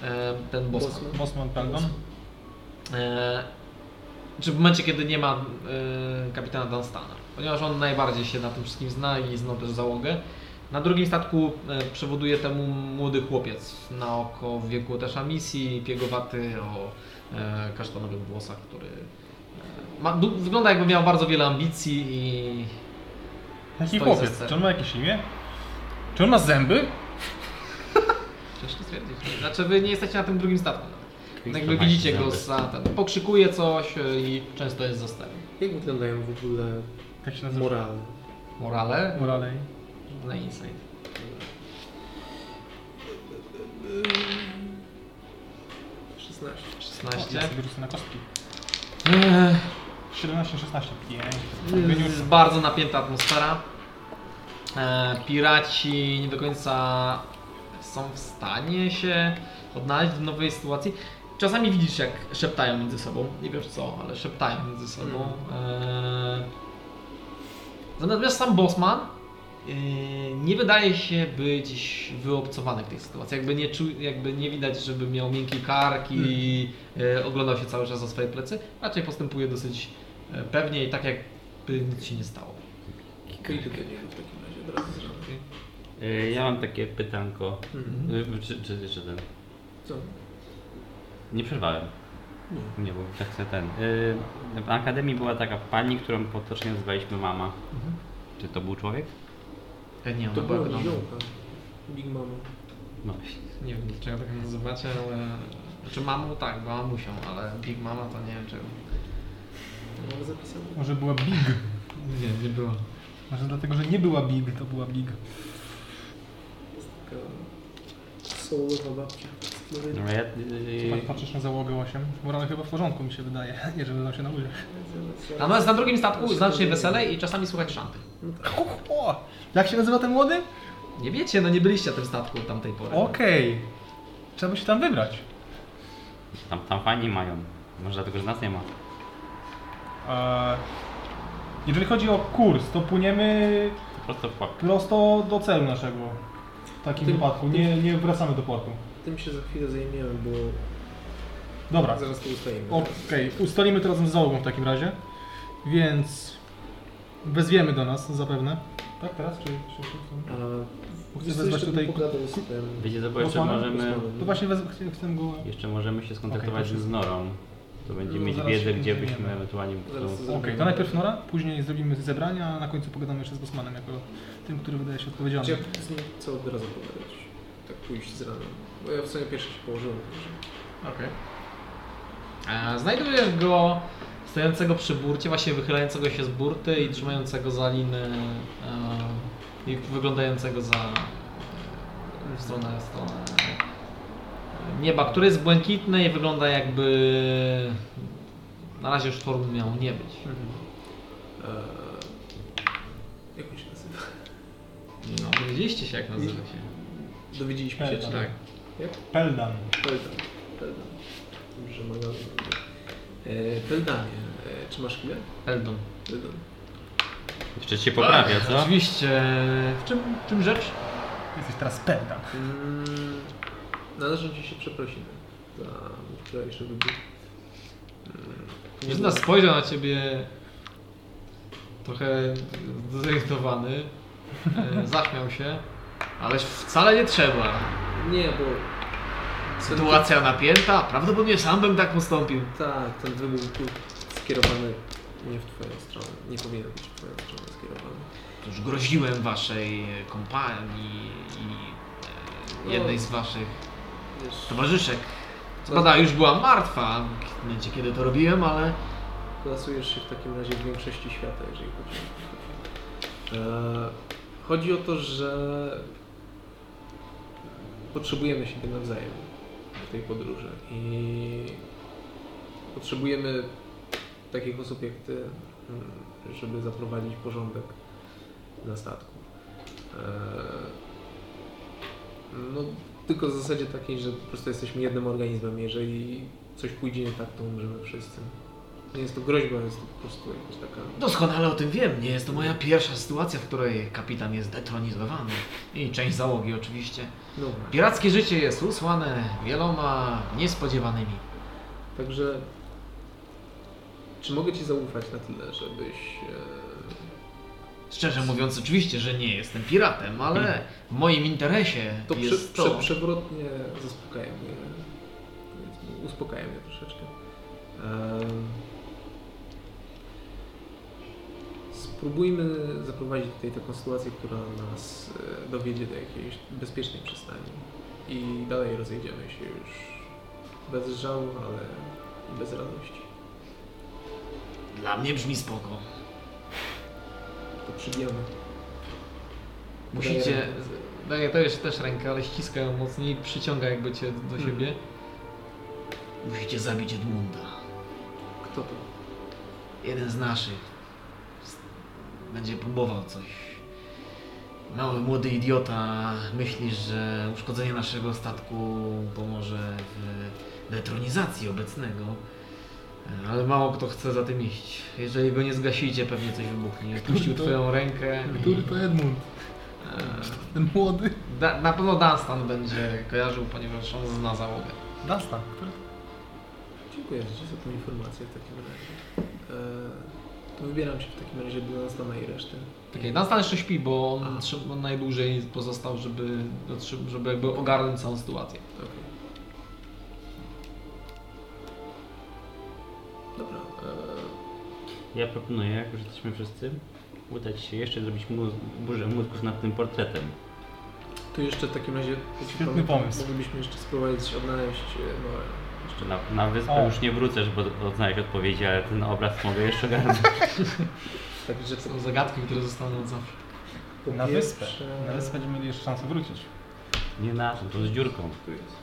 S1: E, ten boss.
S3: Bosman.
S2: Bosman Peldon.
S1: E, czy w momencie, kiedy nie ma e, kapitana Dunstana, ponieważ on najbardziej się na tym wszystkim zna i znał też załogę. Na drugim statku e, przewoduje temu młody chłopiec na oko w wieku też misji, piegowaty o e, kasztanowych włosach, który e, ma, du, wygląda jakby miał bardzo wiele ambicji i
S2: Jaki
S1: Stoi za
S2: chłopiec?
S1: sterem.
S2: Czy on ma jakieś imię? Czy on ma zęby?
S1: ciężko stwierdzić. Znaczy wy nie jesteście na tym drugim statku. nawet. Jakby
S4: Krzysztof
S1: widzicie go
S4: Maciej
S1: z ten, pokrzykuje coś e, i często jest za sterem.
S3: Jak wyglądają w ogóle
S2: Tak się nazywa.
S3: morale?
S1: Morale?
S2: Moralej.
S1: Na insight.
S3: Ym, 16.
S1: 16.
S2: O, ja
S1: 16.
S2: sobie rzucę na kostki.
S1: Eee,
S2: 17, 16. Pięknie.
S1: Jest bardzo napięta atmosfera. E, Piraci nie do końca są w stanie się odnaleźć w nowej sytuacji. Czasami widzisz, jak szeptają między sobą. Nie wiesz co, ale szeptają między sobą. E, Natomiast sam Bosman e, nie wydaje się być wyobcowany w tej sytuacji. Jakby nie, czu, jakby nie widać, żeby miał miękki kark i e, oglądał się cały czas za swoje plecy. Raczej postępuje dosyć e, pewnie i tak jakby nic się nie stało.
S3: Kikaj do niego w takim razie, od razu zrobię.
S4: Y, Ja mam takie pytanko. Y, Czy, czy jeszcze ten?
S3: Co?
S4: Nie przerwałem. Nie, bo tak chcę ten. Y, W akademii była taka pani, którą potocznie nazywaliśmy mama.
S2: Mhm.
S4: Czy to był człowiek?
S1: E, Nie,
S3: To
S1: była
S3: była
S1: gnom.
S3: Niziołka. Big Mama.
S4: No właśnie.
S1: Nie wiem, dlaczego tak nazywacie, ale... Znaczy mamu tak, była mamusią, ale Big Mama to nie wiem czego.
S3: Mam No, zapisane.
S2: Może była big.
S1: Nie, nie było.
S2: Może dlatego, że nie była big, to była big.
S3: Jest taka sołowa babcia. z Florydy.
S4: No, ja,
S2: Pat- Patrzysz na załogę 8. Morale chyba w porządku mi się wydaje. Nie, że wydał się na luzie.
S1: Natomiast no, na drugim statku znacznie weselej i czasami słychać szanty.
S2: O! Jak się nazywa ten młody?
S1: Nie wiecie, no nie byliście na tym statku od tamtej pory.
S2: Okej. Trzeba by się tam wybrać.
S4: tam, tam fani mają. Może dlatego, że nas nie ma.
S2: Eee, jeżeli chodzi o kurs, to płyniemy
S4: To prosto w płak.
S2: prosto do celu naszego. W takim
S3: Ty-
S2: wypadku. Nie, nie wracamy do portu.
S3: Tym się za chwilę zajmiemy, bo
S2: Dobra.
S3: zaraz to ustajemy.
S2: Okej, ustalimy to razem z załogą w takim razie. Więc wezwiemy do nas zapewne. Tak teraz? Czy, czy,
S3: A,
S2: czy
S3: wiesz
S2: Chcesz
S3: co,
S2: wezwać
S3: jeszcze
S2: tutaj-
S3: bym pogadał z tym...
S4: Wiecie, to bo jeszcze
S2: Rozmawiamy?
S4: możemy,
S2: To właśnie wez... chcę- chcę go...
S4: jeszcze możemy się
S2: Okej,
S4: skontaktować
S2: proszę.
S4: z Norą. To będzie
S2: No,
S4: mieć
S2: zaraz
S4: wiedzę,
S2: się
S4: gdzie
S2: dowiemy.
S4: byśmy ewentualnie...
S3: Zaraz to
S2: Okej,
S3: zrobimy.
S2: to najpierw Nora, później zrobimy zebrania, a na końcu pogadamy jeszcze z Bosmanem, jako tym, który wydaje się odpowiedzialny.
S3: Czy ja z nim co od razu pogadać? Tak pójść z rana. Bo ja w sumie pierwszy się położyłem.
S1: Okej. E, Znajdujesz go stojącego przy burcie, właśnie wychylającego się z burty i trzymającego za liny e, i wyglądającego za e, w stronę, w stronę nieba, które jest błękitne i wygląda jakby na razie sztormu miał nie być.
S3: Eee, jak on się nazywa?
S1: No, dowiedzieliście się jak nazywa się.
S3: Dowiedzieliśmy się, czy
S2: Peldan.
S3: tak?
S2: Peldan.
S3: Peldan. Peldan. Dobrze, mogę. Eee, Peldanie, eee, czy masz chwilę?
S1: Eldon.
S3: Peldan.
S4: Jeszcze się poprawia, co?
S1: Oczywiście, w czym, w czym rzecz?
S2: Jesteś teraz Peldan.
S3: Mm, należą ci się przeprosiny za wczorajszy wybór.
S1: Justyna spojrzał no, na ciebie trochę zdezygnowany, e, zachmiał się, ale wcale nie trzeba.
S3: Nie, bo...
S1: Sytuacja napięta, prawdopodobnie sam bym tak postąpił.
S3: Tak, ten wybór był skierowany nie w twoją stronę. Nie powinien być w twoją stronę skierowany.
S1: Już groziłem waszej kompanii i e, jednej z waszych
S3: No. Wiesz,
S1: towarzyszek. Co prawda już była martwa w momencie, kiedy to robiłem, ale
S3: Klasujesz się w takim razie w większości świata, jeżeli chodzi o e, Chodzi o to, że potrzebujemy siebie nawzajem w tej podróży i potrzebujemy takich osób jak ty, mm, żeby zaprowadzić porządek na statku. E, no, tylko w zasadzie takiej, że po prostu jesteśmy jednym organizmem. Jeżeli coś pójdzie nie tak, to umrzemy wszyscy. Nie jest to groźba, jest to po prostu jakaś taka...
S1: Doskonale o tym wiem. Nie jest to moja pierwsza sytuacja, w której kapitan jest detronizowany. I część załogi oczywiście.
S3: No,
S1: Pirackie życie jest usłane wieloma niespodziewanymi.
S3: także... Czy mogę Ci zaufać na tyle, żebyś... E,
S1: Szczerze mówiąc, oczywiście, że nie jestem piratem, ale w moim interesie
S3: to przy,
S1: jest
S3: prze,
S1: to.
S3: przewrotnie zaspokaja mnie. Więc Uspokaja mnie troszeczkę. Em, Spróbujmy zaprowadzić tutaj taką sytuację, która nas e, dowiedzie do jakiejś bezpiecznej przystani. I dalej rozjedziemy się już bez żału, ale i bez radości.
S1: Dla mnie brzmi spoko.
S3: To przybijamy.
S1: Musicie. Mhm. Daję to jeszcze też rękę, ale ściska ją mocniej, przyciąga jakby cię do siebie.
S6: Musicie zabić Edmunda.
S3: Kto to?
S6: Jeden z naszych s- będzie próbował coś. Mały, młody idiota myśli, że uszkodzenie naszego statku pomoże w detronizacji obecnego. E, Ale mało kto chce za tym iść. Jeżeli go nie zgasicie, pewnie coś wybuchnie. Puścił
S2: to-
S6: twoją rękę. i-
S2: Który to Edmund? Ten młody?
S1: Da, na pewno Dunstan będzie kojarzył, ponieważ on zna załogę.
S2: Dastan.
S3: Dziękuję Ci za tą informację w takim razie. E, to wybieram się w takim razie do nas na i reszty.
S1: Okay, Dunstan jeszcze śpi, bo on,
S3: Aha.
S1: trzyma- on najdłużej pozostał, żeby, dotrzy- żeby jakby ogarnąć całą sytuację.
S3: Okej. Dobra. E,
S4: Ja proponuję, jak już jesteśmy wszyscy, udać się jeszcze zrobić mu- burzę mózgów nad tym portretem.
S3: Tu jeszcze w takim razie jeśli
S2: Świetny
S3: pamiętam,
S2: pomysł.
S3: tak, Moglibyśmy jeszcze spróbować odnaleźć e, Noel. Jeszcze
S4: Na, na wyspę
S2: O.
S4: już nie wrócę, żeby odnaleźć odpowiedzi, ale ten obraz mogę jeszcze ogarnąć.
S2: Tak,
S3: Także co
S1: Są zagadki, które zostaną od zawsze.
S3: po
S2: Na wyspę.
S3: pierwsze-
S2: Na wyspę będziemy mieli jeszcze szansę wrócić.
S4: Nie na to, to z dziurką.
S3: Tu jest.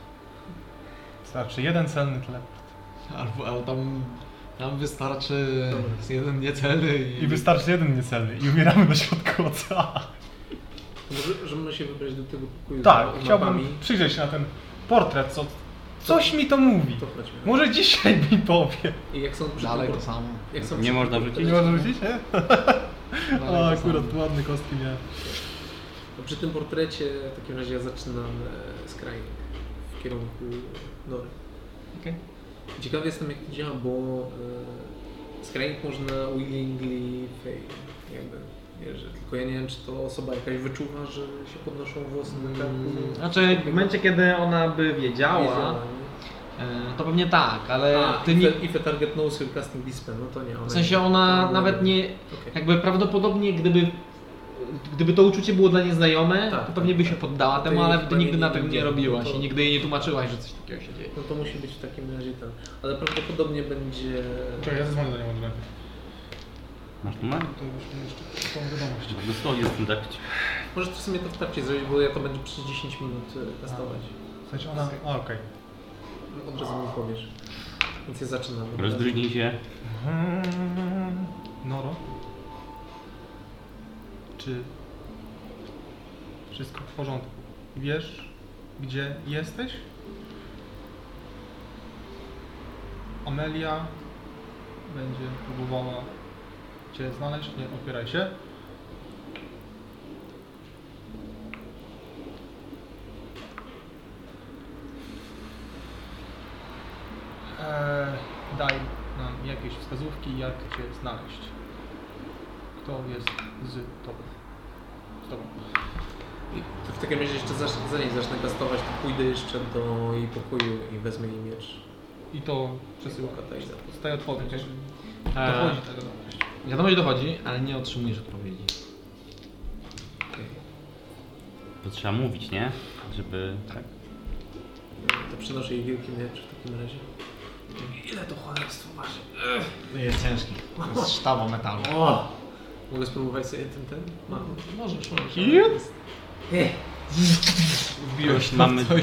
S2: Starczy jeden celny chleb.
S1: Albo, albo tam, tam wystarczy
S3: Dobra.
S1: jeden niecelny i,
S2: I wystarczy jeden niecelny i umieramy na środku oceanu.
S3: To Może, że możemy się wybrać do tego pokoju
S2: Tak,
S3: z
S2: chciałbym
S3: mapami.
S2: przyjrzeć się na ten portret, co... Coś mi to mówi.
S3: To chodźmy.
S2: Może dzisiaj mi powie.
S3: I jak są przy
S1: dalej
S3: tym
S1: to
S3: por-
S1: samo.
S3: Jak są
S4: Nie
S3: przy-
S4: można wrzucić?
S2: Nie
S4: Nie
S2: można rzucić, nie?
S1: Dalej to
S2: O,
S1: samo.
S2: akurat ładne kostki miałem.
S3: To No, Przy tym portrecie w takim razie ja zaczynam e, skrajnie w kierunku Nory.
S1: Okej.
S3: Ciekawy jestem jak to działa, bo e, skrajnik można willingly fail, jakby. wiesz, że Tylko ja nie wiem, czy to osoba jakaś wyczuwa, że się podnoszą włosy na karku.
S1: Mm, Znaczy, w momencie, kiedy ona by wiedziała, e, to pewnie tak, ale
S3: A,
S1: ty nie,
S3: if, a, if a target knows your casting dispel, no to nie. Ona
S1: w sensie ona nawet nie,
S3: Okej.
S1: jakby prawdopodobnie gdyby, gdyby to uczucie było dla niej znajome,
S3: Tak,
S1: to pewnie by się poddała
S3: To
S1: temu,
S3: jej
S1: ale ty
S3: chyba
S1: nigdy
S3: nie-
S1: na tym
S3: nie-
S1: nie
S3: nie-
S1: robiłaś
S3: to-
S1: i nigdy jej nie tłumaczyłaś, że coś takiego się dzieje.
S3: No to musi być w takim razie ten. Ale prawdopodobnie będzie.
S2: Czekaj, ja zadzwonię do niego odrębnie.
S4: Masz numer?
S2: To byśmy jeszcze tą wiadomość.
S4: Dosłownie z tym tak.
S3: Możesz w sumie to w trakcie zrobić, bo ja to będę przez 10 minut e, testować.
S2: W sensie ona... A, okej.
S3: Od razu mi powiesz. Więc ja zaczynam.
S4: Rozdrygnij się.
S2: Mm, Noro? Czy wszystko w porządku? Wiesz, gdzie jesteś? Amelia będzie próbowała Cię znaleźć. Nie opieraj się. Eee, daj nam jakieś wskazówki, jak Cię znaleźć. Kto jest z Tobą? Z Tobą.
S3: I To w takim razie jeszcze zasz, zanim zacznę testować, to pójdę jeszcze do jej pokoju i wezmę jej miecz.
S2: I to przesyła.
S3: Katalizator.
S2: Zostaje odpowiedź.
S1: Eee.
S2: Dochodzi ta wiadomość.
S1: Wiadomość dochodzi, ale nie otrzymujesz odpowiedzi.
S3: Okej.
S4: To trzeba mówić, nie? Żeby... Tak.
S3: E, To przynoszę jej wielki miecz w takim razie. Ile to cholerstwo waży?
S1: Jest ciężki. To jest sztaba metalu.
S3: O! Mogę spróbować sobie ten, ten? Mam.
S1: Możesz, możesz.
S3: Nie.
S4: Wbiłeś mamy...
S2: Ale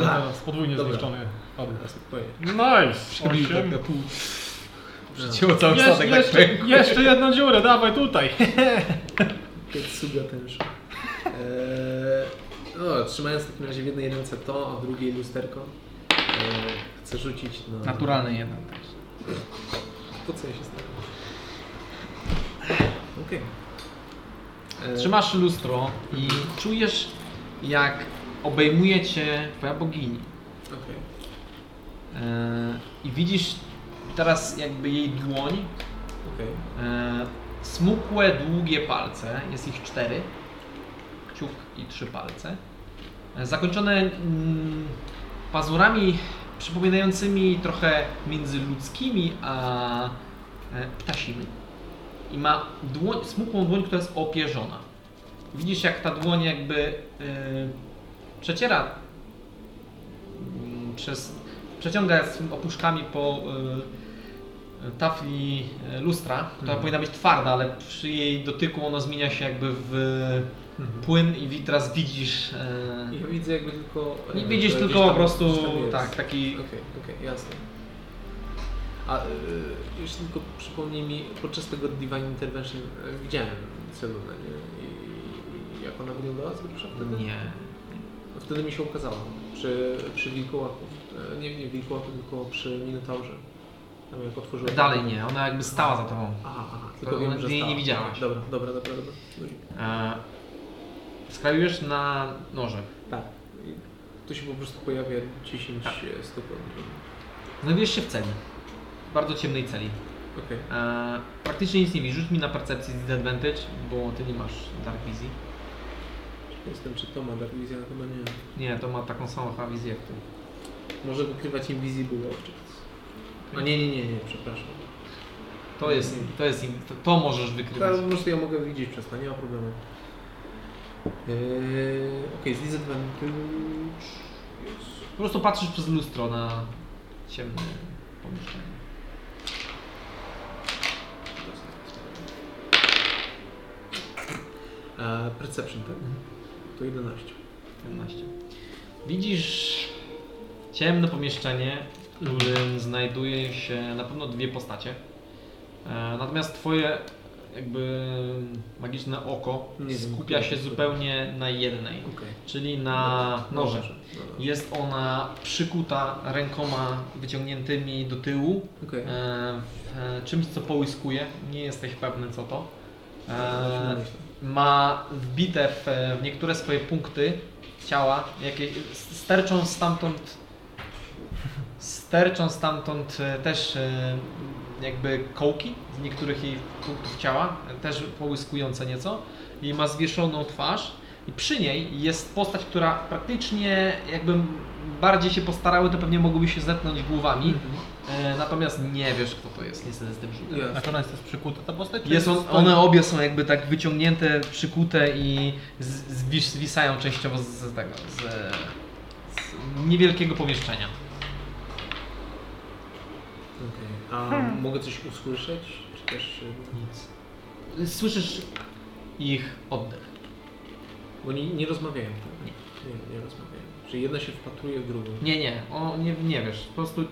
S2: teraz podwójnie
S3: Dobra.
S2: zniszczony. Padł.
S3: Spokojnie.
S2: Nice!
S1: Przybił tak na pół.
S3: No.
S1: Przycięło cały
S2: Jeszcze,
S1: statek tak
S2: jeszcze,
S1: pękł.
S2: jeszcze jedną dziurę, dawaj tutaj.
S3: Ketsuga tensho. Eee, no, trzymając w takim razie w jednej ręce to, a w drugiej lusterko, eee, chcę rzucić na...
S1: Naturalny jeden też.
S3: To co ja się staram. Okej. Eee,
S1: Trzymasz lustro i czujesz jak obejmuje cię twoja bogini.
S3: Okej.
S1: Eee, I widzisz teraz jakby jej dłoń,
S3: Okej.
S1: eee, smukłe, długie palce, jest ich cztery, kciuk i trzy palce, e, zakończone mm, pazurami przypominającymi trochę między ludzkimi a e, ptasimi. I ma dłoń, smukłą dłoń, która jest opierzona. Widzisz, jak ta dłoń jakby e, przeciera mm, przez, przeciąga swym opuszkami po e, tafli e, lustra, która powinna być twarda, ale przy jej dotyku ona zmienia się jakby w płyn i teraz widzisz... e,
S3: Ja widzę jakby tylko...
S1: Nie
S3: e,
S1: widzisz
S3: to
S1: tylko
S3: gdzieś
S1: po
S3: tam-
S1: prostu
S3: gdzieś tam jest.
S1: tak, taki
S3: Okej, okej, jasne. A y, jeszcze tylko przypomnij mi, podczas tego Divine Intervention y, widziałem Selunę, nie? I, i jak ona wyglądała z grubsza wtedy?
S6: Nie.
S3: No Wtedy mi się ukazała, przy, przy wilkołaku, E, nie, nie wilkołaku, tylko przy Minotaurze. Tam jak otworzyłem...
S1: No dalej nie, ona jakby stała za tobą.
S3: Aha, aha,
S1: To
S3: tylko wiem, że
S1: jej nie
S3: stała.
S1: widziałaś.
S3: Dobra, dobra, dobra, dobra. No i-
S1: E, Skrajujesz na noże.
S3: Tak. I Tu się po prostu pojawia 10
S1: Tak.
S3: e, stóp od niej.
S1: Znajdujesz się w celi. W bardzo ciemnej celi.
S3: Okej.
S1: E, praktycznie nic nie widzisz. Rzuć mi na percepcję z disadvantage, bo ty nie masz dark wizji.
S3: Jestem czy to ma Dark Vision, chyba nie.
S1: Nie, to ma taką samą chyba wizję jak ty.
S3: Może wykrywać Invisible Objects. A No nie, nie, nie, nie, przepraszam.
S1: To jest, to jest, im- to, to możesz wykrywać.
S3: To po prostu ja mogę widzieć przez to, nie ma problemu. Yy, Okej, z disadvantage... Jezu.
S1: Po prostu patrzysz przez lustro na ciemne pomieszczenie.
S3: E, perception, tak?
S1: Mhm.
S3: To 11.
S1: 11. Widzisz ciemne pomieszczenie, w którym znajduje się na pewno dwie postacie. E, Natomiast twoje jakby magiczne oko
S3: Nie wiem,
S1: skupia
S3: która
S1: się
S3: to jest.
S1: zupełnie na jednej,
S3: Okej.
S1: czyli na noże.
S3: No, no.
S1: Jest ona przykuta rękoma wyciągniętymi do tyłu,
S3: Okej.
S1: e, w e, czymś co połyskuje, nie jesteś pewny co to.
S3: Eee,
S1: E, ma wbite w, e, w niektóre swoje punkty ciała, jakieś, sterczą stamtąd, sterczą stamtąd e, też e, jakby kołki z niektórych jej punktów ciała, e, też połyskujące nieco i ma zwieszoną twarz i przy niej jest postać, która praktycznie jakby bardziej się postarały, to pewnie mogłyby się zetnąć głowami,
S3: Mhm.
S1: e, natomiast nie wiesz kto to jest niestety z tym rzutem.
S2: A czy ona jest też przykuta ta postać? czy
S1: Jest on,
S2: stoi?
S1: one obie są jakby tak wyciągnięte, przykute i z- zwis, zwisają częściowo z, z tego, z, z niewielkiego pomieszczenia.
S3: A mogę coś usłyszeć? Czy też... e,
S1: Nic. Słyszysz ich oddech.
S3: Bo oni nie rozmawiają, tak? Nie. Nie, nie rozmawiają. Czyli jedna się wpatruje w drugą.
S1: Nie, nie, o, nie, nie wiesz, po prostu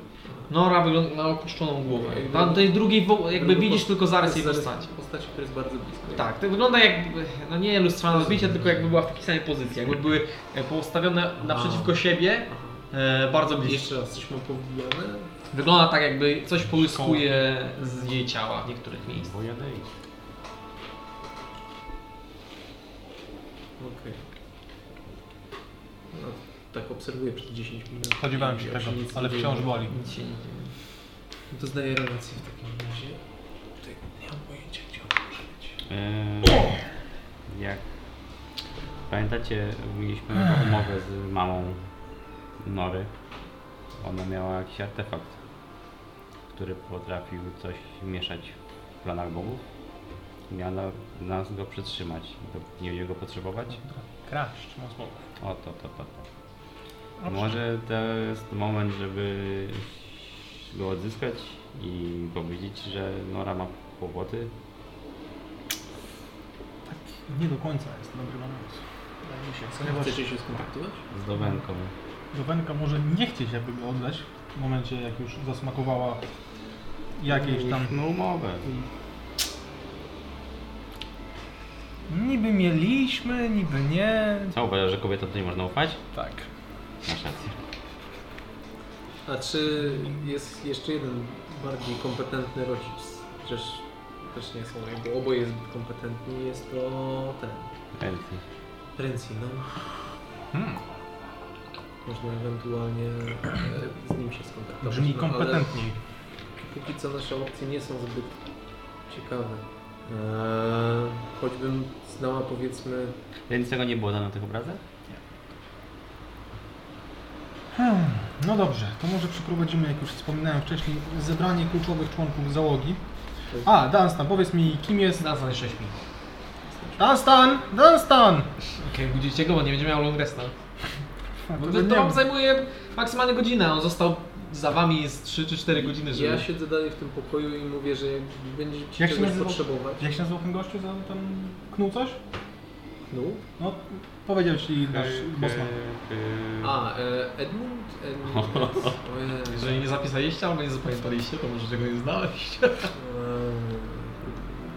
S1: Nora wygląda na opuszczoną głowę.
S3: Jakby-
S1: Na tej drugiej wo- jakby
S3: Druga
S1: widzisz
S3: post-
S1: tylko zarys jej
S3: zarys
S1: postaci.
S3: Postaci, która jest bardzo blisko.
S1: Tak, to wygląda jakby, no nie lustrzane odbicie, tylko jakby była w takiej samej pozycji, jakby były e, postawione naprzeciwko siebie,
S3: Aha.
S1: e, bardzo blisko.
S3: Jeszcze raz, coś mam powbijane?
S1: Wygląda tak, jakby coś połyskuje z jej ciała w niektórych miejscach.
S4: Bo ja daję.
S3: Okej. No, tak obserwuję przez 10 minut.
S2: Spodziewałem się
S3: Jak
S2: tego,
S3: nic nie
S2: ale
S3: dzieje.
S2: wciąż boli.
S1: Nic się nie dzieje.
S3: No To zdaję relację w takim razie. Tutaj nie mam pojęcia, gdzie on może być.
S4: Eee, jak pamiętacie, mieliśmy umowę z mamą Nory. Ona miała jakiś artefakt, który potrafił coś mieszać w planach bogów. Miała na- nas go przytrzymać, dopóki nie będziemy go potrzebować.
S2: Kraść, moc bogów.
S4: O, to, to, to. to. Może to jest moment, żeby go odzyskać i powiedzieć, że Nora ma kłopoty.
S2: Tak, nie do końca jest dobry pomysł. Wydaje mi się, ponieważ
S3: Chcecie się skontaktować?
S4: Z Dowenką.
S2: Dowenka może nie chcieć jakby go oddać w momencie, jak już zasmakowała jakiejś tam...
S4: No umowę.
S2: Niby mieliśmy, niby nie...
S4: Co, uważasz, że kobietom to nie można ufać?
S2: Tak.
S4: Masz rację.
S3: A czy jest jeszcze jeden bardziej kompetentny rodzic? Przecież też nie są, jakby oboje jest kompetentni, jest to ten.
S4: Elfy.
S3: Renzi, no. Hmm. Można ewentualnie e, z nim się skontaktować.
S2: Brzmi
S3: no, ale-
S2: kompetentniej.
S3: Póki co nasze opcje nie są zbyt ciekawe. Eee, choćbym znała powiedzmy...
S4: Więc tego nie było dane na tych obrazach?
S2: Hmm, no dobrze, to może przeprowadzimy, jak już wspominałem wcześniej, zebranie kluczowych członków załogi. A, Dunstan, powiedz mi, kim jest...
S1: Znalazłem 6 minut.
S2: Dunstan! Dunstan!
S1: Okej, budzicie go, bo nie będzie miał long resta.
S2: A,
S1: Bo
S2: to
S1: No, to,
S2: nie-
S1: to wam zajmuje maksymalnie godzinę, on został za wami jest 3 czy 4 godziny, żeby...
S3: Ja siedzę dalej w tym pokoju i mówię, że jak będziecie
S2: Jak się
S3: czegoś
S2: nazywał?
S3: potrzebować.
S2: Jak się nazywał ten gościu, za ten knuł coś?
S3: No.
S2: No, powiedział ci nasz bosman.
S3: A, e, Edmund? Edmund. Ojej.
S1: Jeżeli nie zapisaliście albo nie zapamiętaliście, to możecie go nie znaleźć.
S3: e,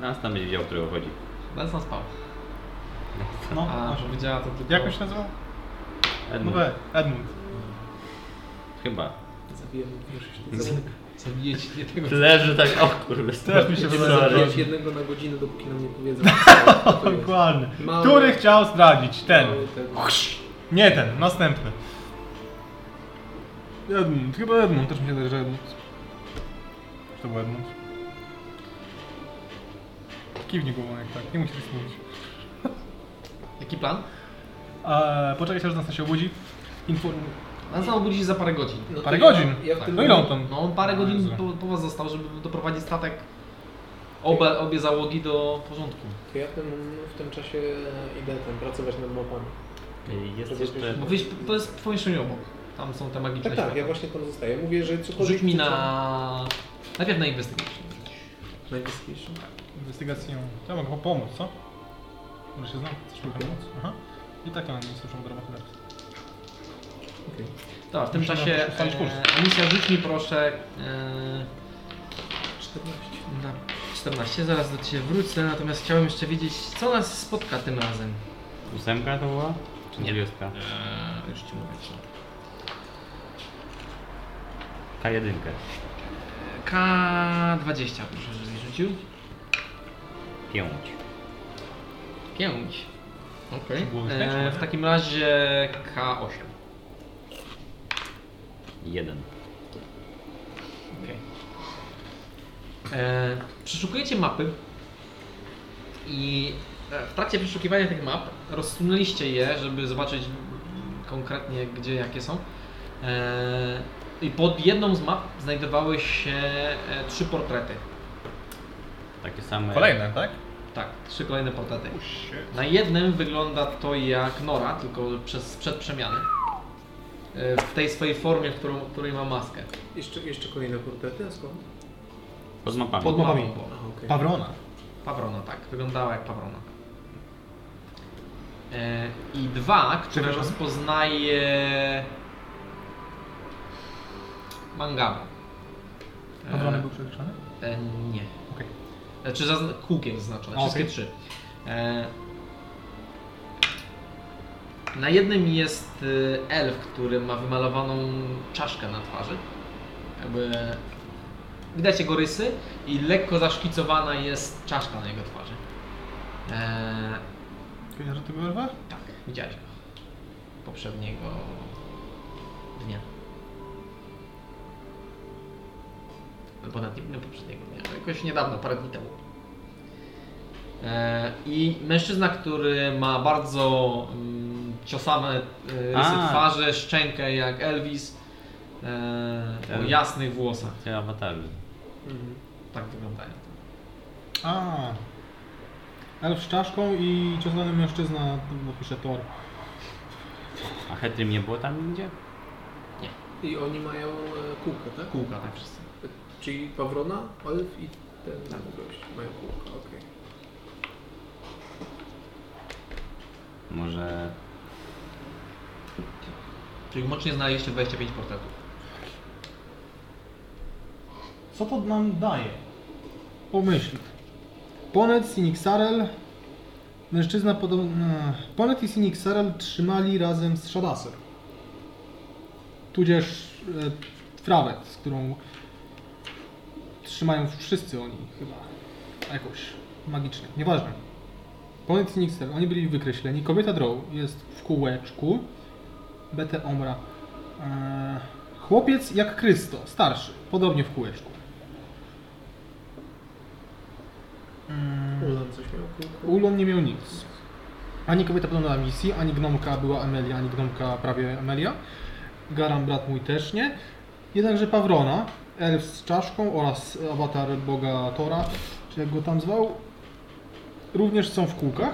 S4: Nas tam będzie wiedział, o którego chodzi.
S1: Nas nas spał.
S2: No,
S1: A
S2: nasz.
S1: powiedziała to tylko...
S2: Jak on się nazywał? No
S4: Edmund.
S2: we, Edmund.
S4: Chyba.
S3: Eee, Zabijemy już
S4: Z-
S1: Zabijecie jednego...
S4: Leży tak, o kurwa.
S2: Też mi się wydaje,
S4: sorry.
S3: Zabijać jednego na godzinę, dopóki nam nie powiedzą. co to
S2: No
S3: jest. no
S2: Dokładnie.
S3: Mały-
S2: Który chciał zdradzić? Ten.
S3: mały ten.
S2: Nie ten, następny. Edmund, chyba Edmund, też mi się wydaje, że Edmund. Czy to był Edmund? Kiwnij głową jak tak, nie musisz nic mówić.
S1: Jaki plan?
S2: Eee, poczekaj, aż nas się obudzi. Inform...
S1: Nas nam obudzi za parę godzin.
S3: No to
S2: Parę
S3: ja-
S2: godzin.
S3: Ja w
S1: Tak.
S3: tym
S2: No ile on tam?
S1: No on parę godzin
S2: Jezu.
S1: po, po was został, żeby doprowadzić statek, obie, obie załogi do porządku.
S3: To ja w tym, w tym czasie idę tam pracować nad mapami.
S4: Jest jeszcze...
S1: Bo wyjść, to jest w pomieszczeniu obok. Tam są te magiczne
S3: Tak, tak, ja
S1: światła.
S3: właśnie tam zostaję. Mówię, że cokolwiek...
S1: Rzuć mi
S3: chcecie-
S1: na... Najpierw na investigation.
S3: Na investigation.
S2: Inwestygację. To ja mogę pomóc, co? Może się znam? Chcesz mi pomóc? Aha. I tak ja mam słyszę od roboty teraz.
S3: Okej.
S1: Dobra, w tym
S2: Tak, Musimy
S1: czasie
S2: ustalić kurs.
S1: e, Anicia, rzuć mi proszę e,
S3: 14.
S1: na 14, zaraz do Ciebie wrócę, natomiast chciałem jeszcze wiedzieć, co nas spotka tym razem.
S4: Ósemka to była? Czy
S1: Nie.
S4: dwudziestka?
S1: Eee, już Ci mówię.
S4: K1.
S1: K20 proszę, żebyś rzucił.
S4: 5.
S1: 5. Okej.
S2: Było
S1: E,
S2: widać, nie?
S1: W takim razie K8.
S4: 1.
S1: Okej. E, Przeszukujecie mapy i e, w trakcie przeszukiwania tych map rozsunęliście je, żeby zobaczyć konkretnie gdzie jakie są. E, I pod jedną z map znajdowały się e, trzy portrety.
S4: Takie same...
S2: Kolejne, tak?
S1: Tak, trzy kolejne portrety. Na jednym wygląda to jak Nora, tylko przez, przed przemiany. E, W tej swojej formie, którą, której ma maskę.
S3: Jeszcze, jeszcze kolejne portrety, a skąd?
S4: Pod mapami.
S1: Pod
S2: mapami.
S1: mapą.
S3: A,
S1: była.
S3: okej.
S2: Pawrona.
S1: Pawrona, tak. Wyglądała jak Pawrona. E, I dwa, które
S2: Przepraszam?
S1: rozpoznaje... Mangaro. E,
S2: Pawrony był przeliczany?
S1: E, nie.
S2: Okej.
S1: Znaczy zazn- kółkiem zaznaczone,
S2: Okej.
S1: wszystkie trzy. E, na jednym jest y, elf, który ma wymalowaną czaszkę na twarzy. Jakby widać jego rysy i lekko zaszkicowana jest czaszka na jego twarzy. E,
S2: Kojarzy tego elfa?
S1: tak, widziałeś go. Poprzedniego dnia. No Ponad nie, nie poprzedniego dnia, No, jakoś niedawno, parę dni temu. E, I mężczyzna, który ma bardzo mm, ciosane e, rysy
S4: A.
S1: twarzy, szczękę jak Elvis, e, o
S4: Elvis.
S1: jasnych włosach.
S4: Te awatary.
S3: Mhm.
S1: Tak wyglądają.
S2: A. Elf z czaszką i ciosowany mężczyzna, napisze Thor.
S4: A Hetrim nie było tam nigdzie?
S3: I oni mają e, kółkę, tak?
S1: Kółka tak wszyscy. Tak.
S3: Czyli Pawrona, Olf i ten gość mają kółka, okej.
S4: Może...
S1: Czyli łącznie znaleźliście 25 portretów.
S2: Co to nam daje? Pomyśl. Ponet, Sinixarel. Mężczyzna podobno. Ponet i Sinixarel trzymali razem z Shadasem. Tudzież e, Trawet, z którą trzymają wszyscy oni chyba. Jakoś magicznie. Nieważne. Ponet i Sinixarel, oni byli wykreśleni. Kobieta Drow jest w kółeczku. BT Omra. E, chłopiec jak Krysto, starszy, podobnie w kółeczku.
S3: Ulan coś miał kółko.
S2: Mm. Ulon nie miał nic. Ani kobieta podobna na misji, ani gnomka była Amelia, ani gnomka prawie Amelia. Garam brat mój też nie. Jednakże Pawrona, elf z czaszką oraz awatar boga Tora, czy jak go tam zwał, również są w kółkach.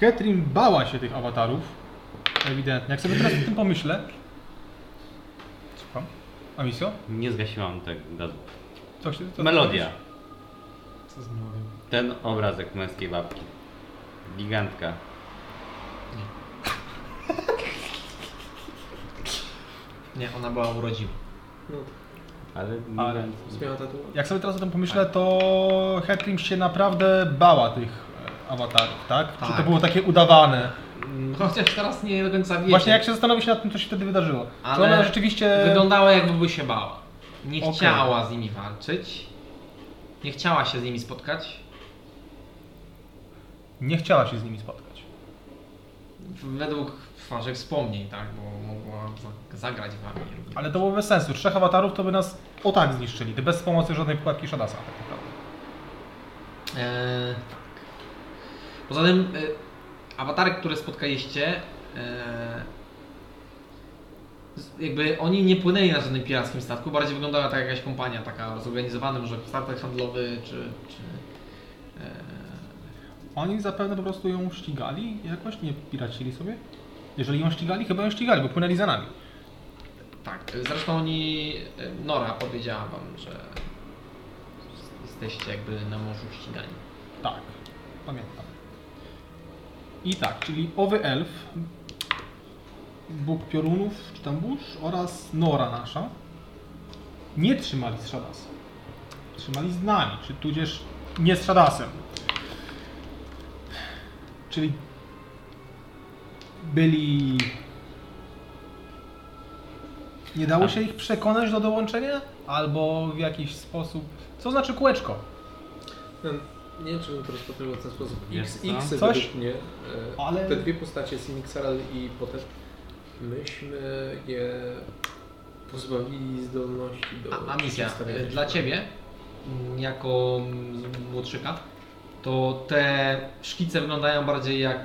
S2: Hetrim bała się tych awatarów, Ewidentnie. Jak sobie teraz o tym pomyślę... Słucham? Amisjo?
S4: Nie zgasiłam tego gazu.
S2: Co się... Co
S4: Melodia.
S3: Co z melodią?
S4: Ten obrazek męskiej babki. Gigantka.
S1: Nie, ona była urodziła.
S3: No,
S4: Ale...
S2: Ale-
S4: gigant-
S3: zmiana tatuaż.
S2: Jak sobie teraz o tym pomyślę, to Hetling się naprawdę bała tych e, awatarów, tak? Czy to
S1: Tak.
S2: było takie udawane?
S1: Mm, Chociaż teraz nie do końca wiecie.
S2: Właśnie jak się zastanowić nad tym, co się wtedy wydarzyło. Czy
S1: Ale
S2: ona rzeczywiście...
S1: Wyglądała jakby się bała. Nie
S2: Okej.
S1: chciała z nimi walczyć. Nie chciała się z nimi spotkać.
S2: Nie chciała się z nimi spotkać.
S1: Według waszych wspomnień, tak? Bo mogła za- zagrać wami.
S2: Ale to byłoby bez sensu. Trzech awatarów to by nas o tak zniszczyli. Ty bez pomocy żadnej pułapki Shadasa. tak naprawdę.
S1: E, Poza tym, e, awatary, które spotkaliście, e, z- jakby oni nie płynęli na żadnym pirackim statku, bardziej wyglądała tak jakaś kompania taka zorganizowana, może statek handlowy, czy... czy e,
S2: Oni zapewne po prostu ją ścigali i jakoś nie piracili sobie. Jeżeli ją ścigali, chyba ją ścigali, bo płynęli za nami.
S1: tak, zresztą oni... e, Nora powiedziała wam, że jesteście jakby na morzu ścigani.
S2: Tak, pamiętam. I tak, czyli owy elf, Bóg piorunów, czy tam burz oraz Nora nasza nie trzymali z Shadasem. Trzymali z nami, czy tudzież nie z Shadasem. Czyli byli... Nie dało się ich przekonać do dołączenia? Albo w jakiś sposób... Co znaczy kółeczko?
S3: Ten, nie wiem, czy bym to rozpatrywał w ten sposób.
S4: Wiesz
S3: X,
S4: co?
S3: X
S2: Coś?
S3: według mnie. e,
S2: Ale-
S3: Te dwie postacie, Sinixaral i Potet, myśmy je pozbawili zdolności do...
S1: A, a misja, y,
S3: przedstawiania się.
S1: dla Ciebie, m, jako m, młodszyka, to te szkice wyglądają bardziej jak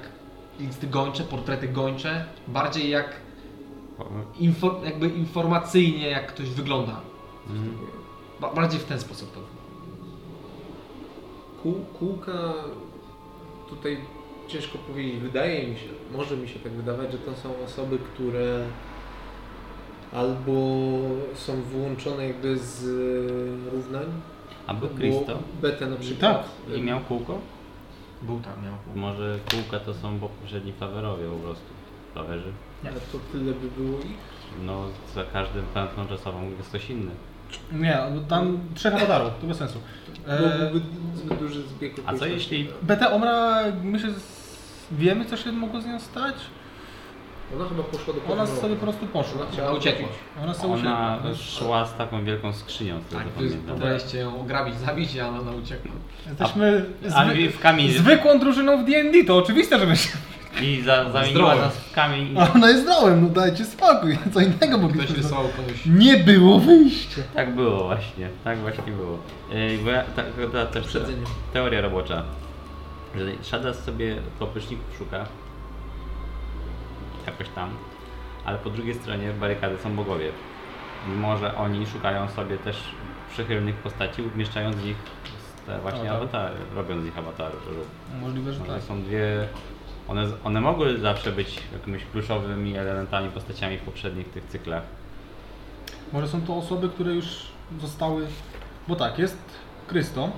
S1: listy gończe, portrety gończe, bardziej jak infor, jakby informacyjnie, jak ktoś wygląda.
S4: Mhm.
S1: Ba- Bardziej w ten sposób to
S3: Kół, kółka tutaj ciężko powiedzieć. Wydaje mi się, może mi się tak wydawać, że to są osoby, które albo są wyłączone jakby z e, równań.
S4: A był
S3: bo
S4: Kristo
S3: Betę na przykład.
S4: i miał kółko?
S1: był tam, miał.
S4: Może kółka to są bo poprzedni fawerowie po prostu. Fawerzy.
S3: Ale to tyle by było ich.
S4: No za każdym pętlą czasową jest ktoś inny.
S2: Nie, no tam trzech awatarów, to bez sensu. E,
S3: Byłby zbyt duży zbieg
S4: A co
S3: okoliczności.
S4: jeśli...
S2: BT Omra, my się z... wiemy co się mogło z nią stać?
S3: Ona chyba poszła do
S2: Ona
S3: podmiotów.
S2: sobie po prostu poszła.
S3: Ona
S1: Ona
S3: chciała
S1: uciekła.
S2: Ona sobie
S4: Ona
S2: usiadła.
S4: szła z taką wielką skrzynią, z tego
S1: Tak,
S4: co
S1: to jest,
S4: pamiętam.
S1: próbowaliście ją ograbić, zabić, a ona uciekła.
S2: Jesteśmy
S4: A
S2: zwy...
S4: wy w kamień.
S2: zwykłą drużyną w D&D, to oczywiste, że my się...
S4: I za, zamieniła
S1: Zdrowe.
S4: nas w kamień.
S2: A ona jest dołem, no dajcie spokój, co innego
S1: Ktoś
S2: mogliśmy zrobić.
S1: wysłał komuś
S2: Nie było wyjścia.
S4: Tak było właśnie, tak właśnie było. Yy, bo ja, ta, ta, ta,
S3: Uprzedzenie.
S4: teoria robocza. Że Shadas sobie popyszników szuka. Jakoś tam. Ale po drugiej stronie barykady są bogowie. Mimo, że oni szukają sobie też przychylnych postaci, umieszczając w nich te właśnie
S2: Awatary.
S4: awatary, robiąc z nich awatary. Że
S2: Możliwe, że
S4: może
S2: tak.
S4: są dwie. One, z- one mogły zawsze być jakimiś pluszowymi elementami, postaciami w poprzednich tych cyklach.
S2: Może są to osoby, które już zostały... Bo tak, jest Krysto.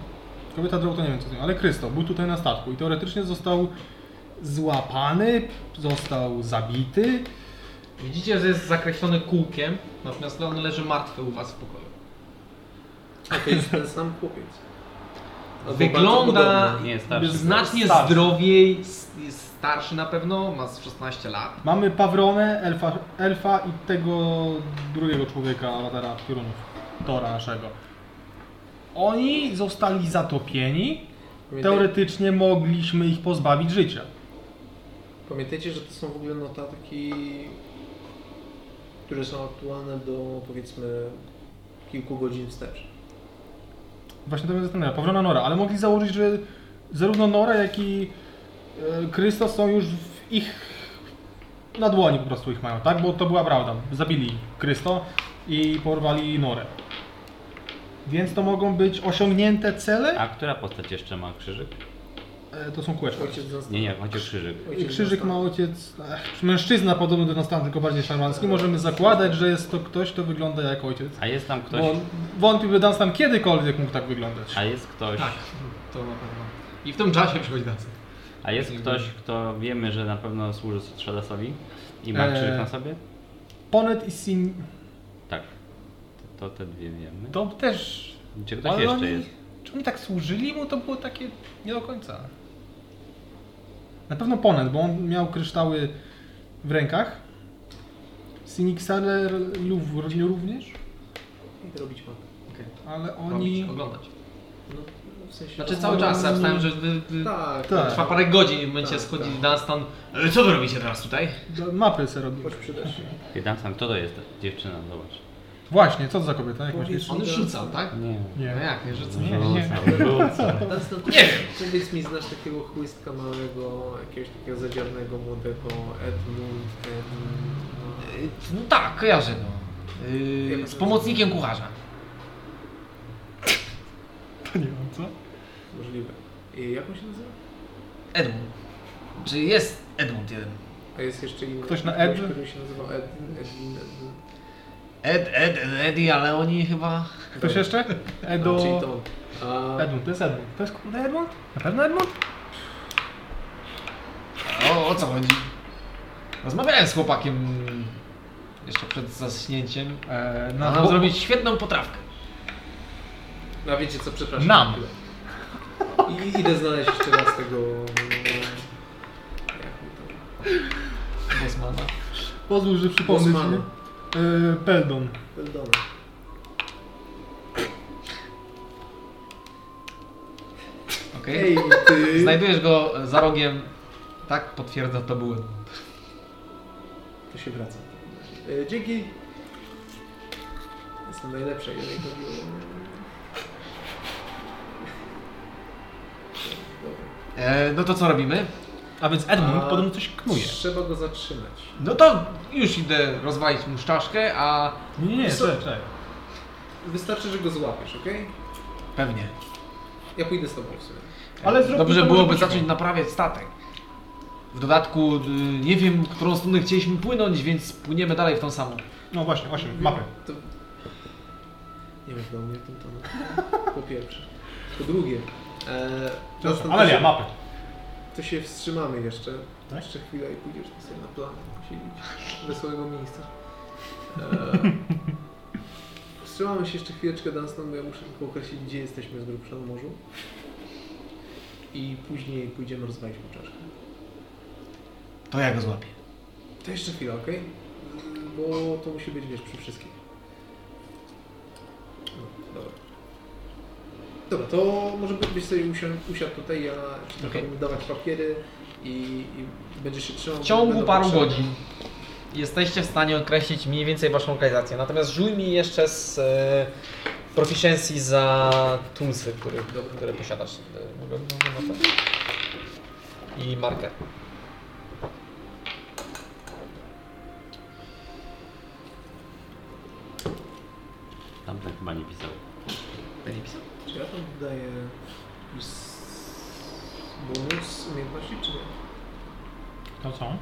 S2: Kobieta drog to nie wiem co z nią, ale Krysto był tutaj na statku i teoretycznie został złapany, został zabity.
S1: Widzicie, że jest zakreślony kółkiem, natomiast on leży martwy u was w pokoju.
S3: A to jest ten sam chłopiec. Albo bardzo
S1: Wygląda
S3: podobny.
S4: Nie, Znaczy, starszy.
S1: znacznie
S2: Starszy.
S1: zdrowiej, s- jest starszy na pewno, ma z 16 lat.
S2: Mamy Pawronę, elfa, elfa i tego drugiego człowieka, awatara piorunów, Tora naszego. Oni zostali zatopieni.
S3: Pamiętaj-
S2: Teoretycznie mogliśmy ich pozbawić życia.
S3: Pamiętajcie, że to są w ogóle notatki, które są aktualne do powiedzmy kilku godzin wstecz.
S2: Właśnie to mnie zastanawia. Pawrona Nora, ale mogli założyć, że zarówno Nora, jak i e, Krysto są już w ich... na dłoni po prostu ich mają, tak? Bo to była prawda. Zabili Krysto i porwali Norę. Więc to mogą być osiągnięte cele?
S4: A która postać jeszcze ma krzyżyk?
S2: E, To są kółeczka.
S3: Ojciec został.
S4: Nie, nie, chodzi o krzyżyk.
S2: I Krzyżyk ma ojciec, ech, mężczyzna podobny do nas tam, tylko bardziej szarmancki. Możemy zakładać, że jest to ktoś, kto wygląda jak ojciec.
S4: A jest tam ktoś.
S2: Bo wątpię, by Dunstan kiedykolwiek mógł tak wyglądać.
S4: A jest ktoś.
S3: Tak, to na pewno. I w tym czasie przychodzi Dansa.
S4: A jest ktoś, kto wiemy, że na pewno służy Strzedasowi i ma
S2: Eee.
S4: krzyżyk na sobie?
S2: Ponet i Sin...
S4: Tak. To te dwie wiemy.
S2: To też...
S4: Czy ktoś
S2: ale
S4: jeszcze
S2: oni-
S4: jest?
S2: Czy oni tak służyli mu? To było takie nie do końca. Na pewno Ponet, bo on miał kryształy w rękach. Sinixaler Louvre również,
S3: I robić pan. Okej.
S2: ale oni...
S1: Robić, oglądać.
S3: No, w sensie...
S1: Znaczy cały czas, ja wstałem, że wy, wy,
S3: Tak,
S2: Tak.
S1: trwa parę godzin i w momencie
S3: Tak,
S1: schodzi
S3: tak.
S1: Dunstan. E, Co wy robicie teraz tutaj?
S2: Do- Mapy se robili.
S3: Chodź przyda się.
S4: Pytam sam, kto to jest ta dziewczyna, zobacz.
S2: Właśnie, co to za kobieta? Jak myślisz?
S1: On rzucał, tak?
S4: Nie.
S1: No jak, nie rzucał.
S2: Nie, nie.
S4: Rzuca.
S3: Dunstan,
S1: Nie wiem.
S3: Powiedz mi, znasz takiego chłystka małego, jakiegoś takiego zadziarnego, młodego Edmund, Edmund...
S1: Y, No tak, kojarzę go. Y, Z pomocnikiem kucharza.
S2: To nie wiem, co?
S3: no, Możliwe. I jak on się nazywa?
S1: Edmund. Czy jest Edmund jeden?
S3: A jest jeszcze inny.
S2: Ktoś na Ed?
S3: Który się nazywał Ed, Edwin, Edwin.
S1: Ed, Ed, Ed, Edi, ale oni chyba...
S2: Ktoś jeszcze?
S3: A, czyli
S2: Edo...
S3: to. A,
S2: Edmund, to jest Edmund. To jest kurde Edmund? Na pewno Edmund?
S1: O, o co chodzi? Rozmawiałem z chłopakiem jeszcze przed zaśnięciem. e,
S2: Eee,
S1: Ma
S2: na
S1: nam
S2: bo-
S1: zrobić świetną potrawkę.
S3: a No, wiecie co, przepraszam.
S1: Nam.
S3: I idę znaleźć jeszcze raz tego... e, Jak mu to...
S1: Bosmana.
S2: Pozwól, że przypomnę ci.
S3: Bosmana.
S2: Eee, Peldon.
S3: Beldona.
S1: Okej?
S3: Ej, ty!
S1: Znajdujesz go za rogiem. Tak, potwierdza, to był Edmund.
S3: To się wraca. E, dzięki. Jestem najlepsza, jeżeli chodzi o... Dobra.
S1: E, no to co robimy?
S2: A więc Edmund
S3: A-
S2: podobno coś knuje.
S3: Trzeba go zatrzymać.
S1: No to już idę rozwalić mu szczaszkę, a
S2: Nie, nie, nie,
S3: Co-
S2: czekaj, czekaj.
S3: Wystarczy, że go złapiesz, okej?
S1: pewnie.
S3: Ja pójdę z tobą w sumie.
S2: Ale zróbmy
S1: Dobrze
S2: to
S1: byłoby
S2: może po
S1: zacząć naprawiać statek. W dodatku y, nie wiem, którą stronę chcieliśmy płynąć, więc płyniemy dalej w tą samą.
S2: cichu. No właśnie, 8, mapy.
S3: To... Nie wiem, do mnie tym tonem. Po pierwsze. Po drugie. E,
S2: Przepraszam,
S3: następnie-
S2: Amelia, mapy.
S3: To się wstrzymamy jeszcze.
S2: Tak?
S3: Jeszcze chwilę i pójdziesz ty sobie na plan siedzieć wesołego miejsca. E, wstrzymamy się jeszcze chwileczkę, Dunstan, bo ja muszę tylko określić, gdzie jesteśmy z grubsza na morzu. I później pójdziemy rozwalić mu czaszkę.
S1: To ja go złapię.
S3: To jeszcze chwila, okej? Bo to musi być, wiesz, przy wszystkich. No, dobra. Dobra, to może by- byś sobie usiadł, usiadł tutaj, ja ci
S1: Okej.
S3: okay. dawać papiery i, i będziesz się trzymał.
S1: W ciągu
S3: będą
S1: paru
S3: potrzebne.
S1: godzin jesteście w stanie określić mniej więcej waszą lokalizację. Natomiast żuj mi jeszcze z e, proficiency za toolsy, które, które posiadasz. E, mogę- mogę na to? I marker.
S4: Tamten chyba nie pisał.
S1: Będzie pisał?
S3: Czy ja tam daję jakiś bonus umiejętności, czy nie?
S2: To co?
S1: Eee,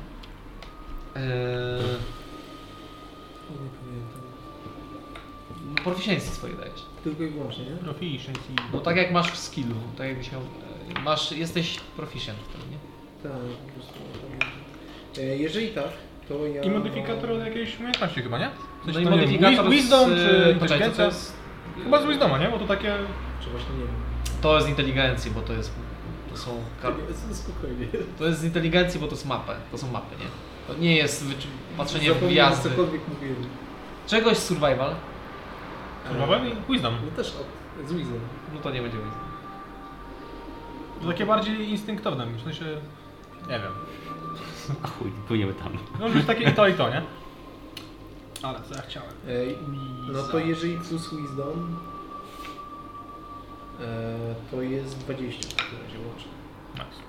S3: Nie, nie pamiętam.
S1: no, proficiency swoje dajesz.
S3: Tylko i wyłącznie, nie?
S2: Proficient i...
S1: No tak jak masz w skillu, tak jakbyś miał, e, masz, jesteś proficient w tym, nie?
S3: Tak, po prostu. E, Jeżeli tak, to ja...
S2: I modyfikator od jakiejś umiejętności chyba, nie?
S1: No
S2: tam,
S1: i
S2: nie wiem,
S1: modyfikator
S2: wi- Wisdom
S1: z, e, poczekaj,
S2: czy
S1: co to
S2: inteligencja?
S1: jest?
S2: Chyba z Wisdoma, nie? Bo to takie...
S3: Czy właśnie nie wiem.
S1: To jest inteligencji, bo to jest, to są kar-
S3: Jestem spokojnie.
S1: To jest z inteligencji, bo to są mapy. To są mapy, nie? To nie jest wycz- patrzenie w
S3: Zapomniałem,
S1: gwiazdy.
S3: cokolwiek mówiłem.
S1: Czegoś z survival,
S2: Survival i Wisdom.
S3: No też od, z Wizem.
S1: no to nie będzie nic.
S2: To takie bardziej instynktowne, w sensie... Nie wiem.
S4: A chuj, płyniemy tam.
S2: Może być takie i to i to, nie? Ale co ja chciałem.
S3: Ej, No to
S2: Wizard.
S3: jeżeli plus Wisdom, e, to jest 20 w takim razie łącznie.
S2: Nice.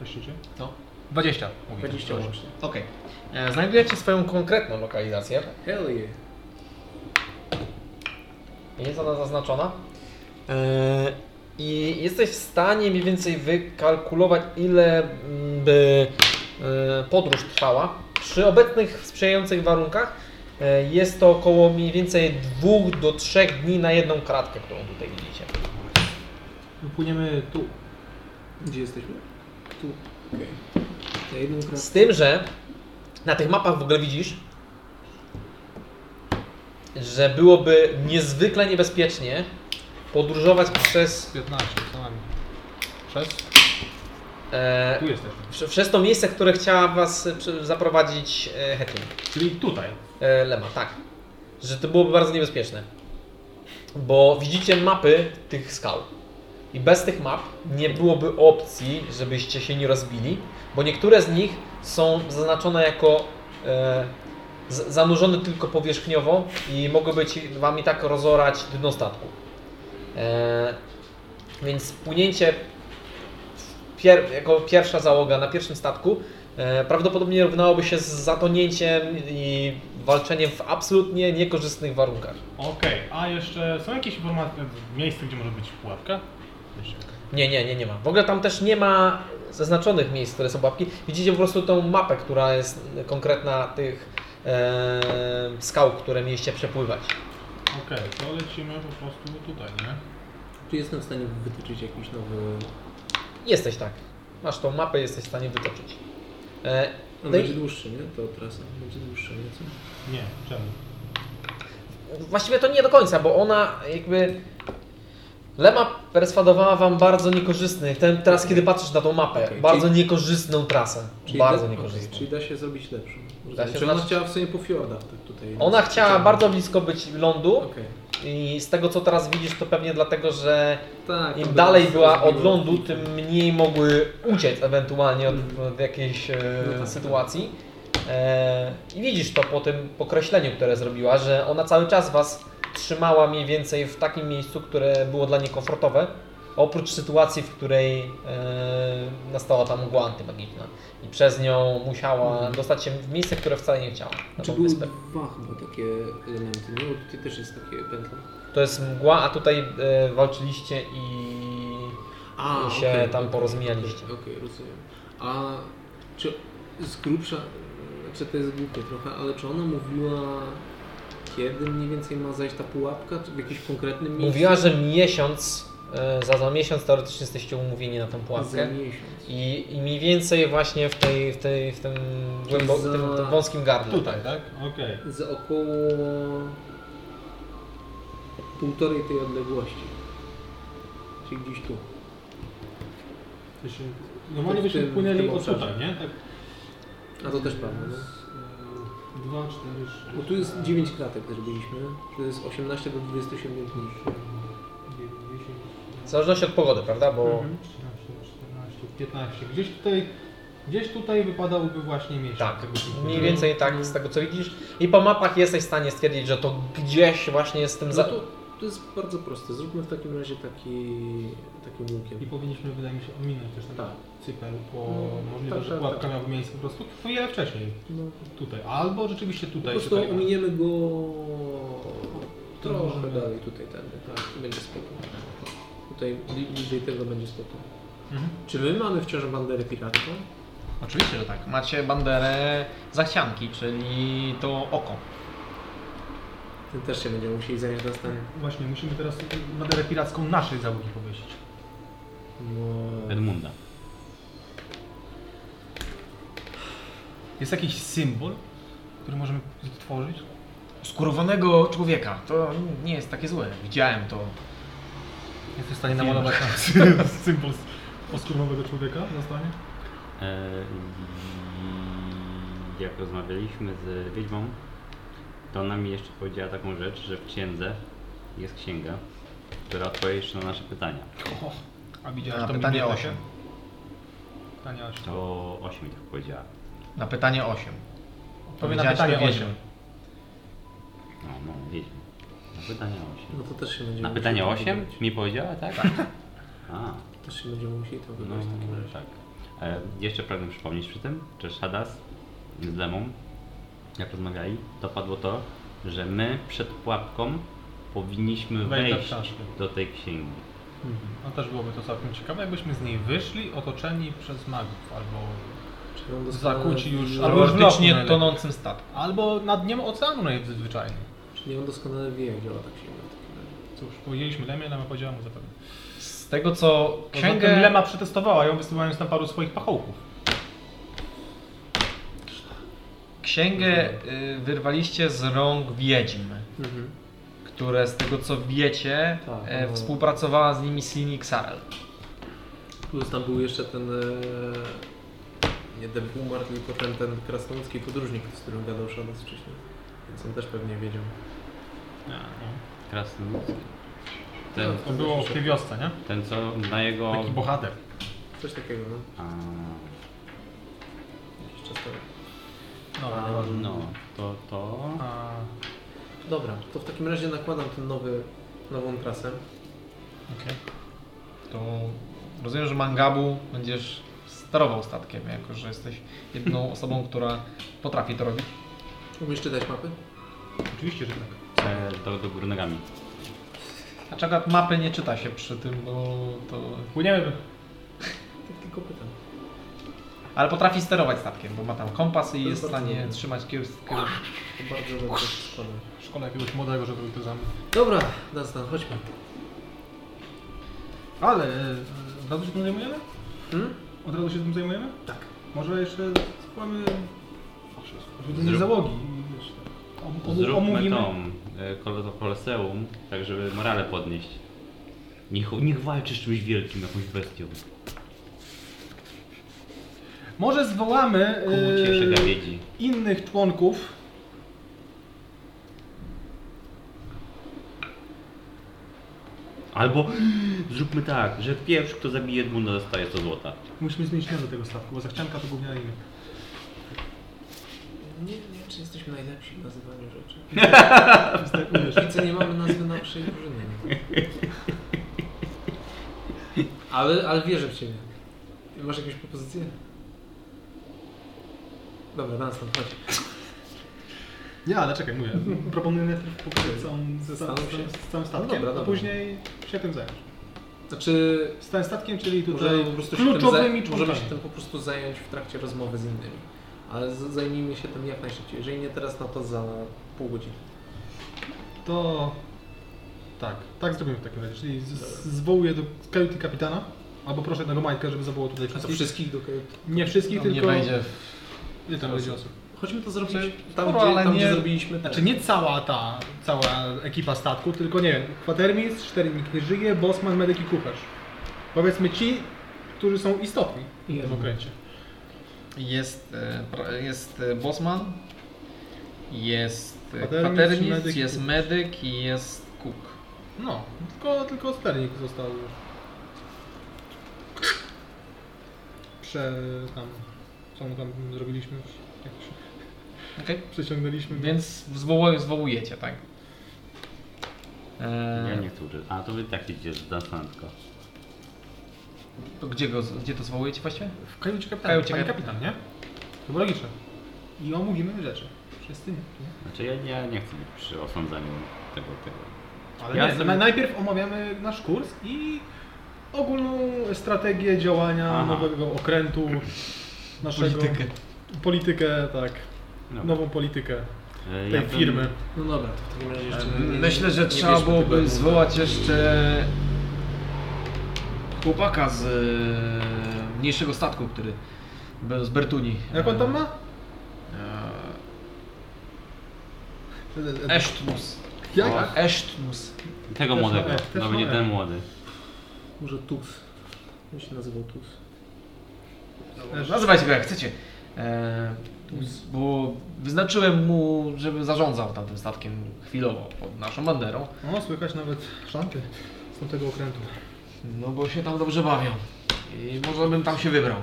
S2: Coś się dzieje?
S1: Co?
S2: 20. mówię.
S3: 20 łącznie.
S1: Okej. E, Znajdujecie swoją konkretną lokalizację.
S3: Hell yeah.
S1: Jest ona zaznaczona. E, I jesteś w stanie mniej więcej wykalkulować, ile mm, by e, podróż trwała. Przy obecnych sprzyjających warunkach e, jest to około mniej więcej 2 do 3 dni na jedną kratkę, którą tutaj widzicie.
S2: My płyniemy tu.
S3: Gdzie jesteśmy? Tu. Okej. Na jedną kratkę.
S1: Z tym, że na tych mapach w ogóle widzisz, że byłoby niezwykle niebezpiecznie podróżować przez,
S2: 15, co nami. Przez?
S1: e,
S2: Tu jesteśmy.
S1: prze- przez to miejsce, które chciała was e, przy- zaprowadzić e, Hetling.
S2: Czyli tutaj.
S1: E, Lema, tak. Że to byłoby bardzo niebezpieczne. Bo widzicie mapy tych skał. I bez tych map nie byłoby opcji, żebyście się nie rozbili, bo niektóre z nich są zaznaczone jako e, z- zanurzone tylko powierzchniowo i mogłyby ci, wam i tak rozorać dno statku. E, więc płynięcie pier, jako pierwsza załoga na pierwszym statku E, prawdopodobnie równałoby się z zatonięciem i walczeniem w absolutnie niekorzystnych warunkach.
S2: Okej, a jeszcze są jakieś informacje, miejsce, gdzie może być pułapka? Jeszcze.
S1: Nie, nie, nie, nie ma. W ogóle tam też nie ma zaznaczonych miejsc, które są pułapki. Widzicie po prostu tą mapę, która jest konkretna tych e, skał, które mieliście przepływać.
S2: Okej, to lecimy po prostu tutaj, nie?
S3: Czy jestem w stanie wytyczyć jakiś nowy... no,
S1: Jesteś tak. Masz tą mapę, jesteś w stanie wytoczyć. E,
S3: On
S1: No i-
S3: będzie dłuższy, nie? To trasa. Będzie dłuższa, nie? Co?
S2: Nie, czemu?
S1: właściwie to nie do końca, bo ona jakby. Lema perswadowała wam bardzo niekorzystny, ten, teraz kiedy patrzysz na tą mapę,
S3: Okej,
S1: bardzo
S3: czyli-
S1: niekorzystną trasę.
S3: Czyli
S1: bardzo
S3: da,
S1: niekorzystną.
S3: okej, czyli da się zrobić lepszą.
S1: Da się
S3: Czy ona
S1: znaczy-
S3: chciała w sumie po fiordach tak tutaj.
S1: Ona chciała bardzo blisko być lądu
S3: Okej.
S1: i z tego co teraz widzisz to pewnie dlatego, że
S3: Tak,
S1: im
S3: to
S1: dalej
S3: było-
S1: była od
S3: zrobiło-
S1: lądu, tym mniej mogły uciec ewentualnie od, od jakiejś e,
S3: No tak.
S1: sytuacji. E, I widzisz to po tym pokreśleniu, które zrobiła, że ona cały czas was trzymała mniej więcej w takim miejscu, które było dla niej komfortowe. Oprócz sytuacji, w której e, nastała tam mgła antymagiczna i przez nią musiała
S3: Mhm.
S1: dostać się w miejsce, które wcale nie chciała. Na
S3: Czy
S1: tą
S3: były
S1: wyspę.
S3: dwa chyba takie elementy, nie? Bo tutaj też jest takie pętle.
S1: To jest mgła, a tutaj e, walczyliście i
S3: A,
S1: I się tam porozmijaliście.
S3: Okej, rozumiem. A czy z grubsza, znaczy to jest głupie trochę, ale czy ona mówiła, kiedy mniej więcej ma zajść ta pułapka? Czy w jakimś konkretnym miejscu?
S1: Mówiła, że miesiąc, e, za, za miesiąc teoretycznie jesteście umówieni na tą
S3: Za
S1: pułapkę.
S3: miesiąc.
S1: I, I mniej więcej właśnie w, tej, w, tej, w tym, głębo,
S3: za-
S1: tym, tym wąskim gardle.
S2: Tutaj, tak? Okej.
S3: Z około półtorej tej odległości. Czyli gdzieś tu.
S2: Byśmy- Normalnie
S3: To w
S2: byśmy
S3: tym- w
S2: płynęli
S3: tym
S2: od
S3: obszarze.
S2: tutaj, nie? Tak.
S3: A to też prawda. no.
S2: Dwa, cztery, sześć.
S3: Bo tu jest 9 kratek też byliśmy. To jest 18 do 27 dni.
S1: W zależności od pogody, prawda? Bo
S7: Mhm.
S2: 13, 14, 15. Gdzieś tutaj, gdzieś tutaj wypadałoby właśnie miesiąc.
S1: tak,
S2: tego typu.
S1: mniej więcej tak z tego co widzisz. I po mapach jesteś w stanie stwierdzić, że to gdzieś właśnie jest tym
S3: No
S1: za...
S3: to, to jest bardzo proste. Zróbmy w takim razie taki, takim łukiem.
S2: I powinniśmy, wydaje mi się, ominąć też ten
S3: Tak.
S2: cypel, bo
S3: No,
S2: możliwe,
S3: tak,
S2: że
S3: tak,
S2: pułapka
S3: tak.
S2: miałaby miejsce po prostu chwilę wcześniej.
S3: No,
S2: Tutaj. Albo rzeczywiście
S3: po
S2: tutaj.
S3: prostu
S2: tutaj.
S3: ominiemy go
S2: To
S3: trochę
S2: możemy-
S3: dalej tutaj tędy. Tak, będzie spoko. Tutaj bli- bliżej tego będzie spoko.
S2: Mhm.
S3: Czy my mamy wciąż banderę piratką?
S7: Oczywiście, że tak. Macie banderę zachcianki, czyli to oko.
S3: Ten też się będziemy musieli zająć następnym.
S2: Właśnie, musimy teraz maderę piracką naszej załogi powiesić.
S3: No.
S4: Edmunda.
S2: Jest jakiś symbol, który możemy stworzyć?
S7: Skurwonego człowieka. To nie jest takie złe. Widziałem to.
S2: Jesteś w stanie namalować symbol oskurwowego człowieka na stanie?
S4: E, Jak rozmawialiśmy z wiedźmą, to ona mi jeszcze powiedziała taką rzecz, że w księdze jest księga, która odpowie jeszcze na nasze pytania.
S2: A widziałeś
S7: A,
S2: to
S7: pytanie osiem.
S2: Pytanie 8.
S4: To 8 tak powiedziała.
S7: Na pytanie 8.
S2: Odpowie na pytanie 8.
S4: No, no, wiedźma. Na pytanie 8.
S3: no to też się będziemy
S4: Na pytanie
S3: musieli
S4: 8
S3: dogadać.
S4: mi powiedziała, tak? A,
S3: Też się będziemy musieli to
S4: no
S3: wybrać w takim razie.
S4: tak. E, jeszcze pragnę przypomnieć przy tym, że Shadas z Lemą, jak rozmawiali, to padło to, że my przed pułapką powinniśmy
S2: Wejdź na
S4: wejść
S2: czaszkę.
S4: do tej księgi.
S2: Tak, No też byłoby to całkiem ciekawe, jakbyśmy z niej wyszli otoczeni przez magów, albo, Zakuci już-
S3: Albo...
S2: albo- w lochu
S1: Teoretycznie
S2: najlepiej.
S1: tonącym statku.
S2: albo nad dniem oceanu najzwyczajniej.
S3: Nie mam doskonale wie, jak działa ta księga. w takim razie.
S2: Cóż, powiedzieliśmy Lemie, Lemia powiedziała mu zapewne.
S1: Z tego co
S2: Poza tym
S1: księgę...
S2: Lema przetestowała ją, wysyłając tam paru swoich pachołków.
S1: Księgę y, wyrwaliście z rąk wiedźm, które z tego co wiecie
S3: Tak,
S1: e,
S3: no.
S1: współpracowała z nimi Silni Xarel.
S3: Plus tam był jeszcze ten... E... Jeden umarł i potem ten krasnoludzki podróżnik, z którym gadał Shadows wcześniej. Więc on też pewnie wiedział.
S4: Krasnoludzki. Ten,
S2: To było w tej wiosce, nie?
S4: ten co na jego...
S2: Taki bohater.
S3: Coś takiego,
S4: A,
S3: no. Jakiś czas temu.
S2: Dobra,
S4: a,
S2: nieważne.
S4: no, to, to...
S2: A,
S3: Dobra, to w takim razie nakładam ten nowy, nową trasę.
S1: Okay. To rozumiem, że Mangabu będziesz sterował statkiem, jako że jesteś jedną osobą, która potrafi to robić.
S3: Umiesz czytać mapy?
S2: oczywiście, że tak.
S4: E, do, do górnogami.
S1: A czego Znaczy, mapy nie czyta się przy tym, bo to...
S2: Płyniemy.
S3: Tak tylko pytam.
S1: Ale potrafi sterować statkiem, bo ma tam kompas i
S3: To
S1: jest w
S3: bardzo
S1: stanie
S3: dobrze.
S1: trzymać kierunek. Kieru...
S3: To bardzo dobrze się składa.
S2: Szkoda jakiegoś młodego, żeby był to za
S3: Dobra, Dastan, chodźmy.
S2: Ale e, od razu się tym zajmujemy?
S3: Hmm?
S2: Od razu się tym zajmujemy?
S3: Tak.
S2: Może jeszcze spróbujemy
S4: Zrób-
S2: zrób... załogi. i wiesz, tak. Om- om-
S4: Zróbmy tą e, kole- to koloseum, tak żeby morale podnieść. Niech, niech walczy z czymś wielkim, jakąś bestią.
S2: Może zwołamy
S4: Ku cieszy
S2: e,
S4: gawiedzi.
S2: innych członków.
S4: Albo zróbmy tak, że pierwszy kto zabije Edmunda dostaje 100 złota.
S2: Musimy zmienić nazwę tego statku, bo zachcianka to głównie imię.
S3: Nie wiem, czy jesteśmy najlepsi w nazywaniu rzeczy.
S2: Jest tak, umiesz.
S3: Póki co nie mamy nazwy na naszej drużyny. Ale, ale wierzę w Ciebie. Masz jakieś propozycje? Dobra, Dastan, chodź.
S2: Nie, ale czekaj, mówię. Proponuję najpierw pogadać całą- z,
S3: Zastanów się.
S2: całym- z całym statkiem,
S3: No dobra,
S2: a
S3: dobra.
S2: później się tym zająć.
S3: Znaczy,
S2: Z całym statkiem, czyli
S3: Możemy
S2: tutaj
S3: po prostu się tym, za-
S2: kluczowymi
S3: możemy się
S2: członkami.
S3: tym po prostu zająć w trakcie rozmowy z innymi. Ale z- zajmijmy się tym jak najszybciej. Jeżeli nie teraz, no to za pół godziny.
S2: To... Tak, tak zrobimy w takim razie, czyli z- z- zwołuję do kajuty kapitana, albo proszę jednego Majka, żeby zawołał tutaj
S3: A to
S2: wszystkich.
S3: wszystkich do
S2: Nie wszystkich,
S1: On
S2: tylko...
S1: nie wejdzie w
S2: Ile tam będzie osób?
S3: Chodźmy to zrobić
S1: Znaczy,
S3: tam,
S1: sporo,
S3: gdzie,
S1: ale
S3: tam
S1: nie-
S3: gdzie zrobiliśmy. Ten.
S2: Znaczy nie cała ta, cała ekipa statku, tylko nie wiem, kwatermistrz, czternik nie żyje, bosman, medyk i kuperz. Powiedzmy ci, którzy są istotni w tym okręcie.
S1: Jest, e, pra- jest e, Bosman, jest e, kwatermistrz,
S2: Kwatermistrz, medyk i
S1: jest
S2: cook.
S1: medyk i jest cook.
S2: No, tylko, tylko sternik został już. Prze... tam... co my tam zrobiliśmy już? Jak się
S1: Okej,
S2: przeciągnęliśmy.
S1: Więc zwołuje, zwołujecie, tak? E,
S2: Eee.
S4: Ja nie chcę uczyć. A to wy tak idzie z Dasanko.
S1: to gdzie, go, z- gdzie to zwołujecie właściwie?
S2: W Tak, kajucie kapitana,
S1: kajucie
S2: panie
S1: kapitana.
S2: kapitan, nie? To było logiczne. I omówimy rzeczy. Wszyscy nie.
S4: Znaczy ja, ja nie chcę być przy osądzaniu tego, tego.
S2: Ale
S4: Ja
S2: nie,
S4: sobie-
S2: na- najpierw omawiamy nasz kurs i ogólną strategię działania
S4: Aha.
S2: nowego okrętu, naszego... Politykę, tak.
S4: Dobra.
S2: Nową politykę
S4: E,
S2: tej
S4: ja bym-
S2: firmy.
S3: No dobra, to w takim razie jeszcze. nie-
S6: E, Mm, Myślę, że
S3: nie
S6: trzeba
S3: bierzmy tego
S6: byłoby
S3: Edmunda.
S6: zwołać jeszcze chłopaka z e, mniejszego statku, który był z Bertuni.
S2: Jak on tam ma?
S6: E, Esztnus.
S2: Jak?
S6: Esztnus.
S4: Tego
S2: Też
S4: młodego.
S2: na F, też
S4: No
S2: na
S4: będzie
S2: F.
S4: ten młody.
S3: Może Tus. On się nazywał Tus.
S6: Nazywajcie go jak chcecie. E, bo wyznaczyłem mu, żeby zarządzał tamtym statkiem chwilowo pod naszą banderą.
S2: O, No, słychać nawet szanty z tamtego okrętu.
S6: No bo się tam dobrze bawią. I może bym tam się wybrał.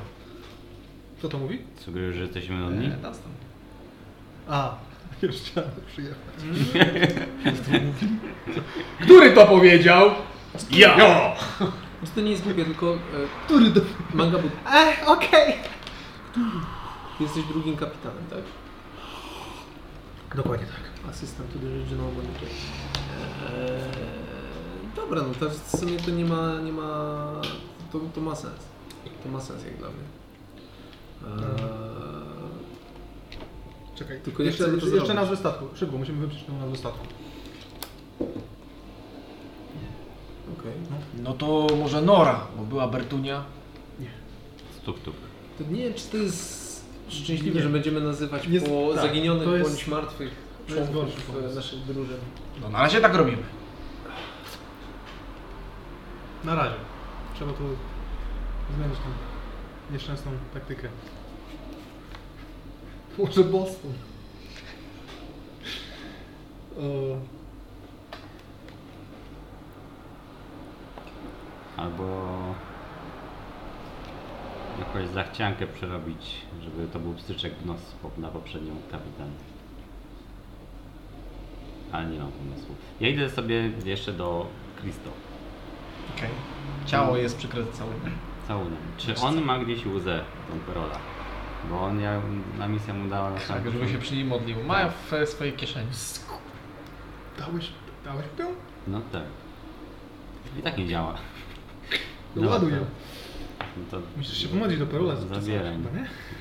S2: Kto to mówi?
S4: Sugeruję, że
S2: Eee.
S4: jesteśmy od nich.
S6: E, następny.
S2: A, już chciałem przyjechać.
S6: Który to powiedział?
S4: Ja!
S3: Więc to nie jest głupie, tylko e,
S2: Który do...
S3: manga był.
S2: E, okej!
S3: Jesteś drugim kapitanem, tak?
S2: Dokładnie tak.
S3: Asystent to the original monitor. Eee, dobra, no to w sumie to nie ma, nie ma, to, to ma sens. To ma sens jak dla mnie. E, Eee,
S2: Czekaj,
S3: Tylko
S2: tylko
S3: ja
S2: jeszcze,
S3: chcę to
S2: jeszcze,
S3: zrobić.
S2: jeszcze nazwę statku. Szybko, musimy wypisać tą nazwę statku.
S3: okej.
S6: No to może Nora, bo była Bertunia.
S4: Stuk, tuk.
S3: To nie wiem, czy to jest szczęśliwe,
S2: Nie.
S3: że będziemy nazywać
S2: Jest-
S3: po
S2: tak,
S3: zaginionych
S2: to jest-
S3: bądź martwych
S2: to jest gorszy
S3: członków e,
S2: pomysł.
S3: naszych drużyn.
S6: No na razie tak robimy.
S2: Na razie. Trzeba tu zmienić tą nieszczęsną taktykę. Może Boston. O,
S4: Albo jakąś zachciankę przerobić, żeby to był pstryczek w nos po- na poprzednią kapitan. Ale nie mam pomysłu. Ja idę sobie jeszcze do Christo.
S1: Okej. Ciało jest przykryte całunem.
S4: Całunem. Czy on ma gdzieś łzę, tą perola? Bo on ja, na misję mu dała na
S1: Tak, żeby się przy nim modlił. Ma w e, swojej kieszeni.
S2: dałeś, dałeś tę?
S4: No tak. I tak nie działa.
S2: No, ładuj ją.
S4: No to
S2: Musisz się pomodlić do Perola. żeby to
S4: Zabieram.
S2: zrobić,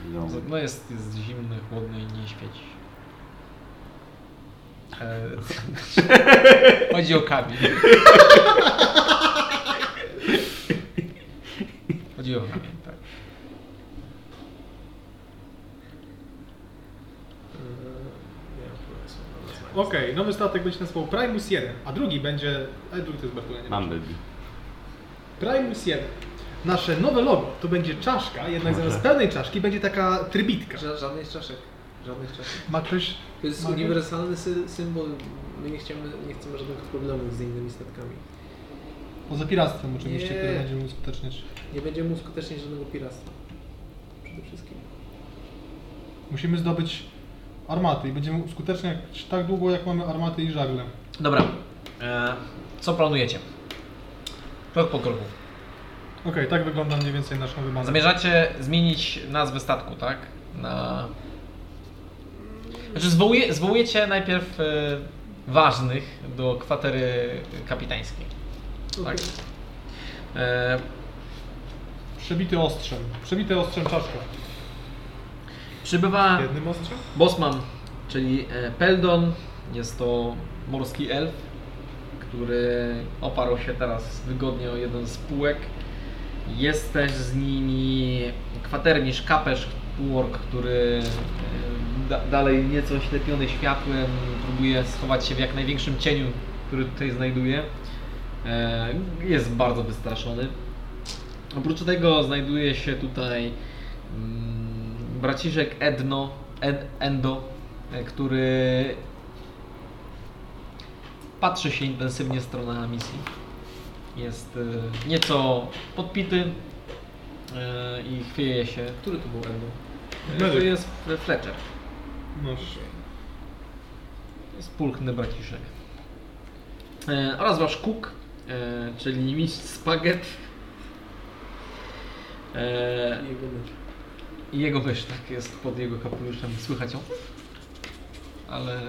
S2: nie?
S4: Dobra.
S1: No jest, jest zimny, chłodny i nie świeci. E, Chodzi o kamień. Chodzi o kamień, tak.
S2: Okej, nowy statek będzie się nazywał Primus 1, a drugi będzie... A drugi to jest Bartula, nie
S4: Mam
S2: Primus 1. Nasze nowe logo to będzie czaszka, jednak
S4: Może.
S2: zamiast pełnej czaszki będzie taka trybitka.
S3: Ża- Żadnych czaszek. Żadnych czaszek.
S2: Ma ktoś...
S3: To jest
S2: Mamy-
S3: uniwersalny sy- symbol. My nie, chcemy, nie chcemy żadnych problemów z innymi statkami.
S2: Poza piractwem oczywiście,
S3: Nie.
S2: które będziemy uskuteczniać.
S3: Nie będziemy uskuteczniać żadnego piractwa. Przede wszystkim.
S2: Musimy zdobyć armaty i będziemy uskuteczniać tak długo, jak mamy armaty i żagle.
S1: Dobra. E, co planujecie? Krok po kroku.
S2: Okej, tak wygląda mniej więcej nasz nowy bank.
S1: Zamierzacie zmienić nazwę statku, tak? Na... Znaczy zwołuje, zwołujecie najpierw e, ważnych do kwatery kapitańskiej. Tak. E,
S2: Przebity ostrzem. Przebity ostrzem czaszka.
S1: przybywa
S2: Jednym ostrzem?
S1: Bosman, czyli e, Peldon. Jest to morski elf, który oparł się teraz wygodnie o jeden z półek. Jest też z nimi kwatermistrz Kapesz Wark, który e, da, dalej nieco oślepiony światłem próbuje schować się w jak największym cieniu, który tutaj znajduje. E, Jest bardzo wystraszony. Oprócz tego znajduje się tutaj mm, braciszek Edno, Ed, Endo, e, który patrzy się intensywnie w stronę misji. Jest e, nieco podpity e, i chwieje się.
S3: Który to był Endo?
S1: E, To
S2: Medyk.
S1: jest Fletcher.
S2: Noż.
S1: Spulchny braciszek. E, oraz wasz Cook, e, czyli mistrz spaghetti. E,
S3: Jego mysz.
S1: I jego mysz tak jest pod jego kapeluszem, słychać ją. Ale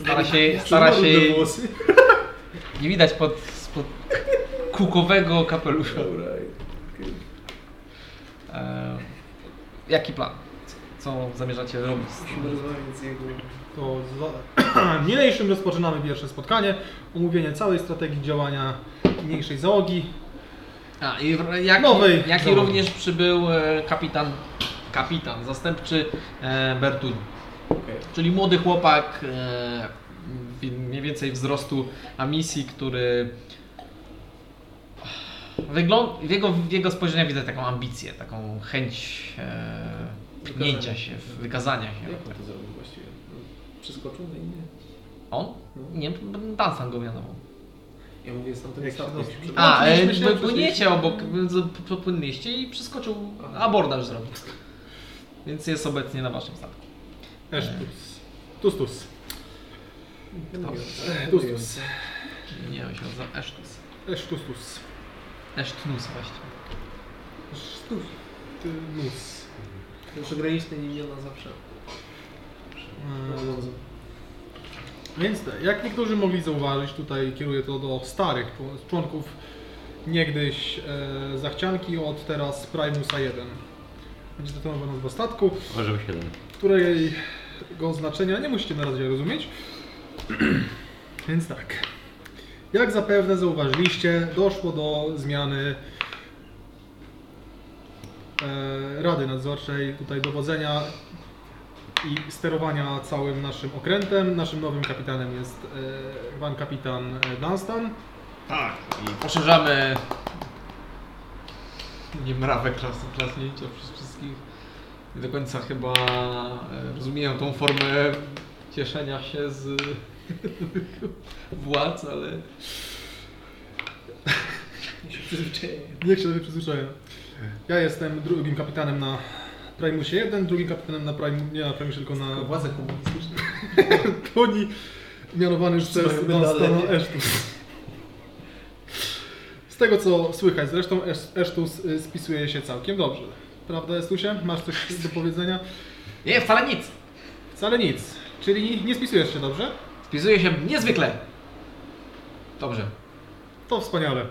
S1: stara się, stara się jej, nie widać pod, pod kukowego kapelusza. E, jaki plan? Co zamierzacie robić? z tym?
S3: Musimy rozmawiać z jego.
S1: no,
S2: To za... niniejszym rozpoczynamy pierwsze spotkanie. Omówienie całej strategii działania mniejszej załogi.
S1: A, i r- jak,
S2: Nowej
S1: jak i
S2: załogi.
S1: również przybył e, kapitan, kapitan, zastępczy e, Bertuni. Czyli młody chłopak, e, wi- mniej więcej wzrostu Amisji, który wygląd, w, jego, w jego spojrzeniu widać taką ambicję, taką chęć e, pchnięcia się, wykazania się.
S3: Jak on to zrobił właściwie? No, Przeskoczył na inny?
S1: On?
S3: No.
S1: Nie, Dansan go wiadomo.
S3: Ja mówię z tamtego
S2: Jak się
S3: statku.
S2: dosyć-
S3: Przepraszam.
S1: A, e,
S2: Płynęliśmy się,
S1: wy
S2: przeszliśmy.
S1: płyniecie obok, z- popłynęliście i przeskoczył,
S3: Aha.
S1: abordaż zrobił. Więc jest obecnie na waszym statku.
S2: Esztus. Tustus.
S3: Tustus.
S2: E, Tustus.
S1: Nie, on się nazywa Esztus.
S2: Esztustus.
S1: Esztnus właściwie.
S2: Esztus. Nus.
S3: Te Przygraniczne imiona zawsze.
S2: Eee,
S3: Obowiązują.
S2: Więc tak, jak niektórzy mogli zauważyć, tutaj kieruję to do starych czł- członków niegdyś e, zachcianki, od teraz Primusa 1. Będzie detonowano w statku,
S4: Orzeł 7.
S2: którego znaczenia nie musicie na razie rozumieć. Więc tak. Jak zapewne zauważyliście, doszło do zmiany e, Rady Nadzorczej, tutaj dowodzenia i sterowania całym naszym okrętem. Naszym nowym kapitanem jest e, pan kapitan e, Dunstan.
S1: Tak, i poszerzamy
S3: Nie mrawę klas, klasnięcia przez wszystkich. Nie do końca chyba e, rozumieją tą formę cieszenia się z władz, ale... Nie się przyzwyczaję.
S2: Niech się do mnie przyzwyczaja. Ja jestem drugim kapitanem na Primusie 1, drugim kapitanem na Primusie, nie na Primusie, tylko na
S3: Władze komunistyczne.
S2: Koni, mianowany już przez
S3: Trzymajmy
S2: Donstona
S3: dalej.
S2: Esztus. Z tego co słychać zresztą, Esz- Esztus y, spisuje się całkiem dobrze. Prawda Estusie? Masz coś do powiedzenia?
S1: Nie, wcale nic.
S2: Wcale nic. Czyli nie spisujesz się dobrze?
S1: Wpisuje się niezwykle. Dobrze.
S2: To wspaniale.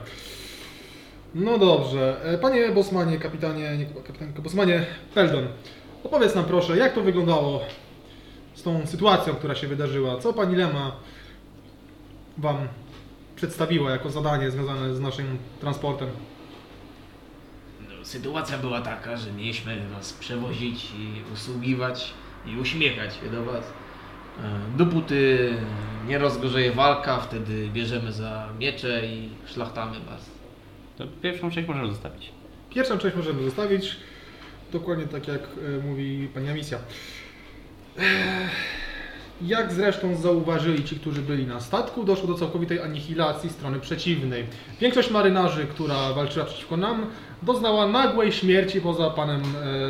S2: No dobrze. E, Panie Bosmanie, kapitanie, nie kapitanie, tylko Bosmanie, Peldon. Opowiedz nam proszę, jak to wyglądało z tą sytuacją, która się wydarzyła? Co pani Lema wam przedstawiła jako zadanie związane z naszym transportem?
S6: No, Sytuacja była taka, że mieliśmy was przewozić i usługiwać i uśmiechać się do was. E, Dopóty nie rozgorzeje walka, wtedy bierzemy za miecze i szlachtamy was.
S4: To pierwszą część możemy zostawić.
S2: Pierwszą część możemy zostawić. Dokładnie tak jak e, mówi pani misja. Jak zresztą zauważyli ci, którzy byli na statku, doszło do całkowitej anihilacji strony przeciwnej. Większość marynarzy, która walczyła przeciwko nam, doznała nagłej śmierci poza panem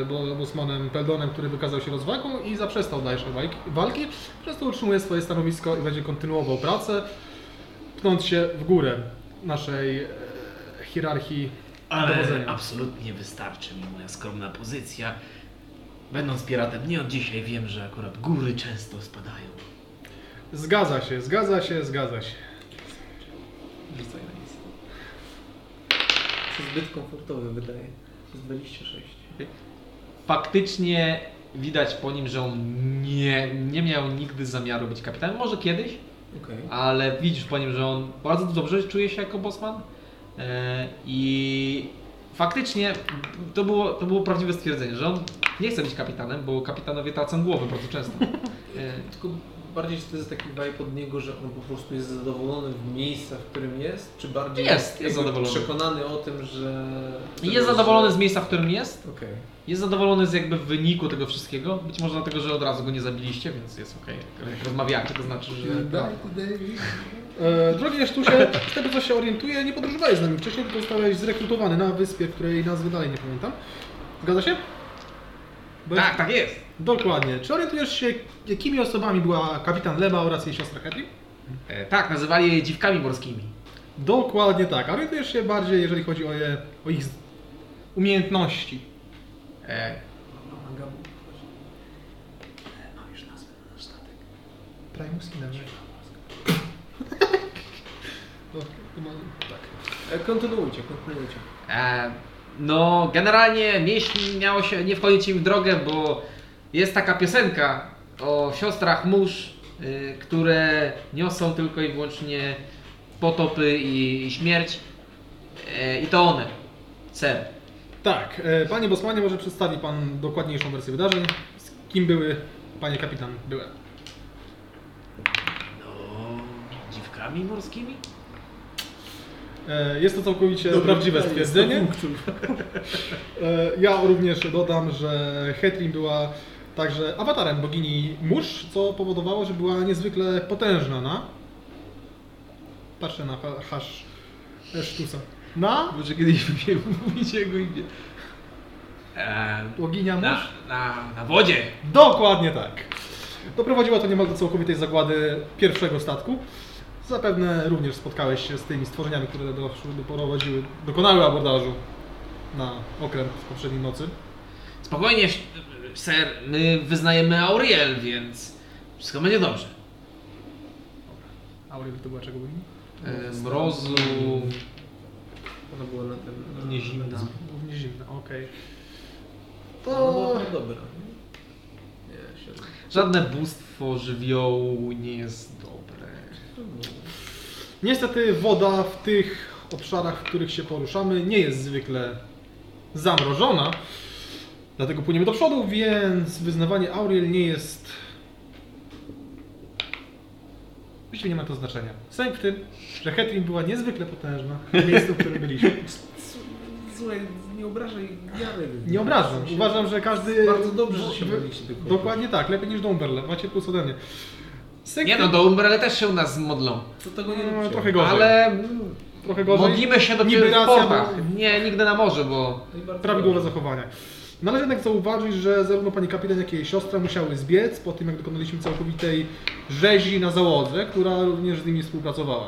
S2: e, Bo- Bosmanem Peldonem, który wykazał się rozwagą i zaprzestał dalsze wajk- walki, przez to utrzymuje swoje stanowisko i będzie kontynuował pracę, pnąc się w górę naszej e, hierarchii
S6: Ale
S2: dowodzenia.
S6: absolutnie wystarczy mi moja skromna pozycja. Będąc piratem nie od dzisiaj wiem, że akurat góry często spadają.
S2: Zgadza się, zgadza się, zgadza się.
S3: Rzucaj na nic. To zbyt komfortowy wydaje. To jest 26.
S1: Faktycznie widać po nim, że on nie, nie miał nigdy zamiaru być kapitanem. Może kiedyś,
S3: Okej.
S1: ale widzisz po nim, że on bardzo dobrze czuje się jako bosman. E, I faktycznie to było, to było prawdziwe stwierdzenie, że on nie chce być kapitanem, bo kapitanowie tracą głowy bardzo często. E,
S3: Tylko bardziej czy to jest taki vibe od niego, że on po prostu jest zadowolony w miejscu, w którym jest, czy bardziej
S1: Jest, jest
S3: jakby
S1: zadowolony.
S3: przekonany o tym, że...
S1: I Jest zadowolony z miejsca, w którym jest.
S3: Okej.
S1: Jest zadowolony z jakby wyniku tego wszystkiego. Być może dlatego, że od razu go nie zabiliście, więc jest okej. Jak rozmawiacie, to znaczy, że...
S2: E, drogi Jasztusie, z tego co się orientuję, nie podróżowałeś z nami wcześniej, tylko zostałeś zrekrutowany na wyspie, której nazwy dalej nie pamiętam. Zgadza się? Bo-
S1: Tak, tak jest!
S2: Dokładnie. Czy orientujesz się, jakimi osobami była kapitan Lema oraz jej siostra Hedley?
S1: E, tak, nazywali je dziwkami morskimi.
S2: Dokładnie tak. Orientujesz się bardziej, jeżeli chodzi o, je, o ich z- umiejętności.
S1: E,
S2: Primus i Lema. No, to ma- tak.
S3: E, Kontynuujcie, kontynuujcie.
S1: e, no, generalnie mieliśmy, miało się nie wchodzić im w drogę, bo jest taka piosenka o siostrach mórz, y, które niosą tylko i wyłącznie potopy i, i śmierć. E, I to one. Cer.
S2: Tak, e, panie Bosmanie, może przedstawi pan dokładniejszą wersję wydarzeń. Z kim były, panie kapitan, były?
S6: No, dziwkami morskimi?
S2: E, Jest to całkowicie prawdziwe stwierdzenie. E, Ja również dodam, że Hetrim była także awatarem bogini mórz, co powodowało, że była niezwykle potężna na... Patrzę na ha- hasz Esztusa. Na
S3: Może kiedyś wiem mówić jego imię.
S6: E,
S2: bogina
S6: na,
S2: mórz?
S6: na, na wodzie!
S2: Dokładnie tak. Doprowadziło to niemal do całkowitej zagłady pierwszego statku. Zapewne również spotkałeś się z tymi stworzeniami, które doszły, doprowadziły, dokonały abordażu na okręt z poprzedniej nocy.
S6: Spokojnie, sz- ser, my wyznajemy Auriel, więc wszystko będzie dobrze.
S2: Aurel to była czego bogini?
S1: E, mrozu,
S3: Ona była na tym. Nie zimna.
S2: Głównie zimna, okej.
S3: Ona
S2: No, To...
S3: była dobra. no Nie, średnio.
S1: Żadne bóstwo żywiołu nie jest dobre.
S2: Niestety woda w tych obszarach, w których się poruszamy, nie jest zwykle zamrożona. Dlatego płyniemy do przodu, więc wyznawanie Auriel nie jest. Właściwie nie ma to znaczenia. Sęk w tym, że Hetrin była niezwykle potężna w miejscu, w którym byliśmy.
S3: Słuchaj, nie obrażaj Jary.
S2: Nie obrażam. Uważam, że każdy.
S3: Bardzo dobrze, że się
S2: Wy-
S3: byliście tylko.
S2: Dokładnie tak, lepiej niż Dumberle. Macie plus ode mnie. Sęk
S1: Nie
S2: w
S1: no,
S2: tym-
S1: do Umbrelle też się u nas modlą.
S3: To tego nie
S2: No,
S3: róbcie.
S2: trochę gorzej.
S1: Ale mm,
S2: Trochę gorzej.
S1: modlimy się dopiero
S2: Niby
S1: w
S2: racja,
S1: portach.
S2: bo-
S1: Nie, nigdy na morzu, bo
S3: No i bardzo
S2: prawidłowe
S3: dobrze.
S2: zachowanie. Należy jednak zauważyć, że zarówno pani kapitan, jak i jej siostra musiały zbiec po tym, jak dokonaliśmy całkowitej rzezi na załodze, która również z nimi współpracowała.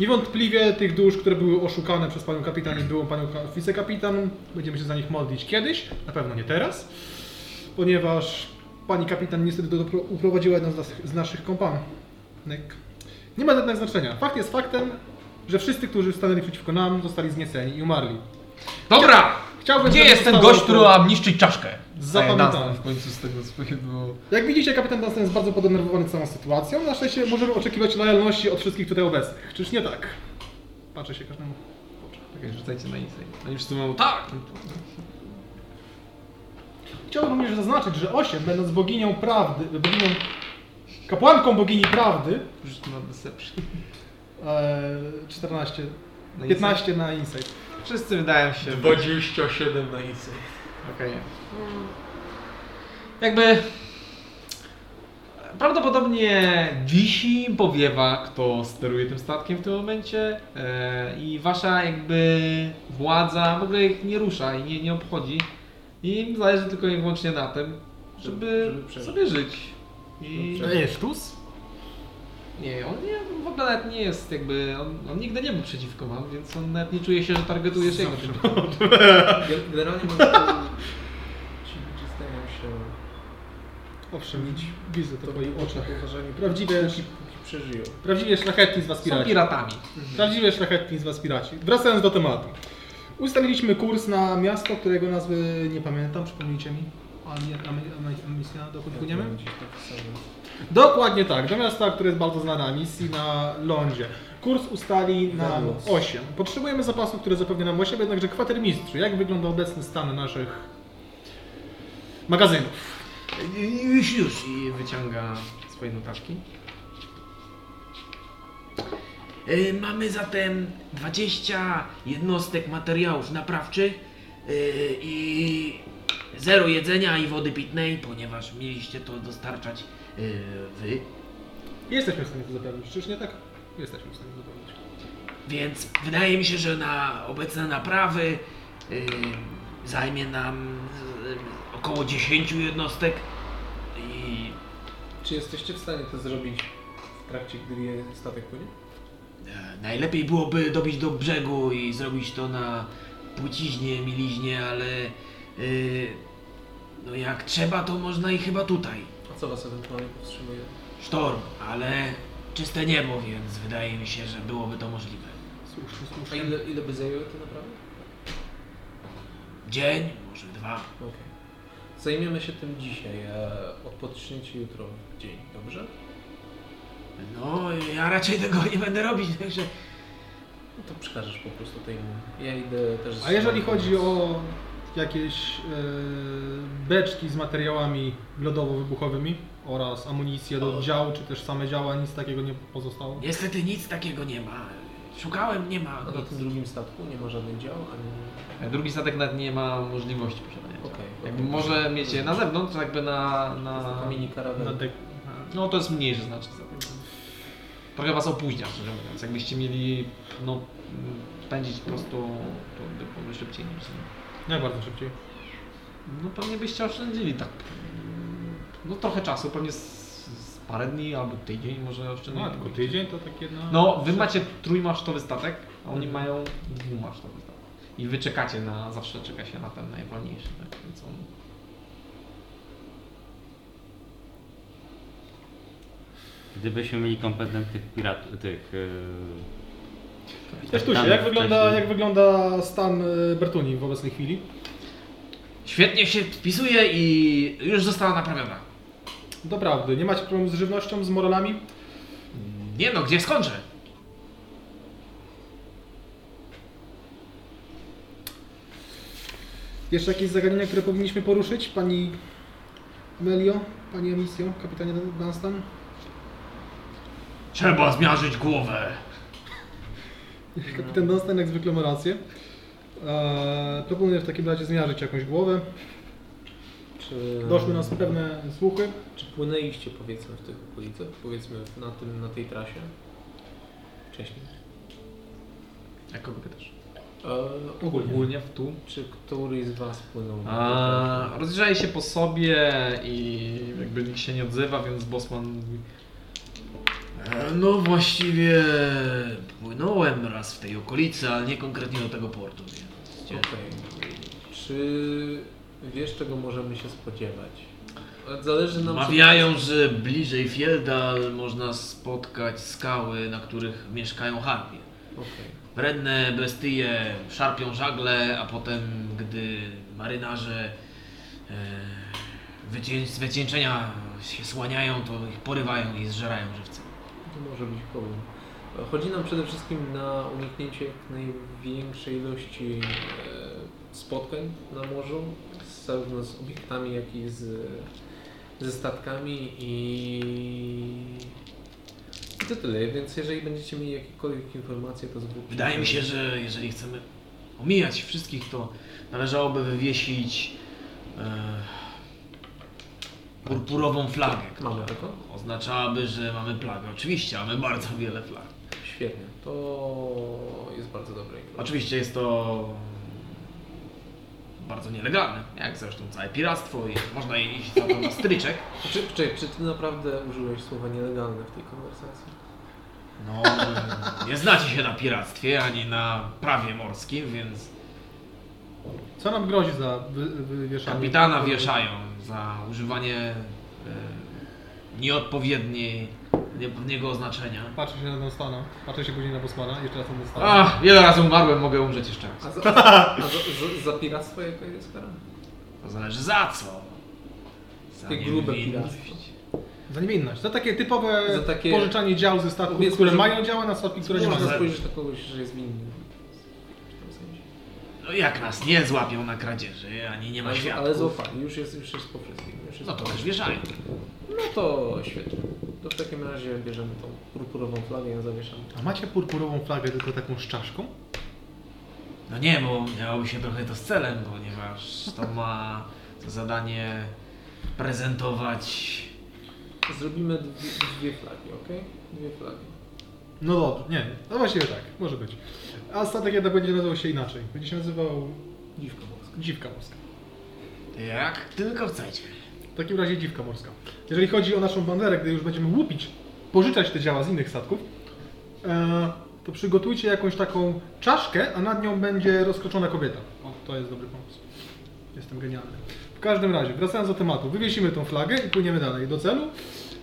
S2: Niewątpliwie tych dusz, które były oszukane przez panią kapitan i byłą panią ka- wicekapitan, będziemy się za nich modlić kiedyś, na pewno nie teraz, ponieważ pani kapitan niestety do- dopro- uprowadziła jedną z, nas, z naszych kompanek. Nie ma to jednak znaczenia. Fakt jest faktem, że wszyscy, którzy stanęli przeciwko nam, zostali znieceni i umarli.
S1: Dobra!
S2: Chciałbym,
S1: Gdzie
S2: żeby
S1: jest ten
S2: zostało
S1: gość,
S2: to-
S1: który ma niszczyć czaszkę?
S2: Zapamiętałem.
S1: Ej, w końcu z tego swojego...
S2: Jak widzicie, kapitan Dunstan jest bardzo podenerwowany całą sytuacją. Na szczęście możemy oczekiwać lojalności od wszystkich tutaj obecnych. Czyż nie tak? Patrzę się każdemu.
S1: Czekaj, rzucajcie na insight. No już tu mam... Tak!
S2: Chciałbym również zaznaczyć, że Osiem, będąc boginią prawdy, boginią, kapłanką bogini prawdy,
S1: Już tu mam deception.
S2: e, 14,
S1: Na insight.
S2: 15 na insight.
S1: Wszyscy wydają się...
S3: 27 na nic.
S1: Okej. No. Jakby... Prawdopodobnie wisi, powiewa, kto steruje tym statkiem w tym momencie e, i wasza jakby władza w ogóle ich nie rusza i nie, nie obchodzi. Im zależy tylko i wyłącznie na tym, żeby,
S3: Żeby przeżyć.
S1: sobie żyć. I...
S3: Żeby przeżyć.
S2: Sztus?
S1: Nie, on nie, w ogóle nawet nie jest jakby, on, on nigdy nie był przeciwko wam, więc on nawet nie czuje się, że targetujesz jego tym.
S3: Gen- Generalnie mam wrażenie, że ci ludzie stają się
S2: Owszem, idź. Widzę to w twoich oczach.
S3: uważani
S2: Prawdziwe-
S3: póki, póki przeżyją.
S2: Prawdziwie szlachetni z was
S1: Są
S2: piraci.
S1: piratami.
S2: Prawdziwie szlachetni z was piraci. Wracając do tematu. Ustaliliśmy kurs na miasto, którego nazwy nie pamiętam, przypomnijcie mi. Amisja, dokąd płyniemy?
S3: Gdzieś tak samo.
S2: Dokładnie tak, do miasta, które jest bardzo znane, misji na lądzie. Kurs ustali nam
S3: Na los.
S2: 8. Potrzebujemy zapasów, które zapewnia nam 8, jednakże kwatermistrzu, jak wygląda obecny stan naszych magazynów?
S1: Już, już. I wyciąga swoje notatki.
S6: Y, Mamy zatem 20 jednostek materiałów naprawczych y, i zero jedzenia i wody pitnej, ponieważ mieliście to dostarczać y, wy.
S2: Jesteśmy w stanie to zapewnić, czyż nie tak? Jesteśmy w stanie to zapewnić.
S6: Więc wydaje mi się, że na obecne naprawy y, zajmie nam y, około 10 jednostek i
S3: Czy jesteście w stanie to zrobić w trakcie, gdy je statek płynie?
S6: E, Najlepiej byłoby dobić do brzegu i zrobić to na płciźnie, miliźnie, ale y, no jak trzeba, to można i chyba tutaj.
S3: A co was ewentualnie powstrzymuje?
S6: Sztorm, ale czyste niebo, więc wydaje mi się, że byłoby to możliwe.
S2: Słusznie,
S3: A
S2: słusznie.
S3: ile, ile by zajęły te naprawy?
S6: Dzień, może dwa.
S3: Okej. Zajmiemy się tym dzisiaj, a odpoczniecie jutro w dzień, dobrze?
S6: No, ja raczej tego nie będę robić, także
S3: No to przekażesz po prostu temu. Ja idę też... z-
S2: A jeżeli chodzi o jakieś e, beczki z materiałami lodowo-wybuchowymi oraz amunicję do dział, czy też same działa, nic takiego nie pozostało?
S6: niestety nic takiego nie ma. Szukałem, nie ma.
S3: A na tym drugim statku nie ma żadnych dział, ani...
S1: Drugi statek nawet nie ma możliwości posiadania.
S3: Okej.
S1: Jakby może mieć je na zewnątrz, jakby na... na...
S3: Na mini karawan.
S2: Na dek-
S1: No to jest mniejszy znaczy. Trochę was opóźnia, szczerze mówiąc. Jakbyście mieli no, m, pędzić prosto, to by było szybciej niż...
S2: Jak bardzo szybciej?
S1: No pewnie byście oszczędzili tak. No trochę czasu, pewnie z, z parę dni albo tydzień może oszczędzili.
S2: No, tylko tydzień to takie no...
S1: No, wy macie trójmasztowy statek, a
S2: Mhm.
S1: oni mają dwumasztowy statek. I wy czekacie na, zawsze czeka się na ten najwolniejszy, tak? Więc on...
S4: Gdybyśmy mieli kompetentnych piratów, tych... e, Yy,
S2: Sztusie, jak wygląda, jak wygląda stan e, Bertuni w obecnej chwili?
S6: Świetnie się spisuje i już została naprawiona.
S2: Doprawdy, nie macie problemu z żywnością, z moralami?
S6: Nie no, gdzie skończę?
S2: Jeszcze jakieś zagadnienia, które powinniśmy poruszyć? Pani Melio, Pani Emisjo, kapitanie Dunstan?
S6: Trzeba zmiażyć głowę.
S2: Kapitan Dunstan jak zwykle ma rację. Eee, proponuję w takim razie zmierzyć jakąś głowę.
S3: Czy...
S2: Doszły nas pewne słuchy.
S3: Czy płynęliście powiedzmy w tych okolicach? Powiedzmy na, tym, na tej trasie? Wcześniej.
S1: Jak kogo pytasz?
S3: E,
S2: Ogólnie.
S1: Ogólnie w tu.
S3: czy któryś z was płynął?
S6: No,
S3: na
S1: A,
S3: tej trasie?
S1: rozjeżdżali się po sobie i jakby nikt się nie odzywa, więc Bosman mówi,
S6: E, No właściwie płynąłem raz w tej okolicy, ale nie konkretnie do tego portu, więc... ciężko.
S3: Okej. Czy wiesz czego możemy się spodziewać? Zależy nam...
S6: Mawiają, że bliżej Fieldal można spotkać skały, na których mieszkają harpie.
S3: Okej.
S6: Wredne bestie szarpią żagle, a potem, gdy marynarze e, wycię- z wycieńczenia się słaniają, to ich porywają i zżerają żywcem.
S3: To może być problem. Chodzi nam przede wszystkim na uniknięcie jak największej ilości e, spotkań na morzu, zarówno z obiektami, jak i z, ze statkami i... I to tyle, więc jeżeli będziecie mieli jakiekolwiek informacje, to zwróćcie
S6: Wydaje mi się, że jeżeli chcemy omijać wszystkich, to należałoby wywiesić e, purpurową flagę,
S3: Tak, Mamy
S6: która
S3: taką?
S6: oznaczałaby, że mamy plagę. Oczywiście, mamy bardzo wiele flag.
S3: Świetnie, to jest bardzo dobre.
S6: Oczywiście jest to bardzo nielegalne, jak zresztą całe piractwo i można iść za to na stryczek.
S3: Czy, czy, czy ty naprawdę użyłeś słowa nielegalne w tej konwersacji?
S6: No, e, nie znacie się na piractwie ani na prawie morskim, więc
S2: Co nam grozi za wy, wywieszanie?
S6: kapitana wieszają za używanie e, nieodpowiedniej, nieodpowiedniego oznaczenia.
S2: Patrzę się na Dunstana, patrzę się później na Bosmana, jeszcze raz na Dunstana.
S1: Ach, wiele razy umarłem, mogę umrzeć jeszcze
S3: A
S1: raz.
S3: za, a za, za, za piractwo jaka jest kara?
S6: To zależy za co. Za
S3: Takie grube
S6: niewinność.
S3: piractwo.
S2: Za niewinność, za takie typowe
S3: Za takie-
S2: pożyczanie dział ze statków,
S3: Powiedzmy,
S2: które
S3: że-
S2: mają działa na statki, które nie
S3: Można
S2: mają.
S6: Może.
S3: spojrzeć na kogoś, że jest winny. W tym sensie.
S6: No jak nas nie złapią na kradzieży, ani nie ma
S3: Ale-
S6: świadków,
S3: Ale złapali, już jest, już jest po wszystkim. Już jest
S6: no to
S3: po
S6: też
S3: wszystkim.
S6: wieszają.
S3: No to świetnie. To w takim razie bierzemy tą purpurową flagę i ją zawieszamy.
S2: A macie purpurową flagę tylko taką z czaszką?
S6: No nie, bo miałoby się trochę to z celem, ponieważ to ma za zadanie prezentować.
S3: Zrobimy dwie, dwie flagi, ok? Dwie flagi.
S2: No dobrze, nie, no właściwie tak, może być. A statek jednak będzie nazywał się inaczej, będzie się nazywał
S3: Dziwka morska.
S2: Dziwka Morska.
S6: Jak tylko chcecie.
S2: W takim razie dziwka morska. Jeżeli chodzi o naszą banderę, gdy już będziemy łupić, pożyczać te działa z innych statków, e, to przygotujcie jakąś taką czaszkę, a nad nią będzie rozkroczona kobieta. O, to jest dobry pomysł. Jestem genialny. W każdym razie, wracając do tematu, wywiesimy tą flagę i płyniemy dalej do celu,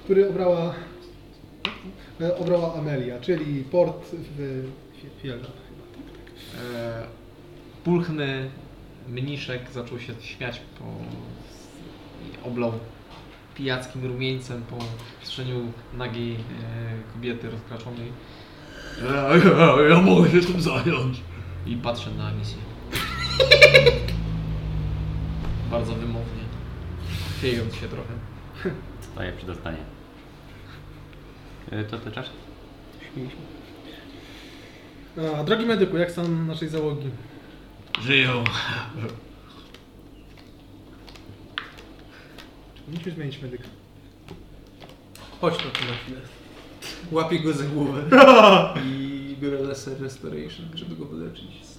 S2: który obrała, e, obrała Amelia, czyli port w Fie- Fielda.
S1: E, pulchny mniszek zaczął się śmiać po i oblał pijackim rumieńcem po strzeniu nagiej e, kobiety rozkraczonej
S6: Ja, ja, ja mogę się tym zająć.
S1: i patrzy na misję. Bardzo wymownie. Chwiejąc się trochę.
S4: Staje przy dostanie. E, To te czaszki?
S2: A, drogi medyku, jak stan naszej załogi?
S6: Żyją.
S2: Musimy zmienić medyka.
S3: Chodź na tu na chwilę. Łapię go za głowę i biorę lesser restoration, żeby go wyleczyć. Z,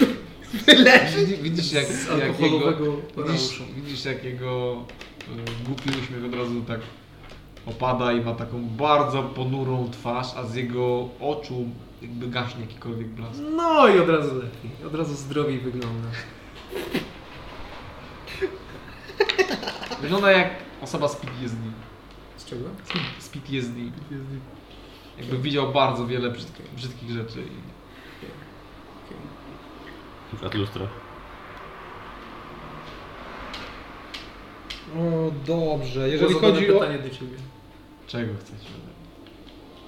S1: Widzi- Widzisz jak,
S3: z
S1: jak jego,
S3: alkoholowego
S1: widzisz,
S3: parauszu.
S1: widzisz jak jego y, głupi uśmiech od razu tak opada i ma taką bardzo ponurą twarz, a z jego oczu jakby gaśnie jakikolwiek blask.
S3: No i od razu lepiej. Od razu zdrowiej wygląda.
S1: Wygląda jak osoba z PTSD.
S3: Z czego?
S1: Z PTSD.
S2: Jest- Jakby widział bardzo wiele brzydkich, brzydkich rzeczy. i-
S4: Na przykład lustro.
S2: O, dobrze.
S3: Było
S2: Jeżeli
S3: zadane
S2: chodzi o...
S3: pytanie do ciebie.
S1: Czego chcecie?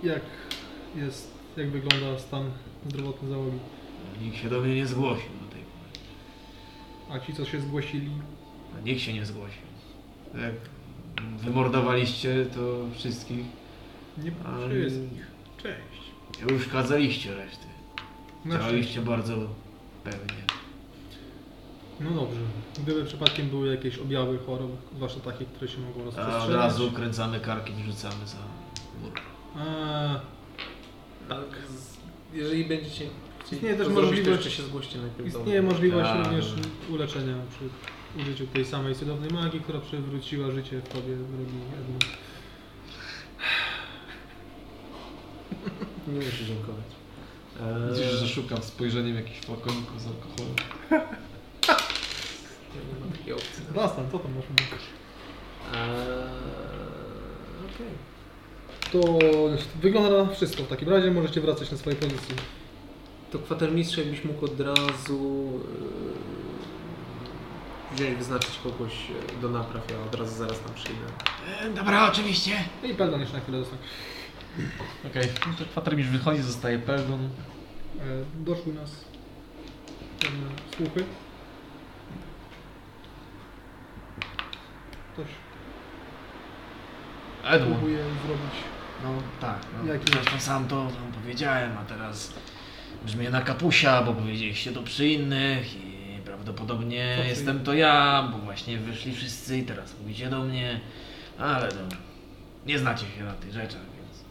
S2: Jak jest, jak wygląda stan zdrowotny załogi?
S1: Nikt się do mnie nie zgłosił do tej pory.
S2: A ci, co się zgłosili,
S1: A Nikt się nie zgłosił. Jak wymordowaliście to wszystkich,
S2: nie
S1: a
S2: wszystkich. Cześć.
S1: już kazaliście reszty.
S2: Na szczęście.
S1: Działaliście bardzo pewnie.
S2: No dobrze. Gdyby przypadkiem były jakieś objawy chorób, zwłaszcza takie, które się mogą
S1: A
S2: rozprzestrzeniać.
S1: od razu kręcamy karki i rzucamy za mur.
S2: Eee,
S3: Tak. Jeżeli będziecie chcieli
S2: Istnieje też
S3: to zrobić, to
S2: możliwość-
S3: jeszcze się zgłoście najpierw do
S2: Istnieje
S3: mnie.
S2: możliwość
S1: Tak.
S2: również uleczenia przy użyciu tej samej cudownej magii, która przywróciła życie w tobie, drogi Edmund.
S3: Nie muszę dziękować. Eee,
S2: Widzisz, że szukam spojrzeniem jakichś flakonków z alkoholem.
S3: Nie ma takiej opcji.
S2: Rastan, co tam masz mówić?
S3: Eee, Okej.
S2: To wygląda na wszystko. W takim razie możecie wracać na swoje pozycje.
S3: To kwatermistrz jakbyś mógł od razu e, wziąć, wyznaczyć kogoś e, do napraw, ja od razu zaraz tam przyjdę.
S1: E, Dobra, oczywiście.
S2: No I Peldon jeszcze na chwilę został.
S1: Okej, okay. to kwatermistrz wychodzi, zostaje pełną.
S2: E, doszły nas pewne słuchy. Ktoś
S1: Edmund.
S2: próbuje zrobić...
S6: No tak, no.
S2: Jaki?
S6: zresztą sam to wam powiedziałem, a teraz brzmię na kapusia, bo powiedzieliście to przy innych i prawdopodobnie
S2: Co przy
S6: jestem to ja, bo właśnie wyszli wszyscy i teraz mówicie do mnie, ale no, nie znacie się na tych rzeczach, więc...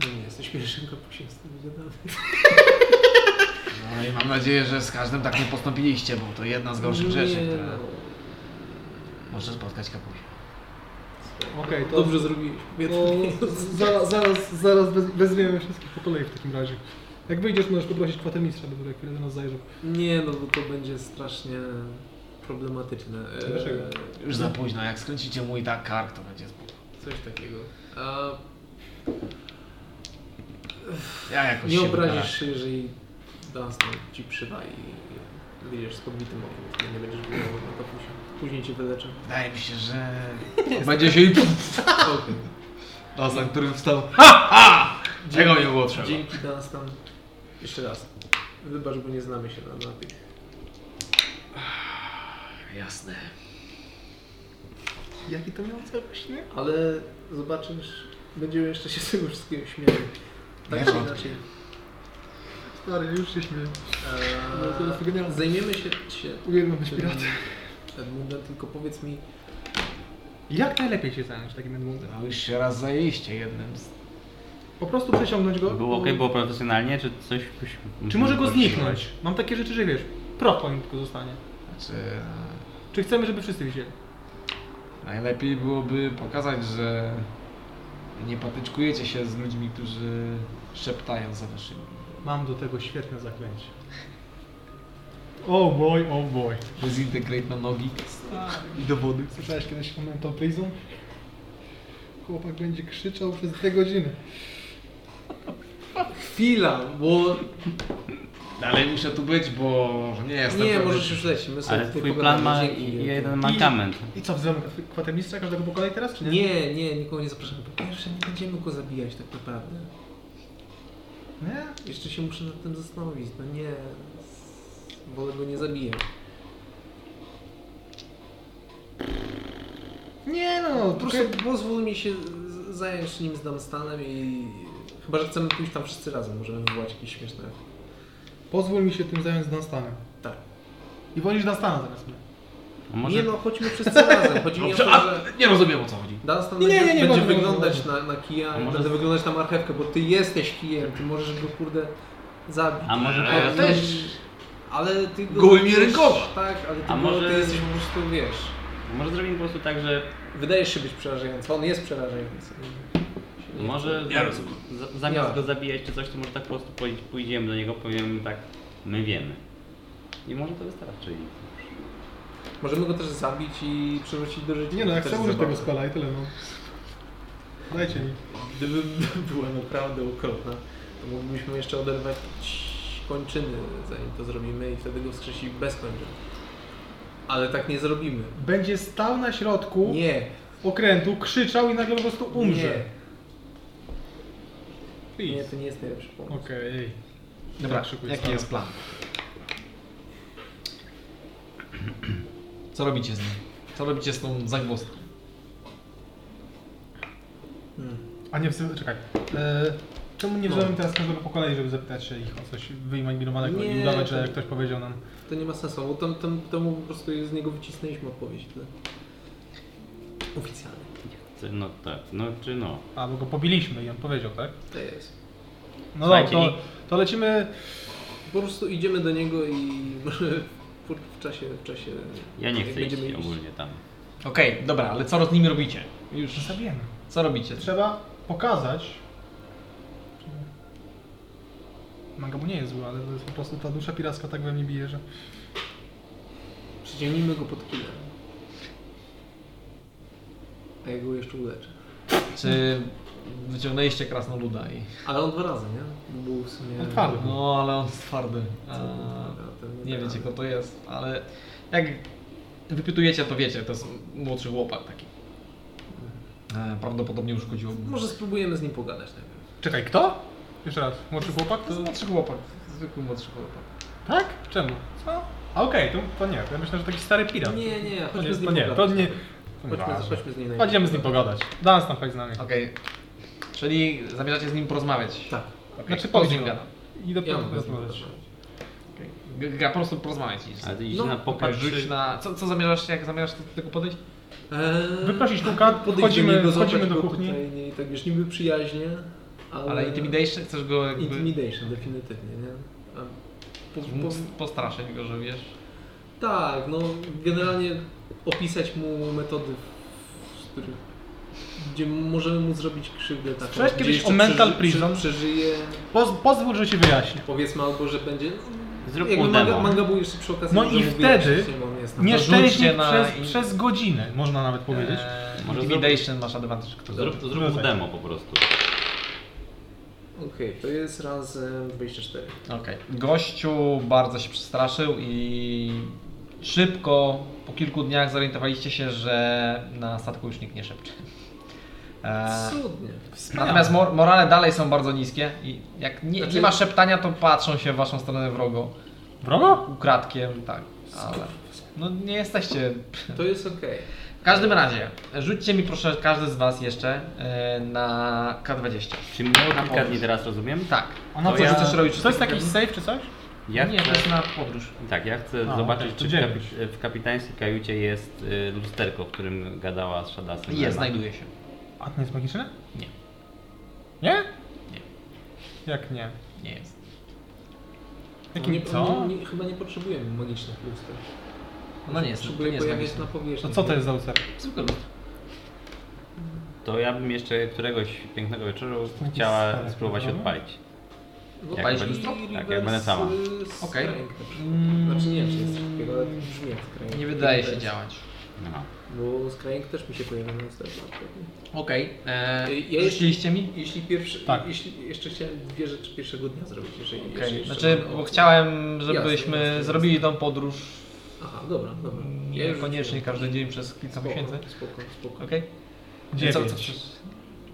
S3: No nie, jesteś pierwszym kapusiem z tym gadamy.
S6: No i mam nadzieję, że z każdym tak nie postąpiliście, bo to jedna z gorszych rzeczy,
S3: Nie,
S6: która
S3: no.
S6: może spotkać kapusia.
S2: Okej, to...
S3: Dobrze zrobiłeś.
S2: To zaraz, zaraz, zaraz wez- wezwiemy wszystkich po kolei w takim razie. Jak wyjdziesz, możesz poprosić kwatermistrza, by tutaj chwilę do nas zajrzał.
S3: Nie, no bo to będzie strasznie problematyczne. E,
S2: Dlaczego?
S6: Już za późno, jak skręcicie mój tak kark, to będzie spoko.
S3: Coś takiego. A
S6: Ja jakoś
S3: nie
S6: się
S3: obrazisz
S6: wykaraszę.
S2: tak.
S3: się, jeżeli Dunstan ci przywali i wyjdziesz z podbitym okiem, wtedy nie będziesz wyglądał na kapusie. Później cię wyleczę.
S6: Wydaje mi się, że...
S1: Będzie się i
S3: Okej.
S1: Osa, którym wstał. Ha! Ha! Czego nie było trzeba?
S3: Dzięki Dunstan. Jeszcze raz. Wybacz, bo nie znamy się na, na tych.
S6: Jasne.
S2: Jaki to miał cel właśnie?
S3: Ale zobaczysz, będziemy jeszcze się z tego wszystkiego śmiali. Tak
S6: Nie
S3: czy
S6: wątpię.
S3: inaczej.
S2: Stary, już się śmieję. No, to jest
S3: Eee,
S2: genialne.
S3: zajmiemy się, się
S2: Uwielbiam być
S3: tym
S2: piratem.
S3: Edmundem, tylko powiedz mi,
S2: Jak najlepiej się zająć takim Edmundem?
S6: No już się raz zajęliście jednym z...
S2: Po prostu przeciągnąć go?
S4: Było ok, było profesjonalnie, czy coś...
S2: No. Czy może go zniknąć? Mam takie rzeczy, że wiesz, proch po nim tylko zostanie.
S1: Znaczy,
S2: Czy chcemy, żeby wszyscy widzieli?
S1: e, najlepiej byłoby pokazać, że nie patyczkujecie się z ludźmi, którzy szeptają za waszymi.
S2: Mam do tego świetne zaklęcie. O oh boy, o oh boy.
S1: Zintegrate na nogi i do wody.
S2: Słyszałeś kiedyś o Mental Prison? Chłopak będzie krzyczał przez dwie godziny.
S3: chwila, bo
S1: Dalej No, muszę tu być, bo nie
S2: Tak,
S1: jestem
S3: nie,
S1: pewny.
S3: możesz już lecieć, my sobie
S4: Ale
S3: tutaj
S4: twój
S3: pogadamy,
S4: plan ma
S3: dzięki.
S4: jeden mankament.
S2: I co, wzywamy kwatermistrza każdego po kolei teraz, czy nie?
S3: Nie, nie, nikogo nie zapraszamy. Po pierwsze, nie będziemy go zabijać tak naprawdę.
S2: Nie?
S3: Jeszcze się muszę nad tym zastanowić, no nie, wolę go nie zabijać.
S2: Nie no,
S3: Po prostu pozwól mi się z- zająć nim z Dunstanem i chyba, że chcemy pójść tam wszyscy razem, możemy wywołać jakieś śmieszne...
S2: Pozwól mi się tym zająć z Dunstanem.
S3: Tak.
S2: I wolisz Dunstana zamiast mnie.
S4: A Może
S3: Nie no, chodźmy wszyscy razem, chodzi mi o to,
S1: Dobrze,
S3: że...
S1: a nie rozumiem o co chodzi.
S3: Dunstan
S2: Nie, nie,
S3: będzie,
S2: nie,
S3: będzie
S2: wolno,
S3: wyglądać
S2: wolno.
S3: na, na kija,
S4: A może-
S3: będę wyglądać na marchewkę, bo ty jesteś kijem, ty możesz go kurde zabić.
S4: A może
S3: Ale
S4: to-
S3: też. No, Ale ty go
S1: Gołymi
S3: wiesz,
S1: rękoma.
S3: Tak, ale ty,
S4: A
S3: go,
S4: może-
S3: ty jesteś po prostu, wiesz,
S4: Może zrobimy po prostu tak, że
S3: wydajesz się być przerażający, on jest przerażający.
S4: może
S1: Ja
S4: za,
S1: rozumiem.
S4: za- zamiast
S3: Ja.
S4: go zabijać czy coś, to może tak po prostu pój- pójdziemy do niego, powiemy tak, my wiemy. I może to wystarczy.
S3: Możemy go też zabić i przywrócić do życia.
S2: Nie no, jak
S3: Też
S2: chcę użyć
S3: zabawa.
S2: tego spela i tyle no. Dajcie mi.
S3: Gdyby była naprawdę okrutna, to moglibyśmy jeszcze oderwać kończyny, zanim to zrobimy i wtedy go wskrzesi bez kończyn. Ale tak nie zrobimy.
S2: Będzie stał na środku
S3: Nie,
S2: okrętu, krzyczał i nagle po prostu umrze.
S3: Nie, nie
S2: Please.
S3: to nie jest najlepszy pomysł.
S2: Okej.
S1: Dobra,
S2: Tak, szykuj,
S1: jaki
S2: stara.
S1: jest plan? Co robicie z nim? Co robicie z tą zagwozdką?
S2: A nie, wsy- czekaj. E, czemu
S3: No.
S2: nie wziąłem teraz każdego po kolei, żeby zapytać się ich o coś wyimaginowanego i
S3: Nie,
S2: udawać,
S3: to-
S2: że ktoś powiedział nam.
S3: To nie ma sensu, bo tam, tam, tam po prostu z niego wycisnęliśmy odpowiedź. Tyle. Oficjalnie.
S4: Ty- No tak, no czy no.
S2: A, bo go pobiliśmy i on powiedział, tak?
S3: To jest.
S2: No dobra,
S4: Słuchajcie,
S2: to, to lecimy.
S3: Po prostu idziemy do niego i może w, w czasie, w czasie...
S4: Ja nie
S3: jak
S4: chcę iść
S3: będziemy
S4: ogólnie tam.
S1: Okej, dobra, ale co z nimi robicie? Już.
S2: Zabijemy.
S1: Co robicie?
S2: Trzeba pokazać. Magabu nie jest zły, ale to jest po prostu ta dusza piracka tak we mnie bije, że.
S3: Przyciągnijmy go pod kilem. A ja go jeszcze uleczę.
S1: Czy wyciągnęliście krasnoluda i...
S3: Ale on dwa razy, nie? Był w sumie...
S2: On twardy.
S1: No, ale on jest twardy. A,
S3: Ten-
S1: nie
S3: ten-
S1: wiecie, kto to jest, ale jak wypytujecie, to wiecie, to jest młodszy chłopak taki. E, Prawdopodobnie uszkodziło mu.
S3: Może spróbujemy z nim pogadać najpierw.
S2: Czekaj, kto? Jeszcze raz, młodszy chłopak?
S1: To jest
S3: znaczy-
S1: młodszy chłopak, zwykły młodszy chłopak.
S2: Tak? Czemu? Co? A okej, to, to nie. Ja myślę, że taki stary pirat.
S3: Nie, nie,
S2: to
S3: chodźmy
S2: nie,
S3: z
S2: to
S3: nim
S2: nie.
S3: pogadać.
S2: To nie.
S3: Chodźmy,
S2: Ważne.
S3: chodźmy z nim najpierw.
S2: Chodzimy z nim pogadać. Dans tam chodź z nami.
S1: Okej, czyli zamierzacie z nim porozmawiać.
S3: Tak.
S1: Okay.
S2: Znaczy
S1: po
S2: powiedz
S1: nim
S2: mi.
S1: gada.
S2: I dopiero
S3: Ja
S2: ja
S3: mogę z nim
S2: rozmawiać.
S3: porozmawiać.
S1: Okej. G- g- Po prostu porozmawiać. iść.
S4: Ale ty idź
S3: No,
S4: na
S1: Popatrz,
S4: popatrzy.
S1: rzuć na... Co, co zamierzasz, jak zamierzasz do tego podejść?
S3: Eee,
S2: Wyprosić kuka,
S3: podejdź
S2: wchodzimy-
S3: niego, złapać
S2: wchodzimy do
S3: go
S2: kuchni.
S3: Tutaj, nie, tak wiesz, niby przyjaźnie, ale...
S1: Ale intimidation, chcesz go jakby...
S3: Intimidation, definitywnie, nie? A Po, po,
S1: Mógł postraszyć go, że wiesz.
S3: tak, no generalnie opisać mu metody, w- z których, gdzie możemy mu zrobić krzywdę taką.
S2: Słyszałeś
S3: gdzie
S2: kiedyś
S3: jeszcze
S2: o mental
S3: przeży- prze-
S2: prison?
S3: Przeżyje,
S2: Poz, pozwól, że ci wyjaśnię.
S3: powiedzmy albo, że będzie...
S4: Zrób
S3: jakby
S4: mu
S3: manga,
S4: demo.
S3: manga był jeszcze przy okazji
S2: No
S3: może
S2: i
S3: mu
S2: wtedy
S3: wyjaśnić, bo on jest na-
S2: Nieszczęśnik
S1: rzućcie na
S2: przez,
S1: in-
S2: przez godzinę, można nawet powiedzieć.
S1: Eee,
S4: Może
S1: intimidation masz advantage.
S4: To zrób, to zrób
S2: No
S4: mu
S2: tak.
S4: demo po prostu.
S3: Okej, to jest razem 24.
S1: Okej. Gościu bardzo się przestraszył i szybko, po kilku dniach zorientowaliście się, że na statku już nikt nie szepcze. Eee,
S3: Cudnie.
S1: natomiast mor- morale dalej są bardzo niskie i jak nie,
S3: Znaczy-
S1: nie ma szeptania, to patrzą się w waszą stronę wrogo.
S2: Wrogo?
S1: Ukradkiem, tak, ale no nie jesteście
S3: To jest okej.
S1: W każdym razie, rzućcie mi proszę każdy z Was jeszcze e, na K20.
S4: Czy minęło
S1: Na
S4: kilka
S1: pomoc.
S4: dni teraz, rozumiem?
S1: Tak.
S2: A na
S1: To
S2: co
S1: ja-
S2: chcesz robić?
S1: Czy
S2: To jest jakiś safe czy coś?
S4: Ja
S1: nie,
S4: chcę,
S1: to jest na podróż.
S4: Tak, ja chcę
S2: A,
S4: zobaczyć,
S2: okej, to
S4: czy w,
S2: dziewięć.
S4: kapi- w kapitańskiej kajucie jest y, lusterko, w którym gadała z Shadasem.
S1: Jest, znajduje się.
S2: A to nie jest magiczne?
S1: Nie.
S2: Nie?
S1: Nie.
S2: Jak nie?
S1: Nie jest.
S2: Jakim
S3: nie,
S2: co?
S3: Nie, nie, chyba nie potrzebujemy magicznych luster.
S1: Ona
S3: No
S1: nie jest.
S3: Potrzebuje
S1: Nie jest
S3: pojawiać na
S1: magiczna.
S2: To
S3: powierzchni.
S2: co to jest za ucer?
S1: Zwykły lud.
S4: To ja bym jeszcze któregoś pięknego wieczoru
S2: Jakiś
S4: chciała
S2: stary
S4: spróbować
S2: program?
S4: odpalić.
S3: No,
S4: Jak
S3: palić
S1: będę-
S3: lustro?
S4: tak, jak
S3: Reverse
S4: będę sama.
S3: strength
S1: Okej.
S3: na przykład. Znaczy nie wiem, czy jest coś takiego, ale brzmi jak skrajnik.
S1: Nie wydaje się działać.
S4: Aha.
S3: Bo skrajnik też mi się pojawia na lusterze. na przykład.
S1: Okej. e,
S3: Ej, ja jeszcze-
S1: Rzuciliście mi?
S3: Jeśli pierwszy,
S2: Tak.
S3: jeśli jeszcze chciałem dwie rzeczy pierwszego dnia zrobić, jeżeli
S1: Okej.
S3: jeżeli jeszcze
S1: Znaczy,
S3: mam
S1: bo
S3: opcję.
S1: chciałem, żebyśmy
S3: Jasne, jasne,
S1: zrobili tą podróż
S3: Aha, dobra, dobra. Ja już
S1: niekoniecznie
S3: rzuciłem.
S1: każdy dzień przez kilka
S3: Spoko,
S1: miesięcy.
S3: Spoko, spoko.
S1: Okej?
S2: Dziewięć.
S1: Co- co chcesz?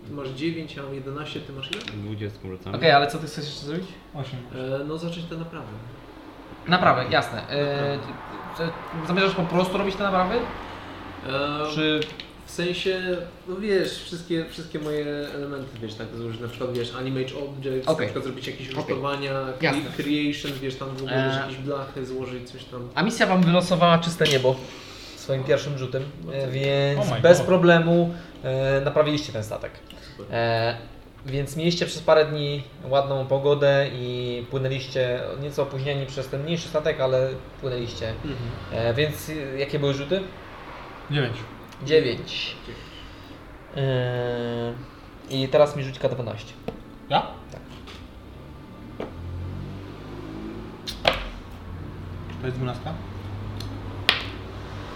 S3: Ty masz 9, ja mam 11, ty masz ile?
S4: 20 rzucamy.
S1: Okej, ale co ty chcesz jeszcze zrobić?
S2: Osiem.
S3: E, no zacząć tę naprawę.
S1: Naprawę, jasne. E, ty- ty- Zamierzasz po prostu robić te naprawy?
S3: E,
S1: Czy
S3: W sensie, no wiesz, wszystkie, wszystkie moje elementy, wiesz, tak złożyć, na przykład, wiesz, animate objects, na
S1: Okej.
S3: przykład zrobić jakieś
S1: Okej.
S3: rusztowania,
S1: Jasne.
S3: cre- creation, wiesz, tam w ogóle
S1: Eee.
S3: wiesz, jakieś blachy złożyć, coś tam.
S1: A misja wam wylosowała czyste niebo.
S8: swoim pierwszym rzutem, e,
S2: Oh
S8: więc
S2: my
S8: bez
S2: God.
S8: problemu e, naprawiliście ten statek.
S3: Super.
S8: E, więc mieliście przez parę dni ładną pogodę i płynęliście nieco opóźnieni przez ten mniejszy statek, ale płynęliście.
S3: Mhm.
S8: E, więc e, jakie były rzuty?
S2: Dziewięć.
S8: 9. E, I teraz mi rzuć K12.
S2: Ja? To jest dwunastka?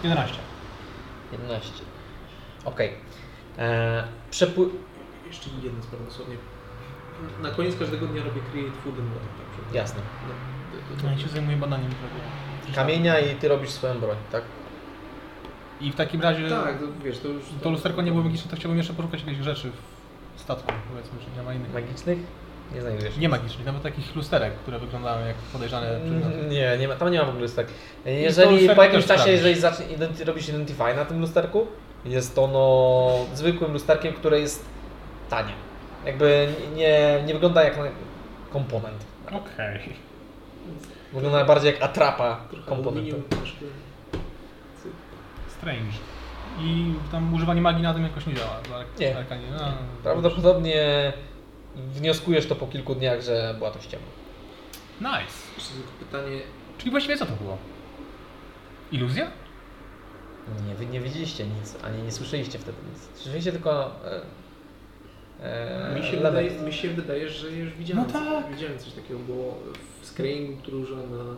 S2: Jedenaście.
S8: 11. Okej. E, Przepły...
S3: Jeszcze jedna sprawa dosłownie. Na koniec każdego dnia robię create food and water. Tak, przed-
S1: Jasne.
S3: No, to- to-
S2: No i się zajmuje badaniem
S1: Kamienia i ty robisz swoją broń, tak?
S2: I w takim razie
S3: Tak, to wiesz, to już...
S2: to lusterko nie było magiczne, to chciałbym jeszcze poszukać jakichś rzeczy w statku, powiedzmy, że nie ma innych.
S1: Magicznych? Nie znajdujesz.
S2: Nie magicznych, nawet takich lusterek, które wyglądają jak podejrzane
S1: Mm,
S2: przedmioty.
S1: Nie, nie ma, tam nie ma w ogóle lusterek.
S2: to
S1: Jeżeli
S2: lusterko
S1: po jakimś
S2: też
S1: czasie,
S2: sprawdzisz.
S1: jeżeli zacznie, identi- robisz identify na tym lusterku, jest ono zwykłym lusterkiem, które jest tanie. Jakby nie, nie wygląda jak na komponent.
S4: Okej.
S1: Wygląda bardziej jak atrapa
S3: Trochę
S1: komponentu.
S3: aluminium, troszkę...
S2: Strange. I tam używanie magii na tym jakoś nie działa. dla ark-
S1: Nie.
S2: Arkanie. No,
S1: Prawdopodobnie wnioskujesz to po kilku dniach, że była to ściema.
S2: Nice.
S3: Jeszcze tylko pytanie,
S2: Czyli właściwie co to było? Iluzja?
S1: Nie, wy nie widzieliście nic, ani nie słyszeliście wtedy nic. Słyszeliście tylko... E, e,
S3: Mi się,
S1: lament.
S3: wydaje, mi się wydaje, że już widziałem,
S2: No tak.
S3: widziałem coś takiego, bo w screeningu, który użyła na...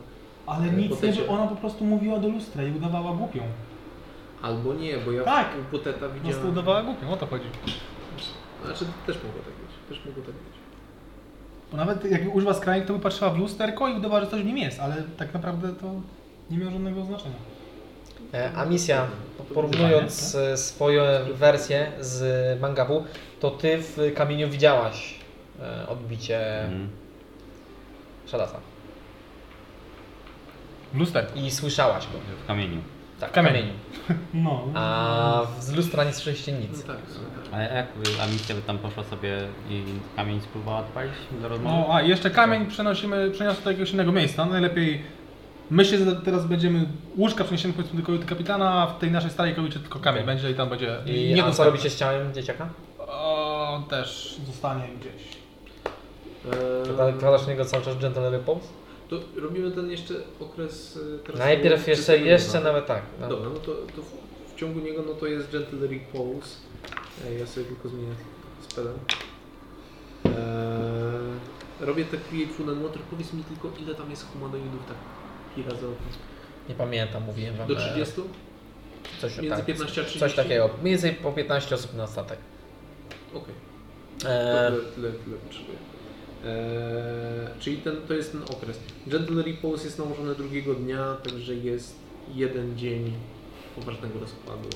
S2: Ale
S3: nic nie było,
S2: ona po prostu mówiła do lustra i udawała głupią.
S3: Albo nie, bo ja
S2: Tak.
S3: u Poteta
S2: Po prostu
S3: widziałem...
S2: udawała głupią, o to chodzi.
S3: Znaczy, też mogło tak być, też mogło tak być.
S2: Bo nawet jak użyła skrajnik, to by patrzyła w lusterko i udawała, że coś w nim jest, ale tak naprawdę to nie miało żadnego znaczenia.
S1: E, A misja, porównując e, swoje wersje z mangabu, to ty w kamieniu widziałaś e, odbicie
S4: Mm.
S1: Szalasa
S2: W lusterku.
S1: i słyszałaś go.
S4: W kamieniu.
S1: Tak, w
S2: Kamieniu.
S1: kamieniu.
S2: No.
S1: A w- z lustra nie słyszeliście
S3: No
S1: nic.
S3: tak, w sumie tak.
S4: Ale jak by Amicia by tam poszła sobie i kamień spróbowała odpalić do rozmowy?
S2: No, a jeszcze kamień przenosimy, przeniosę do jakiegoś innego miejsca. No, Najlepiej my się za- teraz będziemy, łóżka przeniesiemy powiedzmy do kobiety kapitana, a w tej naszej starej kobiecie tylko kamień
S1: Okej.
S2: będzie i tam będzie.
S1: I nie a co
S2: dostępny.
S1: robicie z ciałem dzieciaka?
S2: O, on też zostanie gdzieś.
S3: Eee,
S1: Wkładasz w niego cały czas gentleman pose?
S3: to robimy ten jeszcze okres... e, teraz
S1: Najpierw
S3: tego
S1: jeszcze,
S3: czystego
S1: jeszcze
S3: nieba.
S1: nawet tak. no.
S3: Dobra, no to, to w, w ciągu niego no to jest Gentle Repose. E, Ja sobie tylko zmienię spela. Eee, E, robię te Create Food and Water. Powiedz mi tylko ile tam jest humanoidów tak hira za okres.
S1: Nie pamiętam, mówiłem wam.
S3: Do
S1: e,
S3: 30?
S1: Coś,
S3: Między
S1: tak,
S3: 15 a 30?
S1: coś takiego. Mniej więcej po 15 osób na statek.
S3: Okej,
S1: E,
S3: to tyle, tyle, tyle potrzebuję. Eee, czyli ten, to jest ten okres. Gentle Repose jest nałożone drugiego dnia, także jest jeden dzień poważnego rozkładu.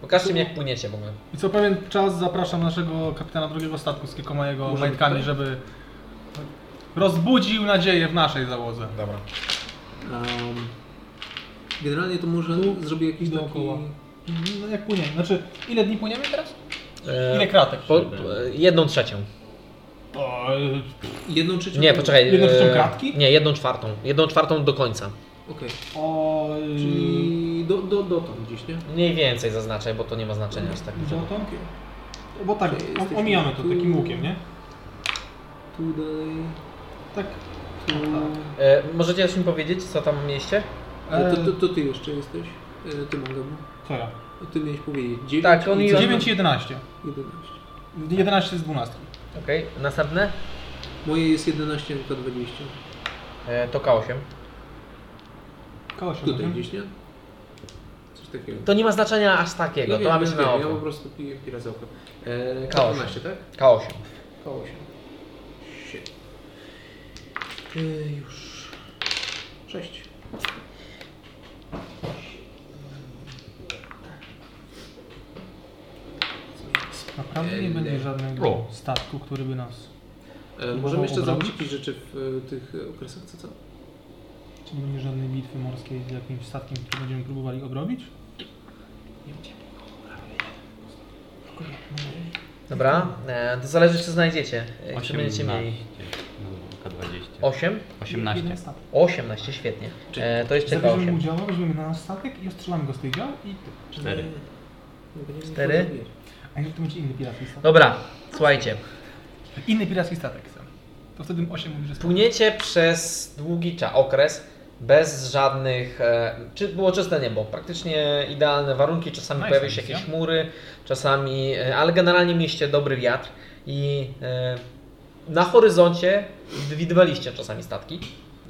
S1: Pokażcie mi jak płyniecie w ogóle.
S2: I co pewien czas zapraszam naszego kapitana drugiego statku z kilkoma jego
S3: Możemy
S2: majtkami,
S3: tutaj?
S2: żeby rozbudził nadzieję w naszej załodze.
S1: Dobra.
S3: Ehm, generalnie to może zrobię jakiś
S2: i dookoła.
S3: taki...
S2: No jak płyniemy? Znaczy, ile dni płyniemy teraz?
S1: E,
S2: Ile kratek?
S1: Po, po- e, jedną trzecią.
S2: O,
S3: Jedną trzecią...
S1: Nie, poczekaj.
S2: Jedną
S1: e,
S2: trzecią kratki?
S1: Nie, jedną czwartą. Jedną czwartą do końca.
S3: Okej,
S2: o,
S3: czyli do, do, dotąd gdzieś, nie?
S1: Mniej więcej zaznaczaj, bo to nie ma znaczenia aż tak dużego.
S2: dotąd? Bo tak,
S3: Czyli
S2: o-
S3: jesteśmy
S2: omijamy to
S3: tu.
S2: takim łukiem, nie?
S3: Tutaj...
S2: Tak.
S3: Tu...
S1: E, możecie już mi powiedzieć, co tam w mieście?
S3: E, to, to, to ty jeszcze jesteś? E, ty Mangabu?
S2: Co ja?
S3: Ty miałeś powiedzieć 9
S1: Tak, on
S3: i
S1: i on-
S2: 9 i 11.
S3: 11.
S2: 11 z 12.
S1: Okej, następne?
S3: Moje jest 11, to 20.
S1: E, to K8.
S2: Koło się
S3: Tutaj
S2: mhm.
S3: gdzieś, nie? Coś takiego. No
S1: To nie ma znaczenia aż takiego, to ma być na
S3: ja po
S1: oko.
S3: prostu piję pira za oko. E,
S1: K8.
S3: 12, tak?
S1: K8.
S3: K8. Shit. E, już. 6.
S2: Naprawdę nie
S3: Ej,
S2: będzie
S3: nie.
S2: żadnego statku, który by nas...
S3: E,
S2: Mogą
S3: możemy jeszcze
S2: obrobić?
S3: zrobić jakieś rzeczy w e, tych e, okresach, co co?
S2: Czy nie będzie żadnej bitwy morskiej z jakimś statkiem, który będziemy próbowali obrobić?
S1: Dobra, e, to zależy czy znajdziecie. E, Czy będziecie
S4: 18.
S1: mieli
S4: No, K20.
S1: 8?
S2: Jeden
S4: 18.
S2: statek.
S1: 18, świetnie. E, to jeszcze
S2: Zabierzemy mu
S1: K8.
S2: działa, weźmiemy na nasz statek i ostrzelamy go z tej dział i... ty.
S4: Cztery.
S3: Nie, nie
S1: Cztery?
S3: będziemy zabijać.
S2: A nie, to będzie inny piracki statek.
S1: Dobra, słuchajcie.
S2: Inny piracki statek chcę. To wtedy 8 mówi, że statek.
S1: Płyniecie przez długi czas, okres, bez żadnych. E, czy było czyste niebo? Praktycznie idealne warunki. Czasami
S2: Nice,
S1: pojawiają się
S2: misja.
S1: jakieś chmury, czasami. E, ale generalnie mieliście dobry wiatr i e, na horyzoncie widywaliście czasami statki.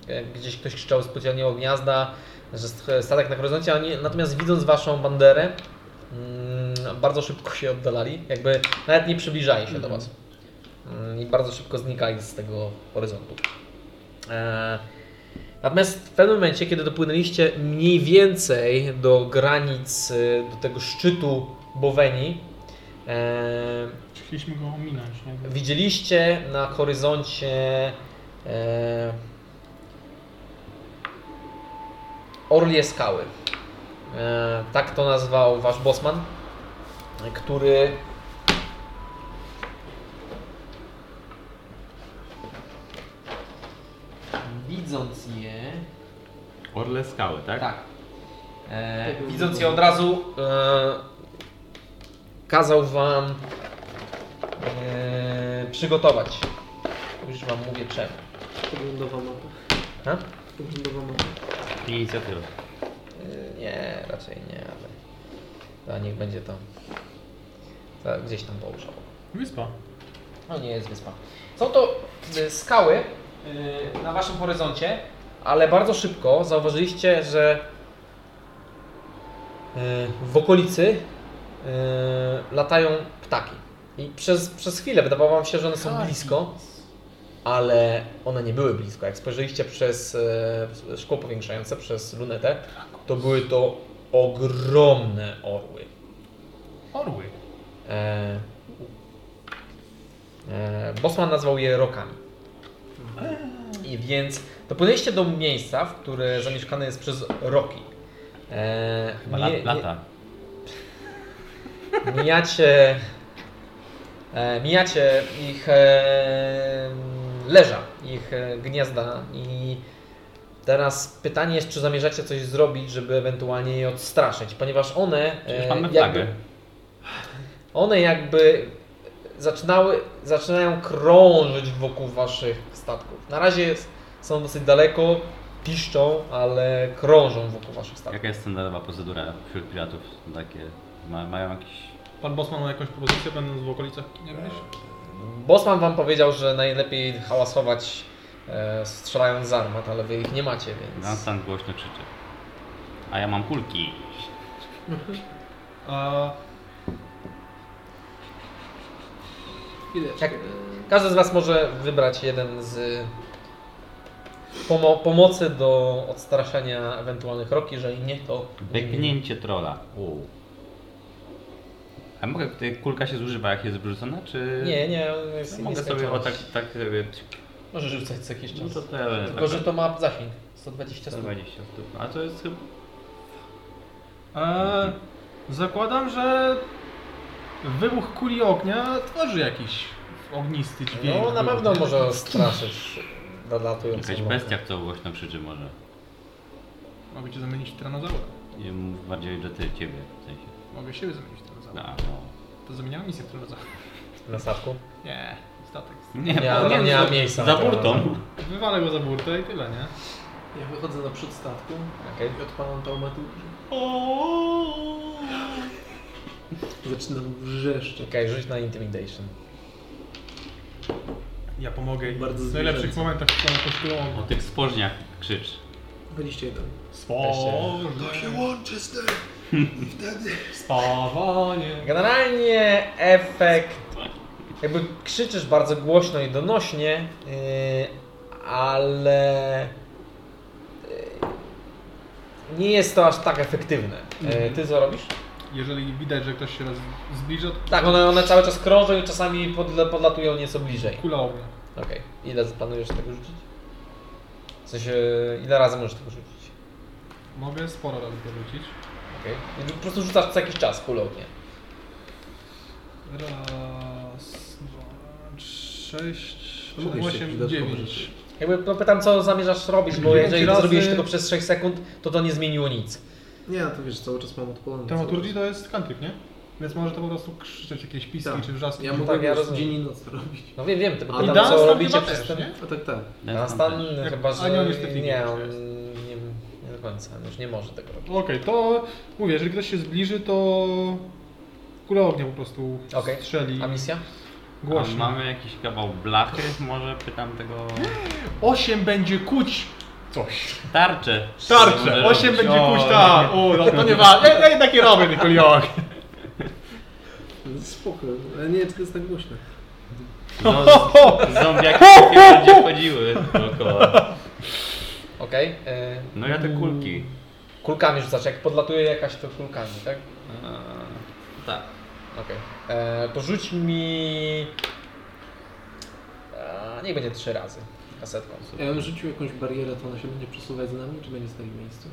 S1: E, gdzieś ktoś krzyczał z pociągniego gniazda, że st- statek na horyzoncie, a nie, natomiast widząc waszą banderę. mm, tam bardzo szybko się oddalali, jakby nawet nie przybliżali się do Was. Mm, I bardzo szybko znikali z tego horyzontu. E, Natomiast w pewnym momencie, kiedy dopłynęliście mniej więcej do granic, y, do tego szczytu Boweni, e,
S2: Chcieliśmy go ominąć, nie?
S1: Widzieliście na horyzoncie e, orlie skały. E, tak to nazwał wasz bosman, który widząc je,
S4: Orle skały, tak?
S1: tak. E, widząc je od razu, e, kazał wam e, przygotować. Już wam mówię czemu.
S3: Poglądowa mapa.
S1: Ha?
S3: Poglądowa mapa.
S4: Inicjatywa.
S1: E, Nie, raczej nie, ale. A niech będzie tam. Ta, gdzieś tam położono.
S2: Wyspa.
S1: No nie jest wyspa. Są to y, skały y, na waszym horyzoncie, ale bardzo szybko zauważyliście, że y, w okolicy y, latają ptaki. I przez, przez chwilę wydawało wam się, że one są blisko, ale one nie były blisko. Jak spojrzeliście przez y, szkło powiększające, przez lunetę, to były to ogromne orły.
S2: Orły.
S1: E, e, Bosman nazwał je rokami.
S4: Mhm.
S1: I więc dopłynęliście do miejsca, w które zamieszkane jest przez roki. E,
S4: Chyba la,
S1: mie- mie-
S4: lata.
S1: Mijacie, e, mijacie ich e, leża, ich e, gniazda i teraz pytanie jest, czy zamierzacie coś zrobić, żeby ewentualnie je odstraszyć, ponieważ one...
S4: Przecież
S1: e,
S4: mamy
S1: jakby-
S4: flagę.
S1: one jakby zaczynały, zaczynają krążyć wokół waszych statków. Na razie jest, są dosyć daleko, piszczą, ale krążą wokół waszych statków.
S4: Jaka jest standardowa procedura wśród piratów? Takie, ma, mają jakiś...
S2: Pan Bosman ma jakąś propozycję, będąc w okolicach? Nie wiesz?
S1: Bosman wam powiedział, że najlepiej hałasować e, strzelając z armat, ale wy ich nie macie, więc...
S4: Dunstan głośno krzyczy. A ja mam kulki.
S2: A
S1: Jak,
S4: tak.
S1: każdy z was może wybrać jeden z pomo- pomocy do odstraszenia ewentualnych roki, jeżeli nie, to...
S4: Beknięcie trola. Uuu. A mogę, tutaj kulka się zużywa jak jest wyrzucona, czy...
S1: Nie, nie, on jest
S4: Mogę sobie o
S1: nieskończony.
S4: tak, tak sobie...
S1: Możesz rzucać co jakiś
S4: No
S1: czas.
S4: to te,
S1: Tylko, że to ma zasięg 120 stóp.
S4: 120 stóp. A to jest chyba...
S2: E, zakładam, że wybuch kuli ognia tworzy jakiś ognisty dźwięk.
S1: No na pewno może straszyć nadlatującą
S4: Jakaś
S1: mąkę.
S4: bestia, co głośno krzyczy może.
S2: Mogę cię zamienić w tyranozaura.
S4: Nie mów bardziej, że ty, ciebie w sensie.
S2: Mogę siebie zamienić w tyranozaura.
S4: A, no.
S2: To zamieniam misję w tyranozaura.
S1: na statku.
S2: Nie, statek.
S4: Nie,
S1: Nie,
S4: bo-
S1: ona nie miała
S4: za-
S1: miejsca.
S4: Za
S1: na to.
S4: burtą.
S2: Wywalę go za burtę i tyle, nie?
S3: Ja wychodzę na przód statku
S1: Okej.
S3: i odpalam taumaturgię. Zaczynam wrzeszczeć.
S1: Czekaj, rzuć na intimidation.
S2: Ja pomogę i
S3: Bardzo
S2: w najlepszych
S3: zwierzęcy.
S2: momentach wkładam kogoś kulą
S4: O
S2: ognia.
S4: tych spożniach krzycz.
S3: 21.
S2: Spor- Spawanie.
S1: Generalnie efekt. Jakby krzyczysz bardzo głośno i donośnie, yy, ale. Yy, nie jest to aż tak efektywne. Yy, ty co robisz?
S2: Jeżeli widać, że ktoś się roz- zbliża, to
S1: Tak, one, one cały czas krążą i czasami podle, podlatują nieco bliżej.
S2: kula ognia.
S1: Okej. Ile planujesz tego rzucić? W sensie, ile razy możesz tego rzucić?
S2: Mogę sporo razy dorzucić.
S1: Okej. I Po prostu rzucasz co jakiś czas kulą, nie?
S2: Raz, dwa, sześć,
S3: Mogę
S2: siedem,
S3: jeszcze
S2: osiem,
S3: dodatkowo
S2: dziewięć.
S3: rzucić.
S1: Jakby no, pytam, co zamierzasz robić, bo jeżeli to
S2: razy-
S1: zrobiłeś tego przez 6 sekund, to to nie zmieniło nic.
S3: Nie, no to wiesz, cały czas mam odpalone.
S2: Dramaturgii to jest kantyk, nie? Więc może to po prostu krzyczeć jakieś piski
S3: Tak.
S2: czy wrzaski.
S3: Ja
S2: I
S3: mogę
S1: Tak, ja
S3: wiesz,
S1: rozumiem.
S3: dzień i noc to robić.
S1: No wiem, wiem, tylko
S3: A
S1: pytam,
S2: Dan
S1: co
S2: Stan
S1: robicie
S2: chyba
S1: przez
S2: też,
S1: ten...
S2: nie?
S3: A tak, tak.
S1: Dan Stan
S2: Jak-
S1: chyba,
S2: a nie, on
S1: że...
S2: jest technikiem,
S1: Nie,
S2: czy
S1: on
S2: jest?
S1: nie, nie do końca, on już nie może tego robić.
S2: Okej, to mówię, jeżeli ktoś się zbliży, to kula ognia po prostu
S1: Okej.
S2: strzeli
S1: A misja?
S4: A
S2: głośno.
S4: mamy jakiś kawał blachy? Może pytam tego...
S2: Osiem będzie kuć coś.
S4: Tarczę.
S2: Tarczę,
S4: Może
S2: osiem
S4: robić.
S2: będzie
S4: O,
S2: kuć, tak. O, no to nie ma, ja, ja jednak nie robię tej kuli ognia. Spoko, ale nie wiem, czy to jest tak głośne.
S4: Zo- No, Zombiaki takie będzie chodziły dookoła.
S8: Okej. y,
S1: e,
S4: No ja te kulki.
S8: Kulkami rzucasz, jak podlatuje jakaś to kulkami, tak?
S4: Eee, tak.
S8: Okej. E, To rzuć mi... E, niech będzie trzy razy kasetką.
S3: Ja bym rzucił jakąś barierę, to ona się będzie przesuwać z nami, czy będzie stać w miejscu?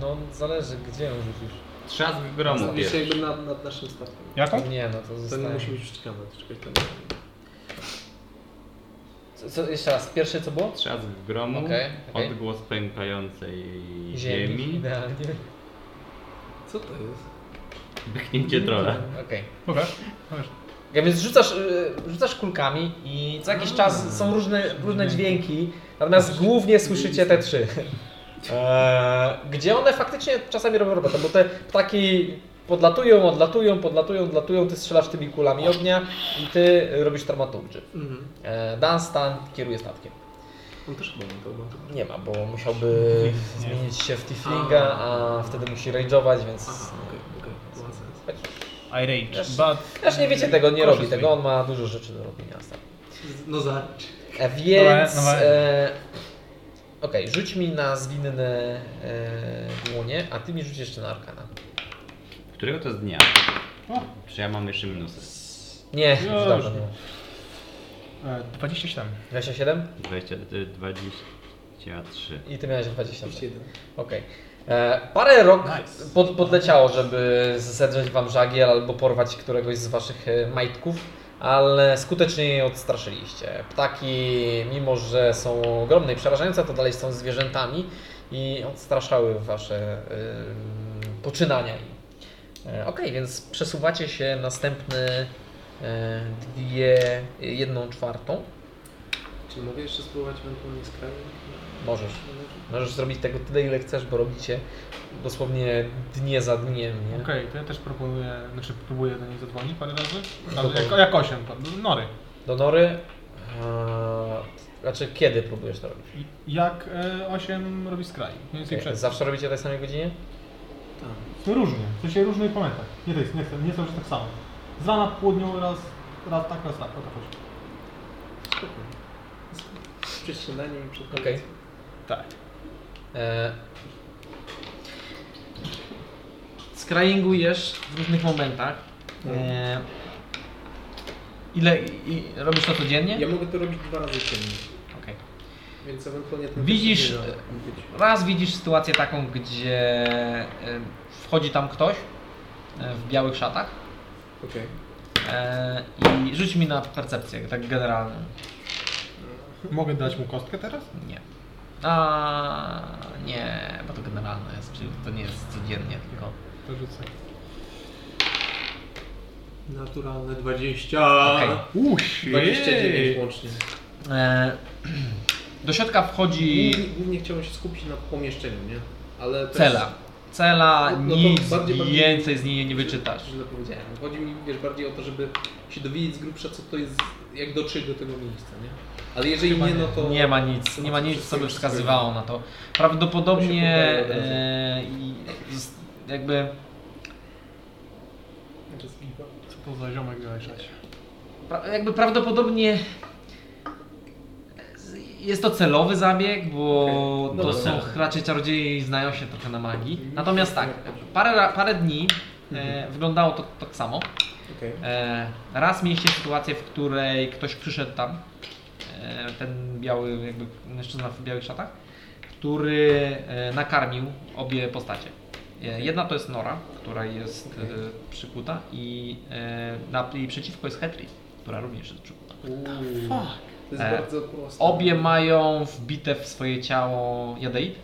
S8: No, zależy gdzie ją rzucisz.
S4: Trzask gromu
S3: Zostawisz
S4: No, wiesz.
S3: się jakby nad, nad naszym statkiem.
S2: Jaką?
S8: Nie, no to
S3: To nie
S8: zostaje.
S3: musi być przyczekane, czekaj tam.
S8: Co, co, jeszcze raz, pierwsze co było?
S4: Trzask gromu,
S8: Okej, okej.
S4: odgłos pękającej ziemi,
S8: Idealnie.
S3: Co to jest?
S4: wychnięcie trolla.
S8: Okej.
S2: Pokaż.
S8: Ja więc rzucasz, y, rzucasz kulkami i co jakiś czas są różne, różne dźwięki, natomiast głównie słyszycie te trzy. Eee, Gdzie one faktycznie czasami robią robotę, bo te ptaki podlatują, odlatują, podlatują, odlatują, ty strzelasz tymi kulami ognia i ty robisz dramaturgy.
S3: Mhm.
S8: Eee, Dunstan kieruje statkiem.
S3: On też chyba mam to, mam to.
S8: Nie ma, bo musiałby zmienić się w Tiflinga, a wtedy musi rage'ować, więc...
S3: Aha, okej, okej, ma sens.
S9: I rage,
S8: Yes.
S9: but...
S8: Też nie wiecie tego, nie
S9: Proszę
S8: robi
S9: sobie.
S8: tego, on ma dużo rzeczy do robienia. ostatnio.
S3: No zobacz.
S8: E, Więc.
S9: Dobra, dobra.
S8: E, Okej, rzuć mi na zwinne e, dłonie, a ty mi rzuć jeszcze na arkana.
S4: Którego to jest dnia? Czy ja mam jeszcze minusy?
S8: Nie, już
S2: Już.
S8: dawno nie. ma.
S2: E, 27.
S8: 27
S4: 20, y, 23.
S8: i ty miałeś 27.
S3: 31.
S8: Okej. E, Parę rok
S2: Nice.
S8: pod, podleciało, żeby zedrzeć wam żagiel albo porwać któregoś z waszych e, majtków, ale skutecznie je odstraszyliście. Ptaki, mimo że są ogromne i przerażające, to dalej są zwierzętami i odstraszały wasze e, poczynania. E, Okej, więc przesuwacie się następne e, dwie, jedną czwartą.
S3: Czy mogę jeszcze spróbować ewentualnie z kraju?
S8: Możesz. Możesz zrobić tego tyle, ile chcesz, bo robicie dosłownie dnie za dniem, nie?
S2: Okej, to ja też proponuję, znaczy próbuję do niej zadzwonić parę razy. Ale jak, jak 8, nory.
S8: Do Nory. Eee, znaczy, kiedy próbujesz to robić? E,
S2: I- Jak e, 8 robi skraj? Mniej więcej przed.
S8: Zawsze robicie o tej samej godzinie?
S3: Tak.
S2: No różnie, w sensie różnych momentach. Nie to jest, nie, chcę- nie są już tak samo. Z rana, po południu, raz, raz tak, raz tak, o to chodzi.
S3: Spokojnie. Przed śniadaniem i przed
S8: Okej.
S3: kolacją.
S2: Tak.
S8: Eee,
S1: Scryingujesz w różnych momentach. E, ile i, robisz to codziennie?
S3: Ja mogę to robić dwa razy dziennie,
S1: Okej.
S3: więc ewentualnie ten
S1: Widzisz,
S3: Nie, no,
S1: e,
S3: mówić.
S1: Raz widzisz sytuację taką, gdzie e, wchodzi tam ktoś e, w białych szatach
S3: Okej.
S1: e, i rzuć mi na percepcję, tak generalnie.
S2: Mogę dać mu kostkę teraz?
S1: Nie. A nie, bo to generalne jest, czyli to nie jest codziennie, tylko
S2: To rzucę.
S3: Naturalne 20.
S1: Okej.
S2: Uś!
S3: 29 łącznie.
S1: E, do środka wchodzi
S3: Głównie, głównie chciałem się skupić na pomieszczeniu, nie? Ale też-
S1: cela. Cela,
S3: No to
S1: nic
S3: bardziej- bardziej-
S1: więcej z niej nie wyczytasz.
S3: Źle powiedziałem. Chodzi mi wiesz, bardziej o to, żeby się dowiedzieć z grubsza, co to jest, jak dotrzeć do tego miejsca, nie? Ale jeżeli nie, no to...
S1: Nie ma nic,
S3: to
S1: nie ma nic,
S3: wszystko
S1: co by
S3: już
S1: wskazywało na to.
S3: To
S1: Prawdopodobnie
S3: się podaje od razu.
S1: e, i z- jakby
S2: Co to za ziomek gajszać?
S1: pra, jakby prawdopodobnie jest to celowy zabieg, bo
S3: Okej.
S1: to
S3: Dobra. Mhm.
S1: są raczej czarodzieje i znają się trochę na magii. Natomiast tak, parę, ra- parę dni e, wyglądało to tak samo.
S3: Okej.
S1: E, raz mieliście sytuację, w której ktoś przyszedł tam, e, ten biały, jakby mężczyzna w białych szatach, który e, nakarmił obie postacie. E, jedna to jest Nora, która jest
S3: Okej.
S1: e, przykuta i e, na, jej przeciwko jest Hetri, która również jest przykuta.
S3: Uuu. To jest
S1: E,
S3: bardzo proste.
S1: Obie mają wbite w swoje ciało jadeit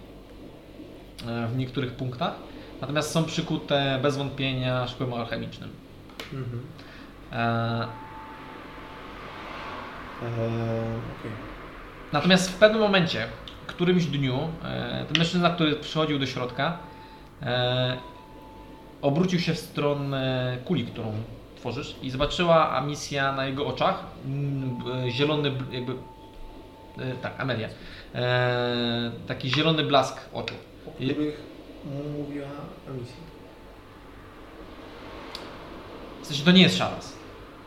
S1: e, w niektórych punktach, natomiast są przykute bez wątpienia szkłem alchemicznym.
S3: Mhm.
S1: E,
S3: E, Okej.
S1: Natomiast w pewnym momencie, w którymś dniu, e, ten mężczyzna, który przychodził do środka, e, obrócił się w stronę kuli, którą tworzysz i zobaczyła Amicia na jego oczach mm, b- zielony, bl- jakby, e, tak, Amelia, e, taki zielony blask oczu.
S3: O
S1: I-
S3: których mówiła Amicia.
S1: W sensie to nie jest szaros.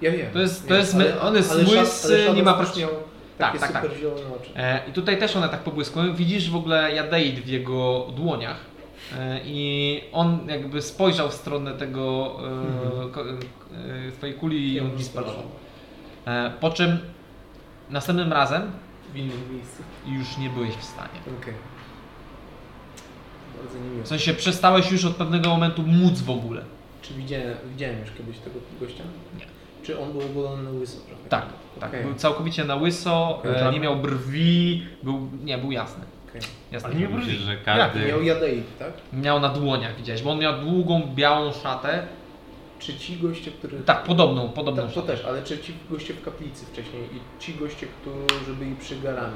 S3: Ja wiem.
S1: To jest- to
S3: wiem,
S1: jest my- on jest łysy,
S3: Shadow
S1: nie ma
S3: też
S1: proc-
S3: miał
S1: Tak,
S3: takie
S1: tak, tak.
S3: super zielone oczy.
S1: E, I tutaj też one tak pobłyskują. Widzisz w ogóle Jadeit w jego dłoniach. E, I on jakby spojrzał w stronę tego e, ko- e, twojej kuli i ją dispelował. E, po czym następnym razem
S3: W innym miejscu.
S1: już nie byłeś w stanie.
S3: Okej. Bardzo niemiło.
S1: W sensie przestałeś już od pewnego momentu móc w ogóle.
S3: Czy widziałem, widziałem już kiedyś tego gościa?
S1: Nie.
S3: Czy on był ogolony na łyso trochę?
S1: Tak, tak.
S3: Okej.
S1: Był całkowicie na łyso, e,
S3: tak.
S1: nie miał brwi, był, nie, był jasny.
S3: Okej.
S1: jasny.
S2: Ale nie
S1: był.
S2: brwi.
S4: Myślisz, że
S3: I
S4: każdy...
S3: Miał jadeit, tak?
S1: Miał na dłoniach, widziałeś, bo on miał długą, białą szatę.
S3: Czy ci goście, którzy...
S1: Tak, podobną, podobną
S3: Tak, to
S1: szatę.
S3: też, ale czy ci goście w kaplicy wcześniej i ci goście, którzy byli przy garamie,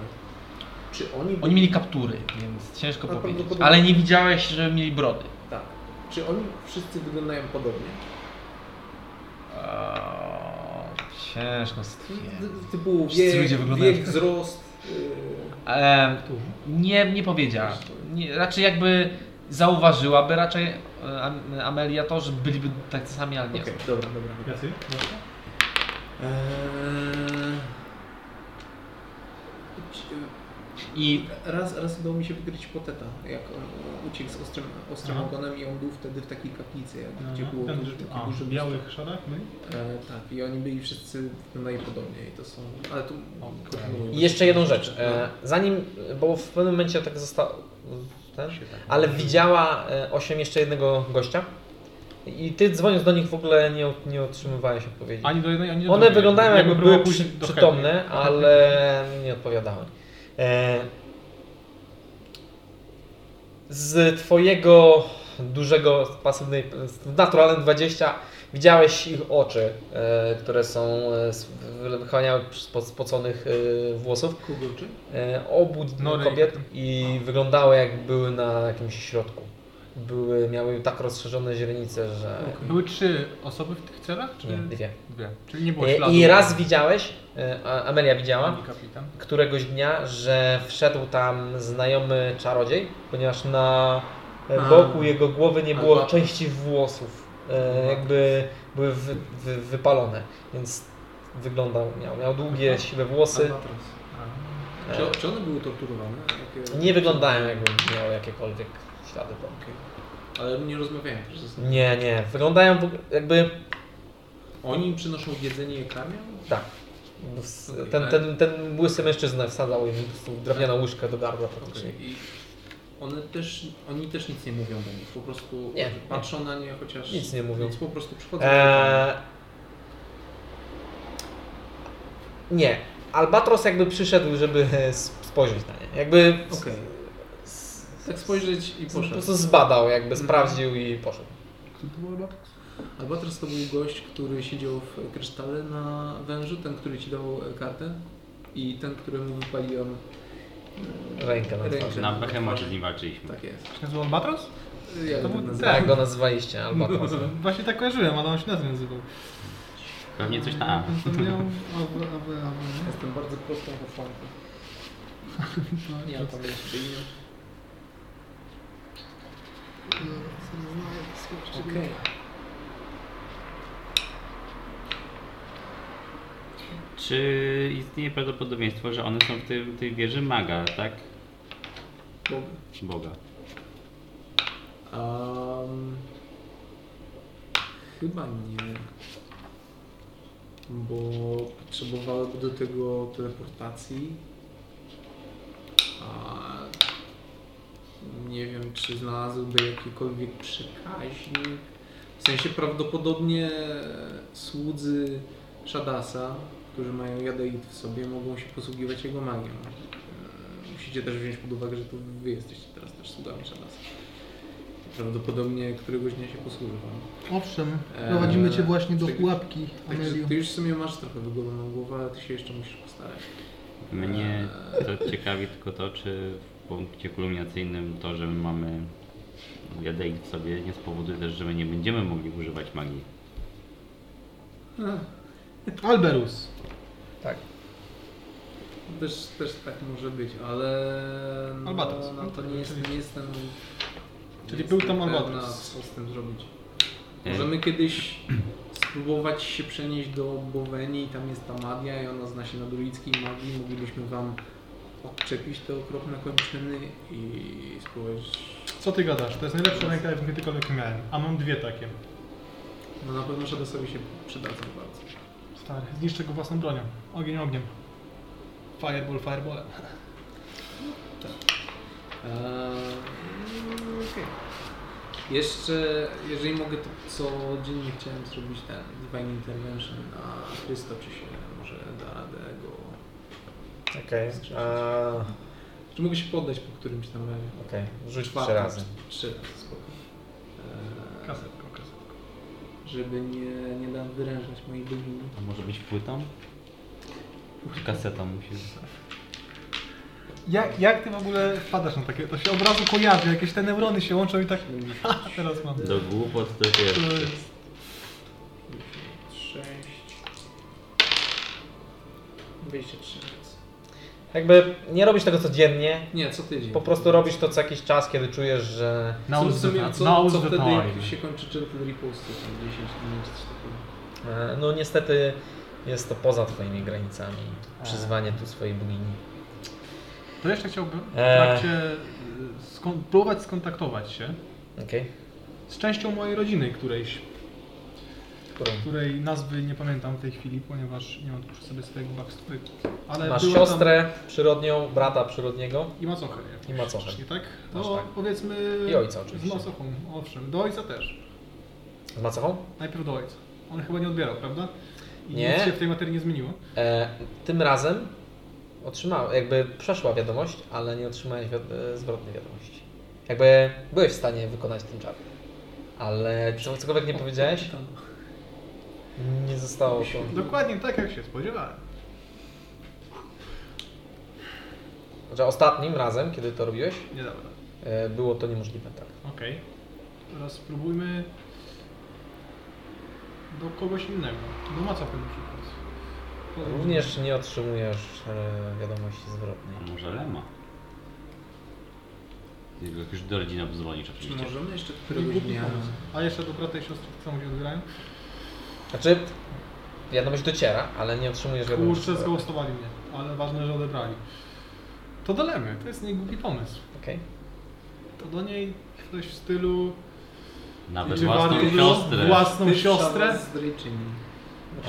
S3: czy oni byli...
S1: Oni mieli kaptury, więc ciężko
S3: No,
S1: powiedzieć.
S3: prawdopodobnie.
S1: Ale nie widziałeś, że mieli brody.
S3: Tak. Czy oni wszyscy wyglądają podobnie?
S1: Eee, ciężko stwierdzić.
S3: Z- Typu
S1: Wszyscy
S3: wiek,
S1: ludzie wyglądają-
S3: wiek wzrost... Yy...
S1: Eee, nie, nie powiedziała. Nie, raczej jakby zauważyłaby raczej e, Am- Amelia to, że byliby tak sami, ale nie
S3: Okej, dobra, dobra. dobra.
S2: Jacy?
S3: Eee...
S1: I
S3: Raz, raz udało mi się wykryć poteta, jak on uciekł z ostrym, ostrym
S2: Aha.
S3: ogonem i on był wtedy w takiej kaplicy, jak,
S2: No,
S3: gdzie było
S2: ten,
S3: duży, taki
S2: a,
S3: duży
S2: w białych szarach, no i?
S3: E, tak, i oni byli wszyscy najpodobniej, to są, ale tu kontynuuj.
S8: I jeszcze jedną rzecz. E, zanim, bo w pewnym momencie tak zostało. Ten,
S3: tak-
S8: ale widziała e, osiem jeszcze jednego gościa. I ty dzwoniąc do nich w ogóle nie, od- nie otrzymywałeś odpowiedzi.
S2: Ani do jednej, ani do
S8: One
S2: drugiej.
S8: wyglądają jakby
S2: próbował
S8: były przy,
S2: pójść do chemii.
S8: przytomne, ale nie odpowiadały. E, z twojego dużego pasywnej, z naturalnym 20 widziałeś ich oczy, e, które są e, z- wychłaniały spod spoconych e, włosów
S3: Kugoczy?
S8: e, obu
S2: Nory i
S8: kobiet
S2: potem-
S8: i wyglądały jak były na jakimś środku. Były, miały tak rozszerzone źrenice, że
S2: Były trzy osoby w tych celach, czy
S8: nie, dwie.
S2: dwie? Czyli nie było
S8: E,
S2: śladu.
S8: I raz widziałeś, e, a- Amelia widziała,
S2: Ani kapitan.
S8: któregoś dnia, że wszedł tam znajomy czarodziej, ponieważ na e,
S3: A.
S8: boku jego głowy nie było
S3: Albo-
S8: części włosów. E, Jakby były wy, wy, wypalone, więc wyglądał, miał, miał długie, siwe włosy.
S3: Albatros.
S8: E,
S3: No. Czy, czy one były torturowane? Jakie-
S8: Nie wyglądają jakby miały jakiekolwiek ślady po
S3: Okej. Ale nie rozmawiałem też ze sobą.
S8: Nie, nie. Wyglądają w ogóle jakby.
S3: Oni im przynoszą jedzenie i je karmią?
S8: Tak. S- Ten, ten, ten łysy mężczyzna wsadzał im po prostu drewnianą łyżkę do gardła praktycznie.
S3: Okej. I one też, oni też nic nie mówią do nich, po prostu
S8: Nie,
S3: patrzą na nie chociaż...
S8: Nic nie mówią.
S3: Nic, po prostu przychodzą.
S8: Eee... Nie. Albatros jakby przyszedł, żeby s- spojrzeć na nie. Jakby. s-
S3: Okej.
S8: s-
S3: Tak spojrzeć i
S8: Po
S3: poszedł.
S8: prostu zbadał, jakby
S3: Mhm.
S8: sprawdził i poszedł.
S3: Albatros to był gość, który siedział w krysztale na wężu, ten, który ci dał e, kartę i ten, któremu wypaliłem
S8: Rękę na
S3: Rękę.
S8: twarzy.
S4: Na behemocie z nim walczyliśmy.
S3: Tak jest.
S2: Czy nazywał Albatros?
S3: Ja
S2: To
S3: to
S2: był-
S3: nazywam.
S8: Tak go nazwaliście, Albatros.
S2: Właśnie tak kojarzyłem, ale on się nazwę nazywał.
S4: Pewnie coś na A.
S2: To miał... Awe, awe, awe.
S3: Jestem bardzo prostą hofanką. Ja tam jeszcze inną. Okej.
S4: Czy istnieje prawdopodobieństwo, że one są w tym, tej wieży maga, tak?
S3: Bo-
S4: Boga.
S3: Um, chyba nie. Bo potrzebowałyby do tego teleportacji. A nie wiem, czy znalazłby jakikolwiek przekaźnik. W sensie prawdopodobnie słudzy Shadasa, którzy mają jadeit w sobie, mogą się posługiwać jego magią. Mm, Musicie też wziąć pod uwagę, że to wy jesteście teraz też sługami Shadasa. Prawdopodobnie któregoś dnia się posłuży wam.
S2: Owszem,
S3: Eee,
S2: prowadzimy cię właśnie do
S3: tak-
S2: pułapki,
S3: Także
S2: Amelio.
S3: ty już w sumie masz trochę wygoloną głowę, ale ty się jeszcze musisz postarać.
S4: Mnie
S2: Eee.
S4: to ciekawi tylko to, czy w punkcie kulminacyjnym to, że my mamy jadej w sobie nie spowoduje też, że my nie będziemy mogli używać magii.
S3: No,
S2: Alberus.
S8: Tak.
S3: Też, też tak może być, ale no,
S2: Albatros.
S3: No, to nie, jest, nie jestem...
S2: Czyli
S3: nie
S2: był
S3: jestem
S2: tam
S3: pewna,
S2: Albatros.
S3: Co z tym zrobić.
S4: E,
S3: Możemy kiedyś spróbować się przenieść do Bowenii, tam jest ta magia i ona zna się na druickiej magii. Moglibyśmy wam odczepić te okropne kończyny i spróbować...
S2: Co ty gadasz? To jest najlepsza ręka, jaką kiedykolwiek miałem. A mam dwie takie.
S3: No na pewno Shadosowi się przydadzą bardzo.
S2: Stary, zniszczę go własną bronią. Ogień ogniem. Fireball, fireball.
S3: Eee, okej. Jeszcze, jeżeli mogę, to codziennie chciałem zrobić ten Divine Intervention na Krysto, czy się może da radę go... Tak.
S1: Okej.
S3: Skrzesić.
S1: a,
S3: Czy mogę się poddać po którymś tam razie?
S1: Okej, rzuć trzy
S3: Czwartym,
S1: razy.
S3: Trzy razy, spoko. Eee,
S2: Kasetko, kasetko.
S3: żeby nie, nie dam wyrężać mojej bogini.
S4: To może być płytą? Czy kasetą musisz?
S2: Jak, jak ty w ogóle wpadasz na takie? To się od razu kojarzy, jakieś te neurony się łączą i tak... Ha, teraz mam.
S4: Do głupot to
S2: To
S4: wiesz.
S2: jest-
S3: Sześć. 23.
S1: Jakby nie robisz tego codziennie,
S3: Nie, co tydzień.
S1: po prostu robisz to co jakiś czas, kiedy czujesz, że
S3: co, w sumie,
S2: Nose the-
S3: co,
S2: nose
S3: co
S2: the
S3: wtedy
S2: time.
S3: jak się kończy czyn ten riposty, tam 10 minut czy coś takiego.
S1: e, no niestety jest to poza twoimi granicami. Przyzywanie tu swojej bogini.
S2: To jeszcze chciałbym w
S1: Eee.
S8: E.
S2: trakcie y, skon- próbować skontaktować się
S1: Okej?
S2: z częścią mojej rodziny którejś,
S1: Którą?
S2: której nazwy nie pamiętam w tej chwili, ponieważ nie mam tu przy sobie swojego backstory. Ale
S1: Masz
S2: była tam-
S1: siostrę przyrodnią, brata przyrodniego.
S2: I macochę. jak
S1: I macochę.
S2: Nie tak?
S1: Masz
S2: To
S1: tak.
S2: powiedzmy...
S1: I ojca oczywiście.
S2: Z macochą, owszem. Do ojca też.
S1: Z macochą?
S2: Najpierw do ojca. On chyba nie odbierał, prawda? I
S1: Nie.
S2: nic się w tej materii nie zmieniło.
S1: E, tym razem otrzymałem, jakby przeszła wiadomość, ale nie otrzymałeś wiad- e, zwrotnej wiadomości. Jakby byłeś w stanie wykonać ten czar, ale co- cokolwiek nie powiedziałeś, nie zostało to.
S2: Dokładnie tak, jak się spodziewałem.
S1: Że ostatnim razem, kiedy to robiłeś,
S2: Nie dobra.
S1: e, było to niemożliwe, tak.
S2: Okej. Teraz spróbujmy do kogoś innego. Do macochy na przykład. To-
S1: Również nie otrzymujesz e, wiadomości zwrotnej.
S4: A może Lema? Jak już do rodziny obdzwonisz
S3: Czy
S4: oczywiście.
S3: możemy jeszcze
S2: Nie
S3: któregoś
S2: No. głupi
S3: dnia...
S2: pomysł. A jeszcze do brata i siostry tak samo się odbierają?
S1: Znaczy, wiadomość dociera, ale nie otrzymujesz wiadomości
S2: Kurczę,
S1: zwrotnej.
S2: zgołostowali mnie. Ale ważne, że odebrali. To do Lemy. To jest niegłupi pomysł.
S1: Okej.
S2: To do niej coś w stylu...
S4: Nawet
S2: Czy no,
S4: własną
S2: warto-
S4: siostrę.
S2: Własną
S3: Ty
S2: siostrę?
S3: sama Z Ryczyni.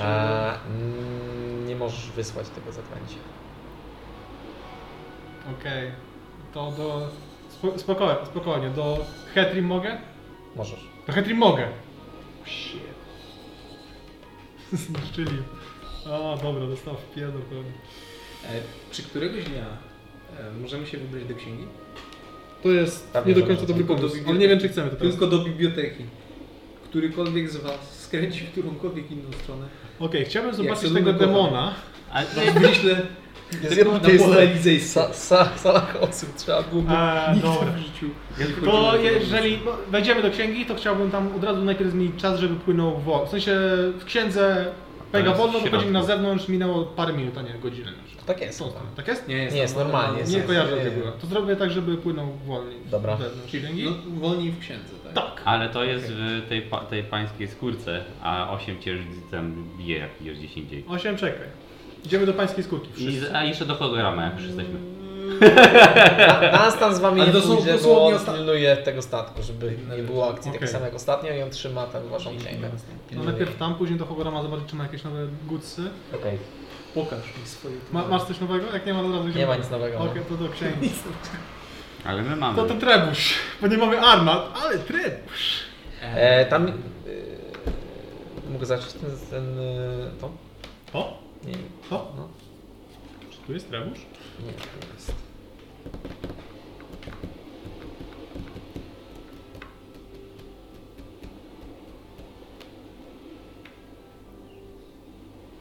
S1: A, mm, E, Nie możesz wysłać tego zaklęcia.
S2: Okej. To do... Spo, spokojnie, spokojnie. Do Hetrim mogę?
S1: Możesz.
S2: Do Hetrim mogę. Shit. Zniszczyli. O, dobra, dostał w pierdol pewnie.
S3: E, Czy któregoś dnia e, możemy się wybrać do księgi?
S2: To jest
S1: Pewnie,
S2: nie do
S1: że
S2: końca
S1: można.
S2: dobry
S3: Tylko
S2: pomysł,
S3: do
S2: ale nie wiem czy chcemy to teraz.
S3: Tylko do biblioteki. Którykolwiek z Was skręci w którąkolwiek inną stronę.
S2: Okej, chciałbym
S3: Jak
S2: zobaczyć
S3: się
S2: tego
S3: lubię
S2: demona.
S4: A
S3: Wyślę
S1: Jest jedno
S3: jedno na
S1: miejsce.
S3: pole Elizejskie.
S1: Sa, sa, salach osób trzeba było.
S2: Eee,
S3: Nikt
S2: dobra.
S3: w życiu.
S2: To jeżeli no, wejdziemy do księgi, to chciałbym tam od razu najpierw zmienić czas, żeby płynął wolno. W sensie w księdze pega
S4: jest w
S2: wolno, wychodzimy na
S4: środku.
S2: zewnątrz, minęło parę minut, a nie godzinę. na przykład.
S1: Tak jest.
S2: Co z tym? Tak jest?
S3: Nie,
S1: Nie, jest normalnie, jest
S2: Nie
S1: Jest.
S2: kojarzę
S1: Nie.
S2: tego. To zrobię tak, żeby płynął wolniej.
S1: Dobra.
S2: wewnątrz
S3: Czyli
S2: księgi.
S3: no, wolniej w księdze, tak?
S2: Tak.
S4: Ale to jest w tej, pa, tej pańskiej skórce, a 8 cię już tam bije jak idziesz gdzieś indziej.
S2: Osiem, czekaj. Idziemy do pańskiej skórki.
S4: I,
S2: Wszyscy.
S4: a jeszcze do holograma jak już jesteśmy.
S1: Na- Nas tam z wami
S3: Ale
S1: nie
S3: to są
S1: pójdzie, bo
S3: dosłownie
S1: on
S3: osta-
S1: pilnuje tego statku, żeby nie było akcji
S2: Okej.
S1: takiej samej jak ostatnio i on trzyma tam waszą księgę.
S2: No najpierw tam, później do Hogorama zobaczyć, czy ma jakieś nowe gutsy.
S1: Okej.
S3: Pokaż mi swoje.
S2: Ma, masz coś nowego? Jak nie ma, to od razu
S1: Nie ma nic nowego.
S2: Okej,
S1: no.
S2: to do księgi.
S4: Ale my mamy.
S2: To to trebusz, bo nie mamy armat, ale trebusz.
S1: E, tam. E, mogę zacząć ten. ten e, to?
S2: To?
S1: Nie, nie,
S2: To?
S1: No.
S2: Czy tu jest trebusz?
S1: nie to jest.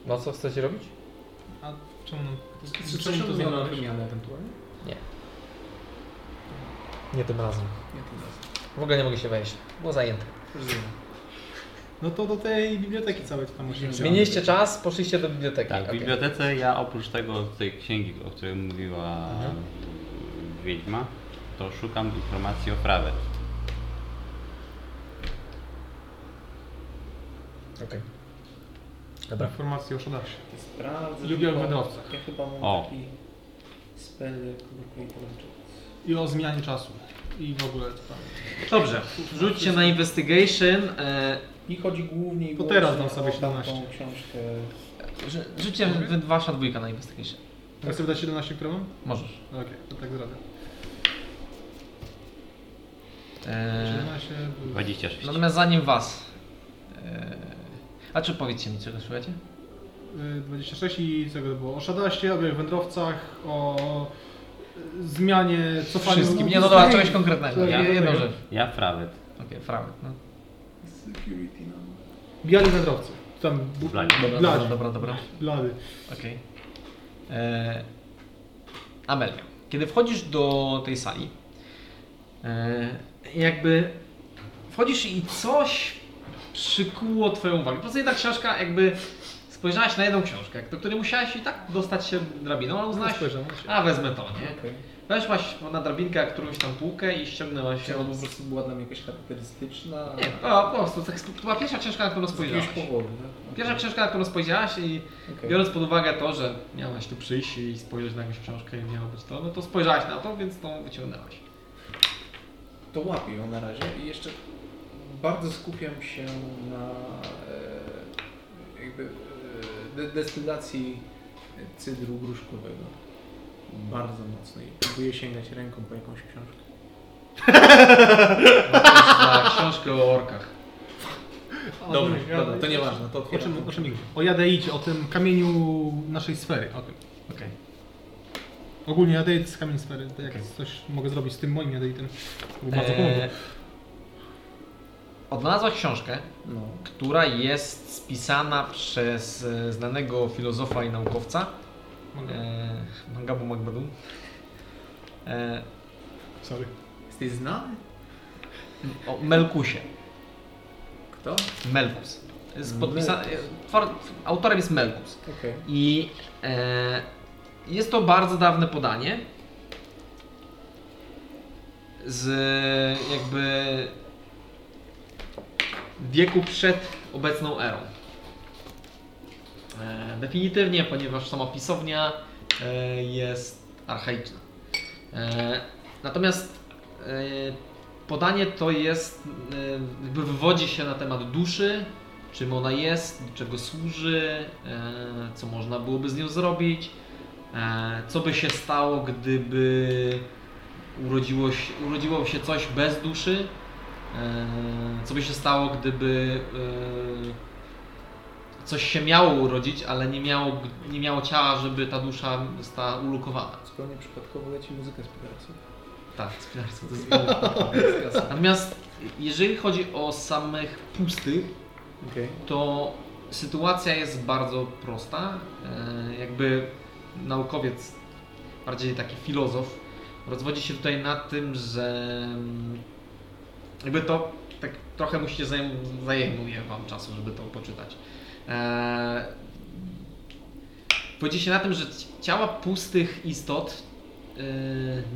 S1: No co chcecie robić?
S2: A czemu nam...
S3: Czy coś to zmiana na wymianę ewentualnie?
S1: Nie tym razem.
S3: Nie, to teraz.
S1: W ogóle nie mogę się wejść, było zajęte.
S3: Rozumiem.
S2: No to do tej biblioteki całej co tam musimy
S1: Zmieniliście czas, poszliście do biblioteki.
S4: Tak, w
S1: Okej.
S4: bibliotece ja oprócz tego tej księgi, o której mówiła
S1: Mhm.
S4: Wiedźma, to szukam informacji o prawie.
S1: Okej.
S8: Dobra.
S2: Informacje o szanarsie.
S3: Sprawdzę.
S2: Lubię
S3: tylko-
S2: wydawców.
S3: Ja chyba mam
S4: O.
S3: taki spell jak Workmate Launcher.
S2: I o zmianie czasu. I w ogóle tam.
S1: Dobrze, rzućcie na investigation. E,
S3: I chodzi głównie i
S2: To teraz
S3: wyłącznie
S2: dam sobie
S3: o tamtą
S2: 17.
S3: książkę.
S1: rzu- rzućcie wy- wasza dwójka na investigation.
S2: Chcę wydać 17, którą mam?
S1: Możesz.
S2: No Okej, to tak zrobię.
S1: E,
S2: 17,
S4: 26.
S1: natomiast zanim was. E, a czy powiedzcie mi, czego szukacie?
S2: y, 26 i co to było? O szanarsie, o białych wędrowcach, o y, zmianie, cofaniu...
S1: Wszystkim. Nie, no dobra, czegoś konkretnego.
S2: Ja-
S1: Jedną rzecz.
S4: Ja frawet.
S1: Okej, framek. No.
S5: Security nam.
S2: Biali wędrowcy. Tam... bu-
S4: Blali.
S1: Dobra, dobra,
S2: Blady.
S1: dobra, dobra.
S2: Blady.
S1: Okej. E, Amelia, kiedy wchodzisz do tej sali, e, jakby wchodzisz i coś przykuło twoją uwagę. Po prostu jedna książka jakby spojrzałaś na jedną książkę, do której musiałaś i tak dostać się drabiną, ale uznałaś,
S2: Spojrzałem.
S1: a wezmę to, nie? Weszłaś na drabinkę którąś tam półkę i ściągnęłaś
S3: Czy
S1: ją.
S3: ona po prostu była dla mnie jakaś charakterystyczna?
S1: Nie, to po prostu tak, to była pierwsza książka, na którą
S3: z jakiegoś
S1: spojrzałaś.
S3: powodu, tak?
S1: Pierwsza książka, na którą spojrzałaś i
S3: Okej.
S1: Biorąc pod uwagę to, że miałaś tu przyjść i spojrzeć na jakąś książkę i miało być to, no to spojrzałaś na to, więc tą wyciągnęłaś.
S3: To łapię ją na razie i jeszcze bardzo skupiam się na e, jakby e, de- destylacji cydru gruszkowego. Bardzo mocno i próbuję sięgać ręką po jakąś książkę.
S1: Na książkę o orkach.
S3: Dobrze,
S2: ja-
S3: dobra, to nieważne, to
S2: O
S3: otwieram.
S2: czym, o czym idzie? O Jadeicie, o tym kamieniu naszej sfery, o tym.
S1: Okej.
S2: Ogólnie Jadeit z kamień sfery, to jak
S1: Okej.
S2: coś mogę zrobić z tym moim Jadeitem. Bo bardzo pomogło.
S1: Eee, Odnalazłaś książkę,
S3: No.
S1: która jest spisana przez e, znanego filozofa i naukowca
S2: Mogę.
S1: e, Mangabu Magbadum. E,
S2: Sorry.
S3: Jesteś znany?
S1: o Melkusie.
S3: Kto?
S1: Melkus. Jest podpisa- e, twor- autorem jest Melkus.
S3: Okej.
S1: I e, jest to bardzo dawne podanie. Z jakby wieku przed obecną erą. E, definitywnie, ponieważ sama pisownia e, jest archaiczna. E, natomiast e, podanie to jest, e, jakby wywodzi się na temat duszy, czym ona jest, do czego służy, e, co można byłoby z nią zrobić, e, co by się stało, gdyby urodziło się, urodziło się coś bez duszy, e, co by się stało, gdyby e, coś się miało urodzić, ale nie miało, nie miało ciała, żeby ta dusza została ulokowana.
S3: Zupełnie przypadkowo leci muzyka z Pegasus.
S1: Tak, spinarstwo to jest Natomiast jeżeli chodzi o samych pustych,
S3: Okej.
S1: to sytuacja jest bardzo prosta. E, Jakby naukowiec, bardziej taki filozof, rozwodzi się tutaj na tym, że mm, jakby to tak trochę musicie zajem- zajmuje wam czasu, żeby to poczytać. E, Powiedzie się na tym, że ci- ciała pustych istot e,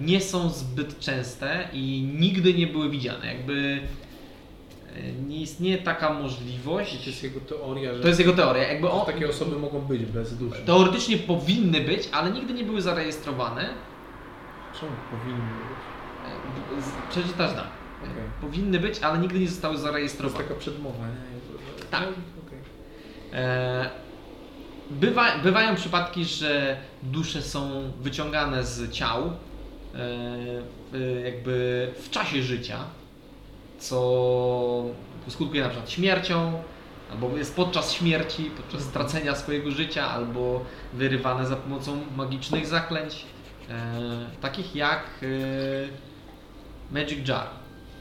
S1: nie są zbyt częste i nigdy nie były widziane. Jakby e, nie istnieje taka
S3: I To
S1: możliwość.
S3: jest jego teoria, że
S1: To jest jego teoria. Jakby
S3: że
S1: on,
S3: takie osoby mogą być bez duszy.
S1: teoretycznie powinny być, ale nigdy nie były zarejestrowane.
S3: Czemu powinny być?
S1: E, z- Przeczytasz tak.
S3: Okej.
S1: Powinny być, ale nigdy nie zostały
S3: To jest
S1: zarejestrowane.
S3: taka przedmowa, nie?
S1: Tak.
S3: No, okej.
S1: E, Bywa, bywają przypadki, że dusze są wyciągane z ciał e, w- jakby w czasie życia, co skutkuje na przykład śmiercią, albo jest podczas śmierci, podczas stracenia swojego życia, albo wyrywane za pomocą magicznych zaklęć, e, takich jak e, Magic Jar.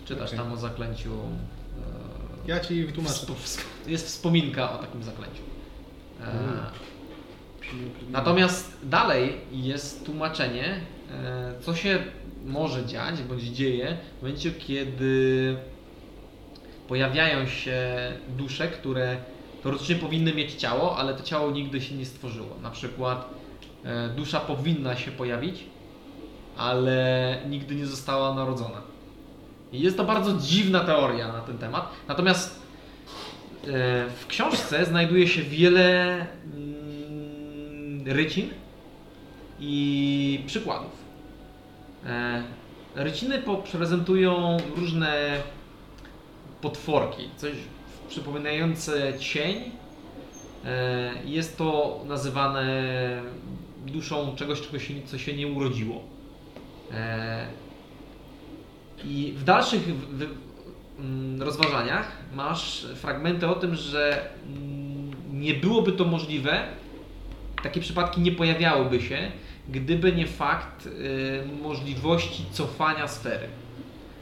S1: Czytasz
S3: Okej.
S1: tam o zaklęciu. e,
S2: Ja ci wytłumaczę.
S1: Wsp- wsp- jest wspominka o takim zaklęciu. E, natomiast dalej jest tłumaczenie, e, co się może dziać bądź dzieje w momencie, kiedy pojawiają się dusze, które teoretycznie powinny mieć ciało, ale to ciało nigdy się nie stworzyło. Na przykład e, dusza powinna się pojawić, ale nigdy nie została narodzona. I Jest to bardzo dziwna teoria na ten temat. Natomiast E, W książce znajduje się wiele mm, rycin i przykładów. E, Ryciny po- prezentują różne potworki, coś przypominające cień. E, Jest to nazywane duszą czegoś, czego się, co się nie urodziło. E, I w dalszych wy, mm, rozważaniach masz fragmenty o tym, że mm, nie byłoby to możliwe, takie przypadki nie pojawiałyby się, gdyby nie fakt y, możliwości cofania sfery.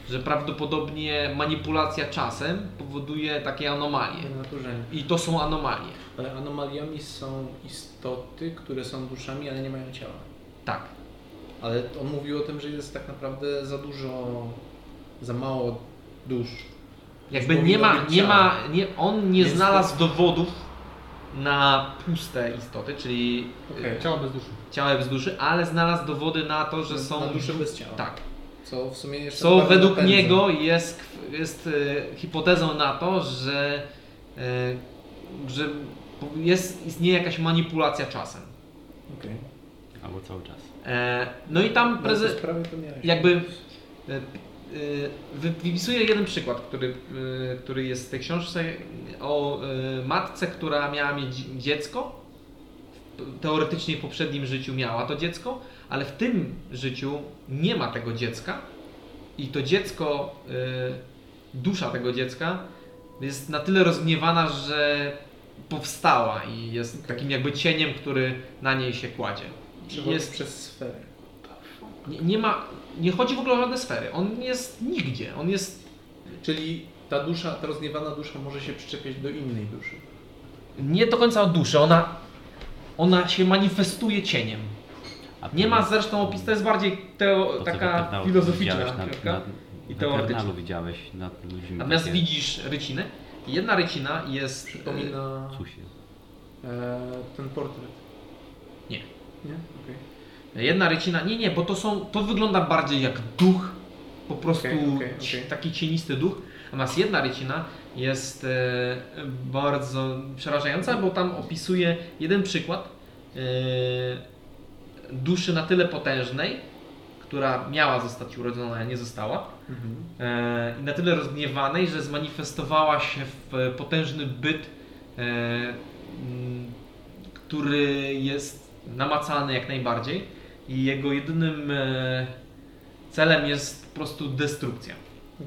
S1: Że prawdopodobnie manipulacja czasem powoduje takie anomalie.
S3: naturze.
S1: I to są anomalie.
S3: Ale anomaliami są istoty, które są duszami, ale nie mają ciała.
S1: Tak.
S3: Ale on mówił o tym, że jest tak naprawdę za dużo, za mało dusz.
S1: Jakby
S3: Powinno
S1: nie ma,
S3: być
S1: nie
S3: ciało.
S1: ma, nie, on nie
S3: Jest
S1: znalazł dowodów na puste istoty, czyli
S3: Okej.
S2: Ciało bez duszy.
S1: ciała bez duszy, ale znalazł dowody na to, że są
S3: na dusze bez ciała.
S1: Tak.
S3: Co w sumie jeszcze
S1: Co
S3: naprawdę
S1: według
S3: napędza.
S1: niego jest, kw- jest e, hipotezą na to, że, e, że po- jest, istnieje jakaś manipulacja czasem.
S3: Okej.
S4: Albo cały czas.
S1: E, No i tam
S3: No,
S1: prezes,
S3: to sprawy to miałeś.
S1: jakby e, e, wy- wypisuję jeden przykład, który, e, który jest w tej książce o e, matce, która miała mieć dziecko. Teoretycznie w poprzednim życiu miała to dziecko, ale w tym życiu nie ma tego dziecka i to dziecko, e, dusza tego dziecka jest na tyle rozgniewana, że powstała i jest takim jakby cieniem, który na niej się kładzie.
S3: Przechodzi
S1: Jest
S3: przez sferę.
S1: nie, nie ma, nie chodzi w ogóle o żadne sfery. On jest nigdzie. On jest
S3: Czyli ta dusza, ta rozgniewana dusza może się przyczepiać do innej duszy.
S1: nie do końca o duszy. Ona, ona się manifestuje cieniem.
S4: A
S1: Nie ma zresztą opisu, to jest bardziej teo,
S4: to, co
S1: taka
S4: Weternalu
S1: filozoficzna
S4: widziałeś nad-
S1: książka.
S4: nad-
S1: i
S4: Weternalu
S1: teoretyczna.
S4: widziałeś nad ludźmi
S1: Natomiast
S4: takie
S1: widzisz ryciny. Jedna rycina jest... y,
S3: Przypomina
S4: cusie.
S3: e, ten portret.
S1: Nie.
S3: Nie? Okej.
S1: Jedna rycina, nie, nie, bo to są, to wygląda bardziej jak duch, po prostu
S3: Okej, okej,
S1: ci-
S3: okej.
S1: taki cienisty duch. Natomiast jedna rycina jest e, bardzo przerażająca, bo tam opisuje jeden przykład e, duszy na tyle potężnej, która miała zostać urodzona, a nie została,
S3: Mhm.
S1: e, i na tyle rozgniewanej, że zmanifestowała się w e, potężny byt, e, m, który jest namacalny jak najbardziej i jego jedynym e, celem jest po prostu destrukcja.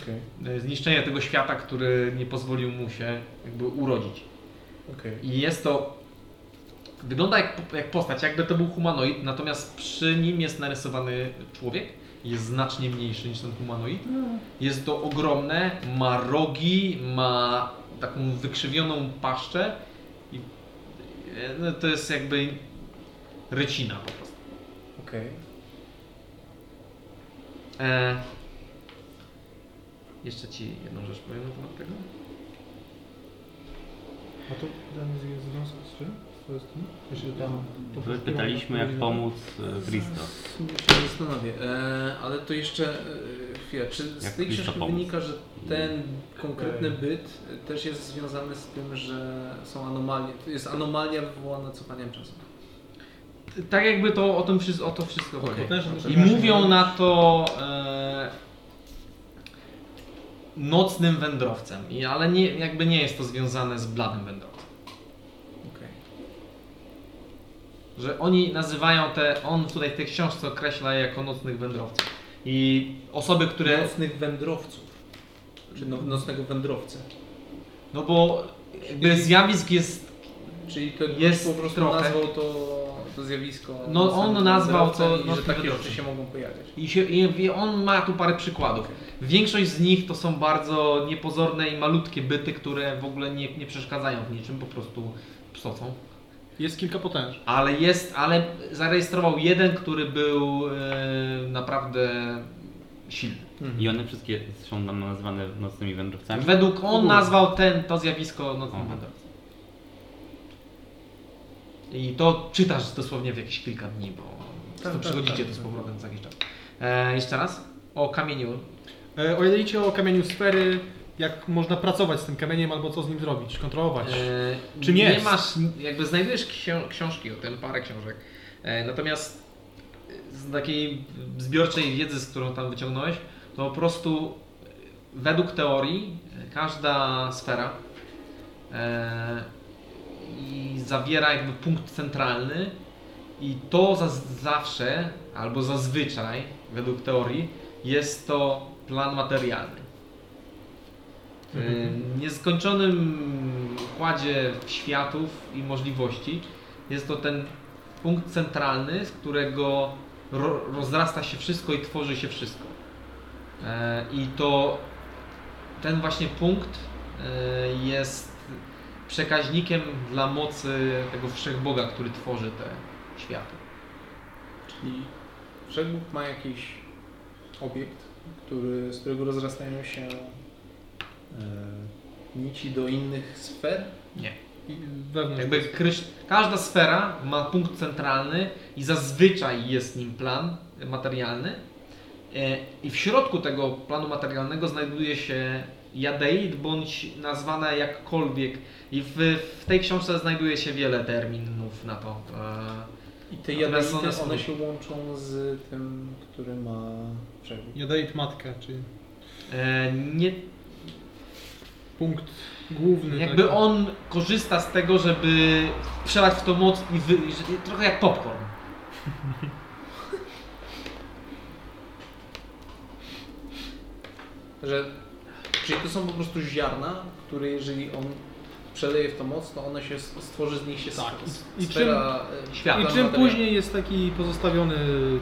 S3: Okej.
S1: E, Zniszczenie tego świata, który nie pozwolił mu się jakby urodzić.
S3: Okej.
S1: I jest to. Wygląda jak, jak postać, jakby to był humanoid, natomiast przy nim jest narysowany człowiek. Jest znacznie mniejszy niż ten humanoid. Jest to ogromne, ma rogi, ma taką wykrzywioną paszczę. I e, no, to jest jakby rycina po prostu.
S3: Okej.
S1: E, jeszcze ci jedną rzecz powiem na temat tego.
S2: A to pytanie jest związek z czym? To jest tym? Jeśli
S3: Tam.
S2: to
S4: Wy- Pytaliśmy jak pomóc e, Bristo.
S3: W sumie się zastanowię, e, ale to jeszcze e, chwilę. Czy z
S4: Jak
S3: tej
S4: lista
S3: książki
S4: pomysł.
S3: wynika, że ten konkretny byt e, też jest związany z tym, że są anomalie, to jest anomalia wywołana cofaniem czasu?
S1: Tak jakby to o, tym, wszy- o to wszystko chodzi.
S2: Potężny
S1: I mówią na to e, nocnym wędrowcem, I, ale nie, jakby nie jest to związane z bladym wędrowcem.
S3: Okej.
S1: Że oni nazywają te, on tutaj w tej książce określa je jako nocnych wędrowców. I osoby, które,
S3: Nocnych wędrowców. Czy no, nocnego wędrowcę.
S1: no bo jakby zjawisk jest,
S3: Czyli to
S1: Jest
S3: jest po prostu
S1: trochę.
S3: nazwał to, to zjawisko.
S1: No, on
S3: nocnym
S1: nazwał to
S3: wędrowcem i że
S1: nocnym
S3: takie
S1: wędrowcem.
S3: rzeczy się mogą pojawiać.
S1: i, się, i i on ma tu parę przykładów. Większość z nich to są bardzo niepozorne i malutkie byty, które w ogóle nie, nie przeszkadzają w niczym, po prostu psocą.
S2: Jest kilka potężnych.
S1: Ale jest, ale zarejestrował jeden, który był e, naprawdę silny.
S4: I one wszystkie są nam nazywane nocnymi wędrowcami.
S1: Według on
S4: Tak? Ogólnie.
S1: nazwał ten, to zjawisko no, nocnym
S4: Aha.
S1: wędrowcem. I to czytasz dosłownie w jakieś kilka dni, bo
S3: Tak,
S1: to
S3: tak,
S1: przychodzicie
S3: tak,
S1: tu z
S3: tak.
S1: powrotem za jakiś czas. E, jeszcze raz o kamieniu.
S2: Eee, E, o ile idzie o kamieniu sfery, jak można pracować z tym kamieniem albo co z nim zrobić, kontrolować.
S1: E,
S2: Czym
S1: nie
S2: jest?
S1: masz, jakby znajdujesz ksią- książki o tym, parę książek. E, natomiast z takiej zbiorczej wiedzy, z którą tam wyciągnąłeś, to po prostu e, według teorii e, każda sfera e, i zawiera jakby punkt centralny i to za, zawsze albo zazwyczaj według teorii jest to plan materialny. Y, W nieskończonym układzie światów i możliwości jest to ten punkt centralny, z którego ro rozrasta się wszystko i tworzy się wszystko. E, I to ten właśnie punkt e, jest przekaźnikiem dla mocy tego wszechboga, który tworzy te światy.
S9: Czyli Wszechbóg ma jakiś obiekt, który, z którego rozrastają się e, nici do innych sfer.
S2: I wewnątrz.
S1: Jakby krysz... Każda sfera ma punkt centralny i zazwyczaj jest nim plan materialny. E, I w środku tego planu materialnego znajduje się jadeit, bądź nazwana jakkolwiek. I w, w tej książce znajduje się wiele terminów na to.
S9: I te
S1: Natomiast
S9: jadeity,
S1: one są-
S9: one się łączą z tym, który ma Wszechbóg.
S2: Jadeit matkę, czyli
S1: E, E, nie,
S2: punkt główny. tak?
S1: jakby
S2: taki.
S1: on korzysta z tego, żeby przelać w to moc i wy... i że- trochę jak popcorn.
S9: Że, czyli to są po prostu ziarna, które jeżeli on przeleje w to moc, to one się stworzy z nich się tak.
S2: I- i
S9: sfera e,
S1: Świat.
S2: I
S9: plan
S2: czym
S9: materialny.
S2: później jest taki pozostawiony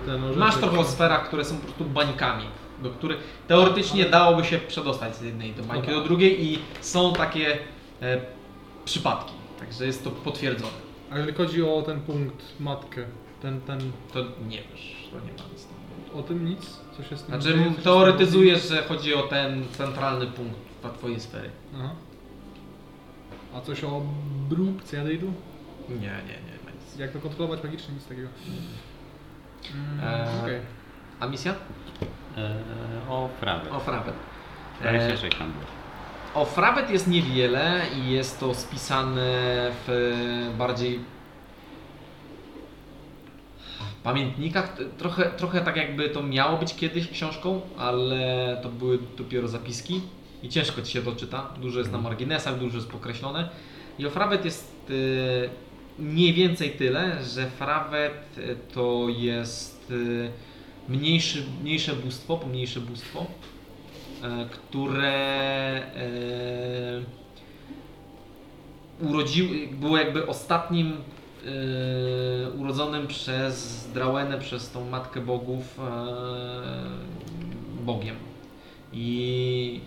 S2: ten orzeszek?
S1: Masz trochę o sferach, które są po prostu bańkami, do których teoretycznie dałoby się przedostać z jednej do bańki do drugiej i są takie e, przypadki. Także jest to potwierdzone.
S2: Ale chodzi o ten punkt matkę. Ten, ten,
S1: To nie wiesz, to nie ma nic. tam.
S2: o tym nic? Co się z tym
S1: Znaczy
S2: dzieje? Co się z tym
S1: teoretyzujesz, że chodzi o ten centralny punkt dla twojej sfery.
S2: robi? Aha. A coś o bróbce jadeitu?
S1: Nie, nie, nie ma nic.
S2: Jak to kontrolować magicznie? Nic takiego. Mm,
S9: Tak.
S1: Eee.
S2: Okej.
S1: A misja?
S4: E, o prawej.
S1: O frapet.
S4: Prawie
S1: E,
S4: się szykam.
S1: O frapet jest niewiele i jest to spisane w e, bardziej pamiętnikach. T- Trochę, trochę tak jakby to miało być kiedyś książką, ale to były dopiero zapiski i ciężko ci się doczyta. Dużo jest na marginesach, dużo jest pokreślone. I o frapet jest e, mniej więcej tyle, że frapet e, to jest e, mniejszy, mniejsze bóstwo, pomniejsze bóstwo e, które e, urodziły, było jakby ostatnim e, urodzonym przez Drauenę, przez tą Matkę Bogów e, Bogiem. I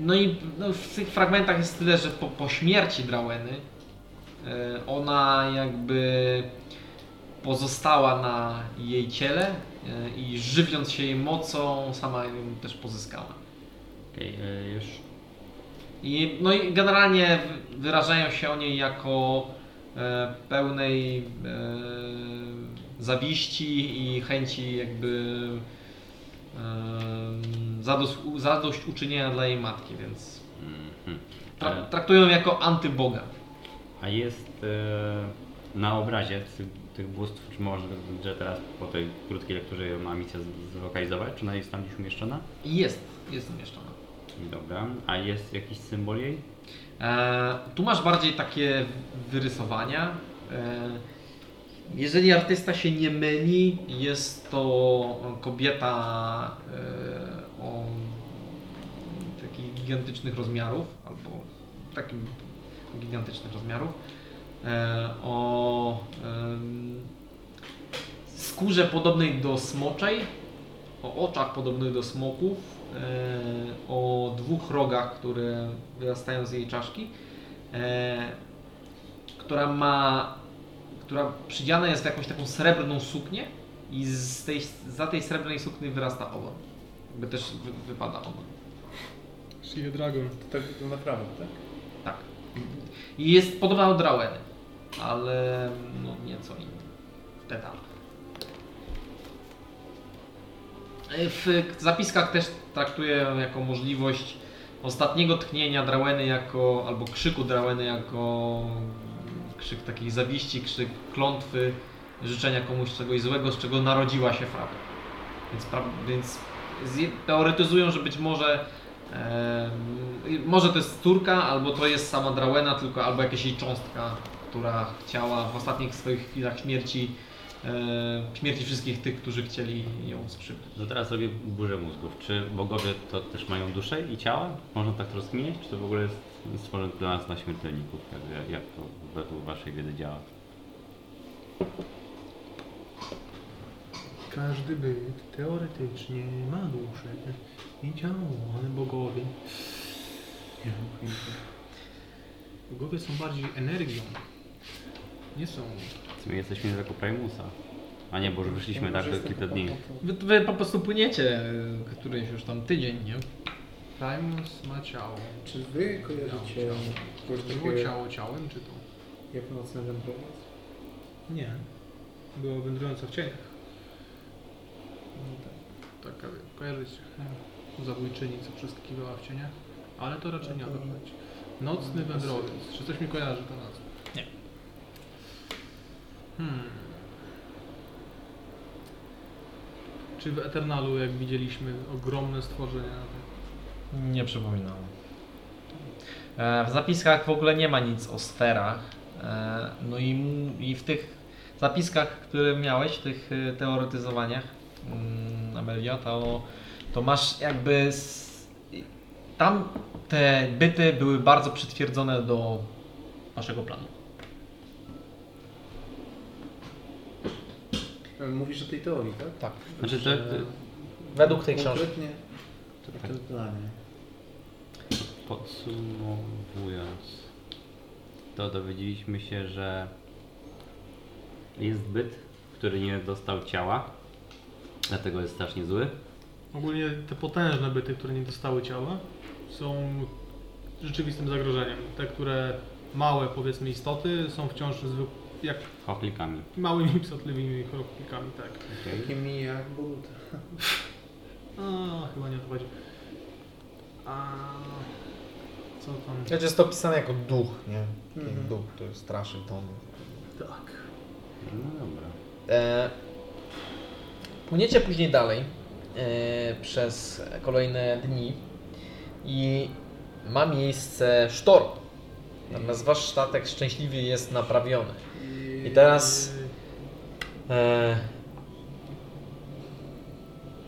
S1: No i no, w tych fragmentach jest tyle, że po, po śmierci Draueny e, ona jakby pozostała na jej ciele e, i żywiąc się jej mocą, sama ją też pozyskała.
S4: Okej, e, już
S1: I, no i generalnie wy- wyrażają się o niej jako e, pełnej e, zawiści i chęci jakby e, zados, zadośćuczynienia dla jej matki, więc
S4: Mhm.
S1: tra,
S4: E,
S1: traktują ją jako antyboga.
S4: A jest e, na obrazie tych, tych bóstw, czy można że teraz po tej krótkiej lekturze ma misję z- zlokalizować, czy ona jest tam gdzieś umieszczona?
S1: I jest, jest umieszczona.
S4: Dobra, a jest jakiś symbol jej?
S1: E, tu masz bardziej takie wyrysowania. E, jeżeli artysta się nie myli, jest to kobieta e, o takich gigantycznych rozmiarów, albo takim gigantycznych rozmiarów, e, o em, skórze podobnej do smoczej, o oczach podobnych do smoków, e, o dwóch rogach, które wyrastają z jej czaszki, e, która ma, która przydziana jest w jakąś taką srebrną suknię i z tej, za tej srebrnej sukni wyrasta ogon. Jakby też wy, wypada ogon.
S2: Shia Dragon.
S9: To tak wygląda prawo, tak?
S1: Tak. I jest podobna do Draueny, ale no nieco inny. Detal. W zapiskach też traktuję jako możliwość ostatniego tchnienia Drałeny jako, albo krzyku Drałeny jako krzyk takiej zawiści, krzyk klątwy, życzenia komuś czegoś złego, z czego narodziła się Frabel. Więc, pra- więc zje- teoretyzują, że być może em, może to jest córka, albo to jest sama Drałena, tylko albo jakaś jej cząstka, która chciała w ostatnich swoich chwilach śmierci e, śmierci wszystkich tych, którzy chcieli ją skrzywdzić.
S4: No teraz robię burzę mózgów. Czy bogowie to też mają duszę i ciała? Można tak to rozkminiać? Czy to w ogóle jest stworzone dla nas na śmiertelników? Także jak to według waszej wiedzy działa?
S2: Każdy byt teoretycznie ma duszę i ciało, ale bogowie. Nie mam pojęcia. Bogowie są bardziej energią. Nie są.
S4: W sumie jesteśmy tylko Primusa. A nie, bo już wyszliśmy tak do kilka dni.
S1: Wy, wy po prostu płyniecie y, któryś już tam tydzień, nie?
S2: Primus ma ciało.
S9: Czy wy kojarzycie
S2: No.
S9: coś
S2: Czy było
S9: takiego
S2: ciało ciałem, czy to?
S9: jak nocny wędrowiec?
S2: Nie. Było wędrujące w cieniach. Taka, wie- kojarzycie, e, zabójczyni, co przeskakiwała w cieniach, ale to raczej nie odpalić. Nocny
S1: No,
S2: wędrowiec. Czy coś mi kojarzy to nazwę?
S1: Nie.
S2: Hmm. Czy w Eternalu, jak widzieliśmy, ogromne stworzenia?
S1: Nie przypominam. E, W zapiskach w ogóle nie ma nic o sterach. E, No i, m- i w tych zapiskach, które miałeś, w tych y, teoretyzowaniach, mm, Amelia, to, to masz jakby. s- i- Tam te byty były bardzo przytwierdzone do waszego planu.
S9: Mówisz o tej teorii, tak?
S8: Tak.
S4: Znaczy, to, to,
S8: Według tej książki.
S9: Konkretnie to jest dla mnie.
S4: Podsumowując, to dowiedzieliśmy się, że jest byt, który nie dostał ciała, dlatego jest strasznie zły.
S2: Ogólnie te potężne byty, które nie dostały ciała, są rzeczywistym zagrożeniem. Te, które małe, powiedzmy, istoty są wciąż zwyk- jak
S4: Chochlikami.
S2: małymi, psotliwymi chropikami, tak.
S9: Takimi jak Boruta.
S2: A, chyba nie o to chodzi. A, co
S1: E-
S2: tam?
S8: Znaczy jest to pisane jako duch, nie?
S9: Mhm.
S8: Jak duch, który straszy tą.
S9: Tak.
S4: No dobra.
S8: E, płyniecie później dalej e, przez kolejne dni i ma miejsce sztorm. Natomiast wasz statek szczęśliwie jest naprawiony. I teraz E,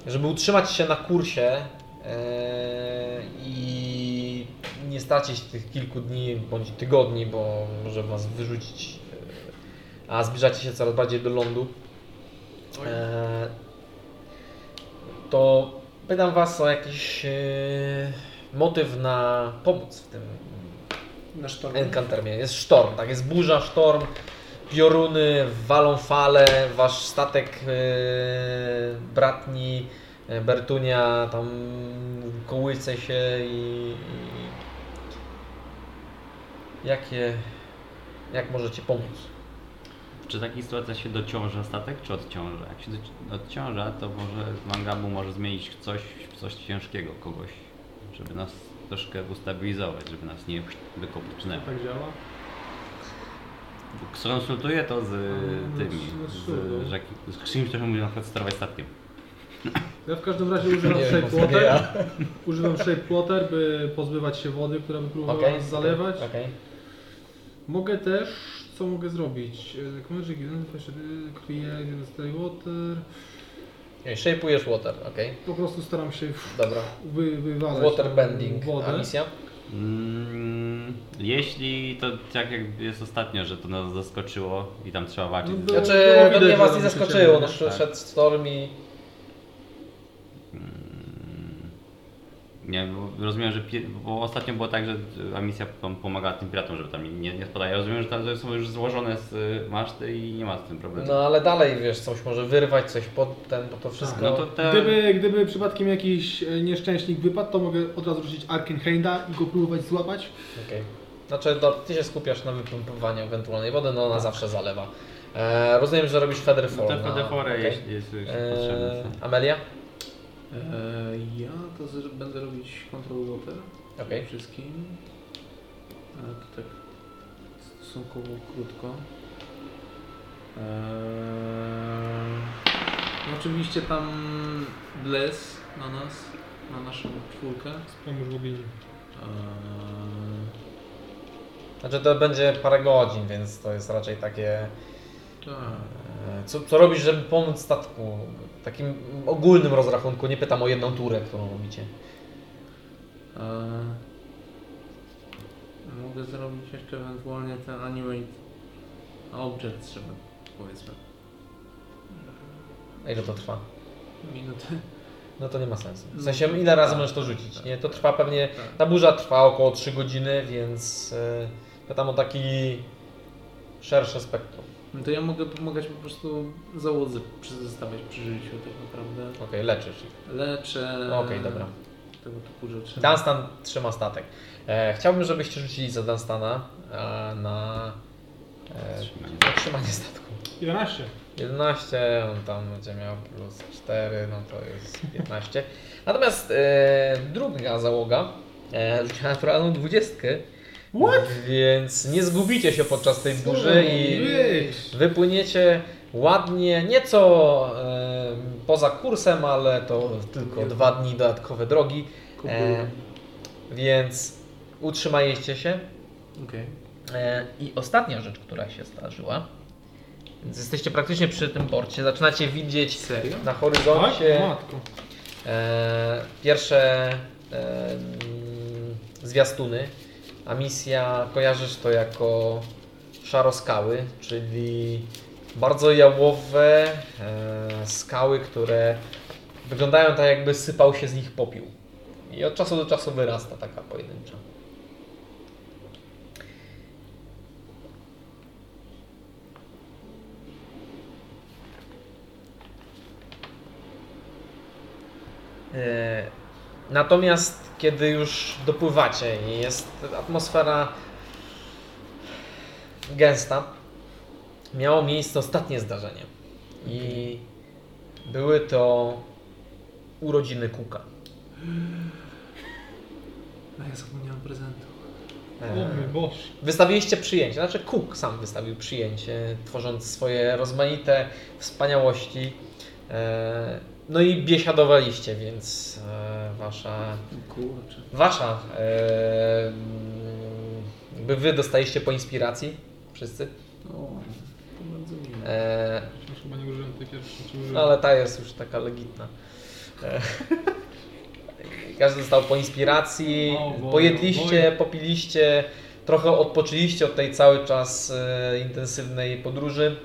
S8: żeby utrzymać się na kursie e, i nie stracić tych kilku dni bądź tygodni, bo może was wyrzucić, e, a zbliżacie się coraz bardziej do lądu, e, to pytam was o jakiś e, motyw na pomoc w tym
S9: Na sztorm.
S8: Encantermie. Jest sztorm, tak, jest burza, sztorm, pioruny, walą fale, wasz statek yy, bratni yy, Bertunia tam kołyce się i, i jakie, jak możecie pomóc?
S4: Czy taka sytuacja się dociąża statek, czy odciąża? Jak się doci- odciąża, to może z mangabu może zmienić coś, w coś ciężkiego, kogoś, żeby nas troszkę ustabilizować, żeby nas nie wykopnęło.
S2: Tak działa?
S4: Skonsultuję to z
S2: No,
S4: tymi,
S2: no,
S4: z,
S2: super.
S4: Jackie, z kimś, który mówi na przykład sterować statkiem.
S2: Ja w każdym razie używam shapewater, używam shapewater, by pozbywać się wody, która by próbowała
S8: Okej,
S2: nas zalewać.
S8: Okej.
S2: Mogę też, co mogę zrobić? E, Magic 1, 2, 4, create, stay water.
S8: Okay. Shapeujesz water, okej.
S2: Po prostu staram się w-
S8: Dobra.
S2: wy, wywalać
S8: Waterbending,
S2: wodę.
S8: a misja?
S4: Mm, jeśli to tak jak jest ostatnio, że to nas zaskoczyło i tam trzeba walczyć.
S2: No
S4: ze-
S2: to-
S8: Znaczy,
S2: było
S8: to
S2: widać,
S8: mnie
S2: że
S8: was nie
S2: musicie
S8: zaskoczyło, no
S2: robić,
S4: tak.
S8: szedł storm i...
S4: Nie, bo rozumiem, że pi- bo ostatnio było tak, że y, misja pom- pomaga tym piratom, żeby tam nie, nie spadają. Rozumiem, że tam są już złożone z y, maszty i nie ma z tym problemu.
S8: No ale dalej, wiesz, coś może wyrwać, coś pod ten, bo to wszystko...
S4: No to te...
S2: Gdyby, gdyby przypadkiem jakiś e, nieszczęśnik wypadł, to mogę od razu rzucić Arkenheida i go próbować złapać.
S8: Okej. Znaczy, do, ty się skupiasz na wypompowaniu ewentualnej wody, no ona zawsze zalewa. E, rozumiem, że robisz feather
S4: Tak. no
S8: fall.
S4: te
S8: na-
S4: fedeforę,
S8: okej.
S1: Eee,
S4: jeśli jest, jest
S8: E,
S4: potrzebne. są.
S8: Amelia?
S3: E, ja to z, będę robić control water
S1: Okej.
S3: wszystkim. Ale to tak stosunkowo krótko. Eee, no oczywiście tam Bless na nas, na naszą czwórkę. E,
S2: Pomóż w ogóle.
S3: Eee,
S1: Znaczy to będzie parę godzin, więc to jest raczej takie.
S3: tak.
S1: e, Co, co robisz, żeby pomóc statku? W takim ogólnym rozrachunku, nie pytam o jedną turę, którą robicie.
S3: Eee, mogę zrobić jeszcze ewentualnie ten animate object, żeby powiedzmy
S1: A ile to trwa?
S3: minutę.
S1: No to nie ma sensu. W sensie ile razy możesz to rzucić? Nie, to trwa pewnie.
S3: Tak.
S1: Ta burza trwa około 3 godziny, więc e, pytam o taki szersze spektrum.
S3: No to ja mogę pomagać po prostu załodze przystawiać przy życiu tak naprawdę.
S1: Okej, leczysz ich.
S3: Leczę.
S1: No okej, dobra.
S3: Tego typu rzeczy.
S1: Dunstan trzyma statek. E, chciałbym, żebyście rzucili za Dunstana e, na e,
S4: Trzymaj.
S1: utrzymanie statku.
S2: 11.
S1: 11, on tam będzie miał plus 4, no to jest 15. Natomiast e, druga załoga e, rzuciła naturalną 20. What? Więc nie zgubicie się podczas tej burzy i wypłyniecie ładnie, nieco e, poza kursem, ale to tylko dwa dni dodatkowe drogi. E, więc utrzymajcie się.
S3: Okej.
S1: E, I ostatnia rzecz, która się zdarzyła. Więc jesteście praktycznie przy tym porcie. Zaczynacie widzieć
S3: Serio?
S1: na
S2: Tak?
S1: horyzoncie
S2: Matko.
S1: e, pierwsze e, mm, zwiastuny. A misja kojarzysz to jako szaroskały, czyli bardzo jałowe e, skały, które wyglądają tak, jakby sypał się z nich popiół. I od czasu do czasu wyrasta taka pojedyncza. E, Natomiast kiedy już dopływacie i jest atmosfera gęsta, miało miejsce ostatnie zdarzenie. I były to urodziny Kuka.
S3: A ja zapomniałem prezentu.
S1: E,
S2: O mój Boże.
S1: Wystawiliście przyjęcie, znaczy Cook sam wystawił przyjęcie, tworząc swoje rozmaite wspaniałości. E, No i biesiadowaliście, więc e, wasza
S3: Kurczę.
S1: Wasza. E, jakby wy dostaliście po inspiracji wszyscy.
S3: O, no, to bardzo miłe.
S1: E,
S2: Chociaż chyba nie użyłem tej pierwszej. Czy
S1: no
S2: użyłem?
S1: ale ta jest już taka legitna. E, każdy dostał po inspiracji.
S2: O, boju,
S1: Pojedliście, popiliście, trochę odpoczyliście od tej cały czas e, intensywnej podróży.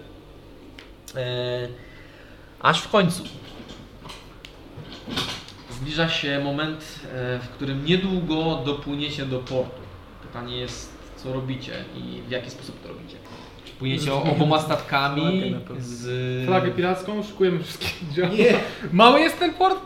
S1: E, aż w końcu.
S5: Zbliża się moment, e, w którym niedługo dopłyniecie do portu. Pytanie jest, co robicie i w jaki sposób to robicie. Czy płyniecie o- oboma
S3: Flagę
S5: statkami
S3: na pewno.
S5: z...
S2: Flagę piracką, szykujemy wszystkie działa. Mały jest ten port?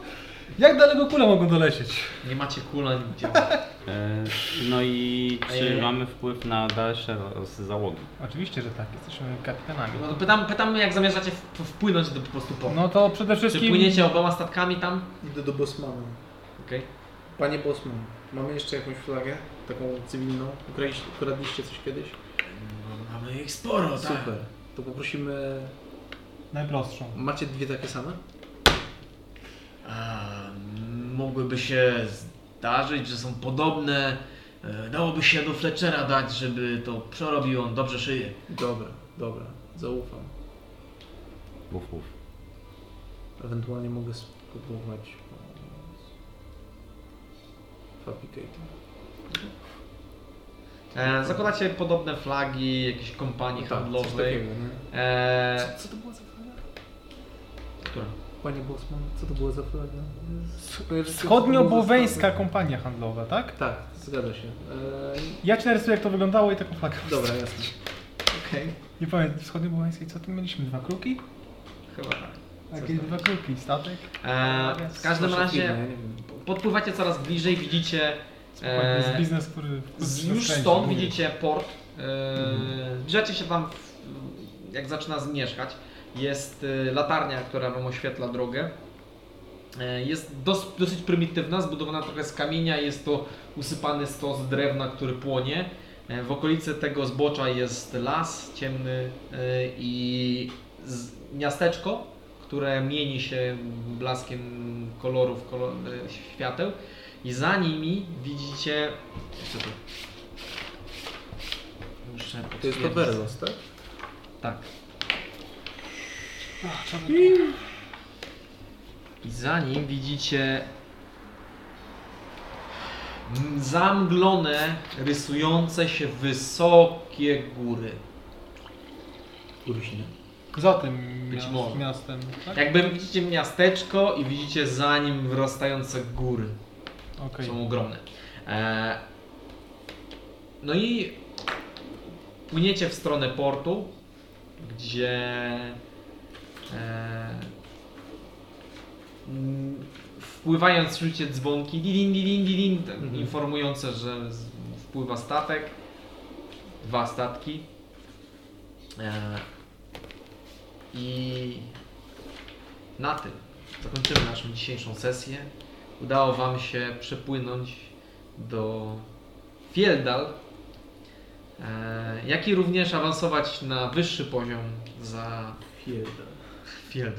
S2: Jak daleko kule mogą dolecieć?
S5: Nie macie kul ani działa.
S4: E, No i czy
S5: E.
S4: mamy wpływ na dalsze los załogi?
S2: Oczywiście, że tak. Jesteśmy kapitanami.
S5: No to pytam, pytam, jak zamierzacie w- wpłynąć do po prostu portu.
S2: No to przede
S5: Czy
S2: wszystkim...
S5: płyniecie oboma statkami tam?
S10: Idę do Bosmana.
S5: Okej.
S10: Panie Bosman, mamy jeszcze jakąś flagę? Taką cywilną? Ukradliście, ukradliście coś kiedyś?
S6: No, Mamy ich sporo, tak.
S10: Super. To poprosimy...
S2: Najprostszą.
S10: Macie dwie takie same?
S6: A, mogłyby się zdarzyć, że są podobne. E, Dałoby się do Fletchera dać, żeby to przerobił, on dobrze szyje.
S10: Dobra, dobra. Zaufam.
S4: Uf, uf.
S10: Ewentualnie mogę spróbować... e, Fabricate.
S5: E, Zakładacie podobne flagi jakiejś kompanii
S10: No tak, Coś
S5: handlowej.
S10: takiego, nie?
S5: E,
S10: Co to było za flaga?
S5: która?
S10: Panie Bosman, co to było za flaga?
S2: Wschodnio-Boweńska kompania handlowa, tak?
S10: Tak, zgadza się. Eee,
S2: Ja ci narysuję jak to wyglądało i taką flagę.
S10: dobra, jasne. Okej.
S2: Nie pamiętam, wschodnio-bołańskiej, co tu mieliśmy? Dwa kruki?
S5: Chyba tak.
S2: Jakieś dwa kruki, statek?
S5: E, w każdym razie podpływacie coraz bliżej, widzicie
S2: Eee, jest
S5: e,
S2: biznes, który...
S5: z,
S2: który
S5: już
S2: kręci,
S5: stąd
S2: mówię.
S5: widzicie port. E, zbliżacie się tam, w, jak zaczyna zmierzchać. Jest e, latarnia, która wam oświetla drogę.
S1: E, Jest dos, dosyć prymitywna, zbudowana trochę z kamienia, jest to usypany stos drewna, który płonie. E, W okolicy tego zbocza jest las ciemny e, i z, miasteczko, które mieni się blaskiem kolorów, kolor, e, świateł. I za nimi widzicie... Co to? Muszę
S9: To jest to
S1: potwierdzić.
S9: Berlos, tak?
S1: Tak. I za nim widzicie m- zamglone, rysujące się wysokie góry.
S9: Urusiny.
S2: Za tym
S1: Być
S2: miast,
S1: może.
S2: miastem, tak?
S1: Jakby widzicie miasteczko i widzicie za nim wyrastające góry.
S2: Okej.
S1: Są ogromne. E, no i płyniecie w stronę portu, gdzie e, m, wpływając słyszycie dzwonki dilin, dilin, dilin, te- tak informujące, że z, wpływa statek. Dwa statki. E, I na tym zakończymy naszą dzisiejszą sesję udało Wam się przepłynąć do Fieldal, e, jak i również awansować na wyższy poziom za Fieldal.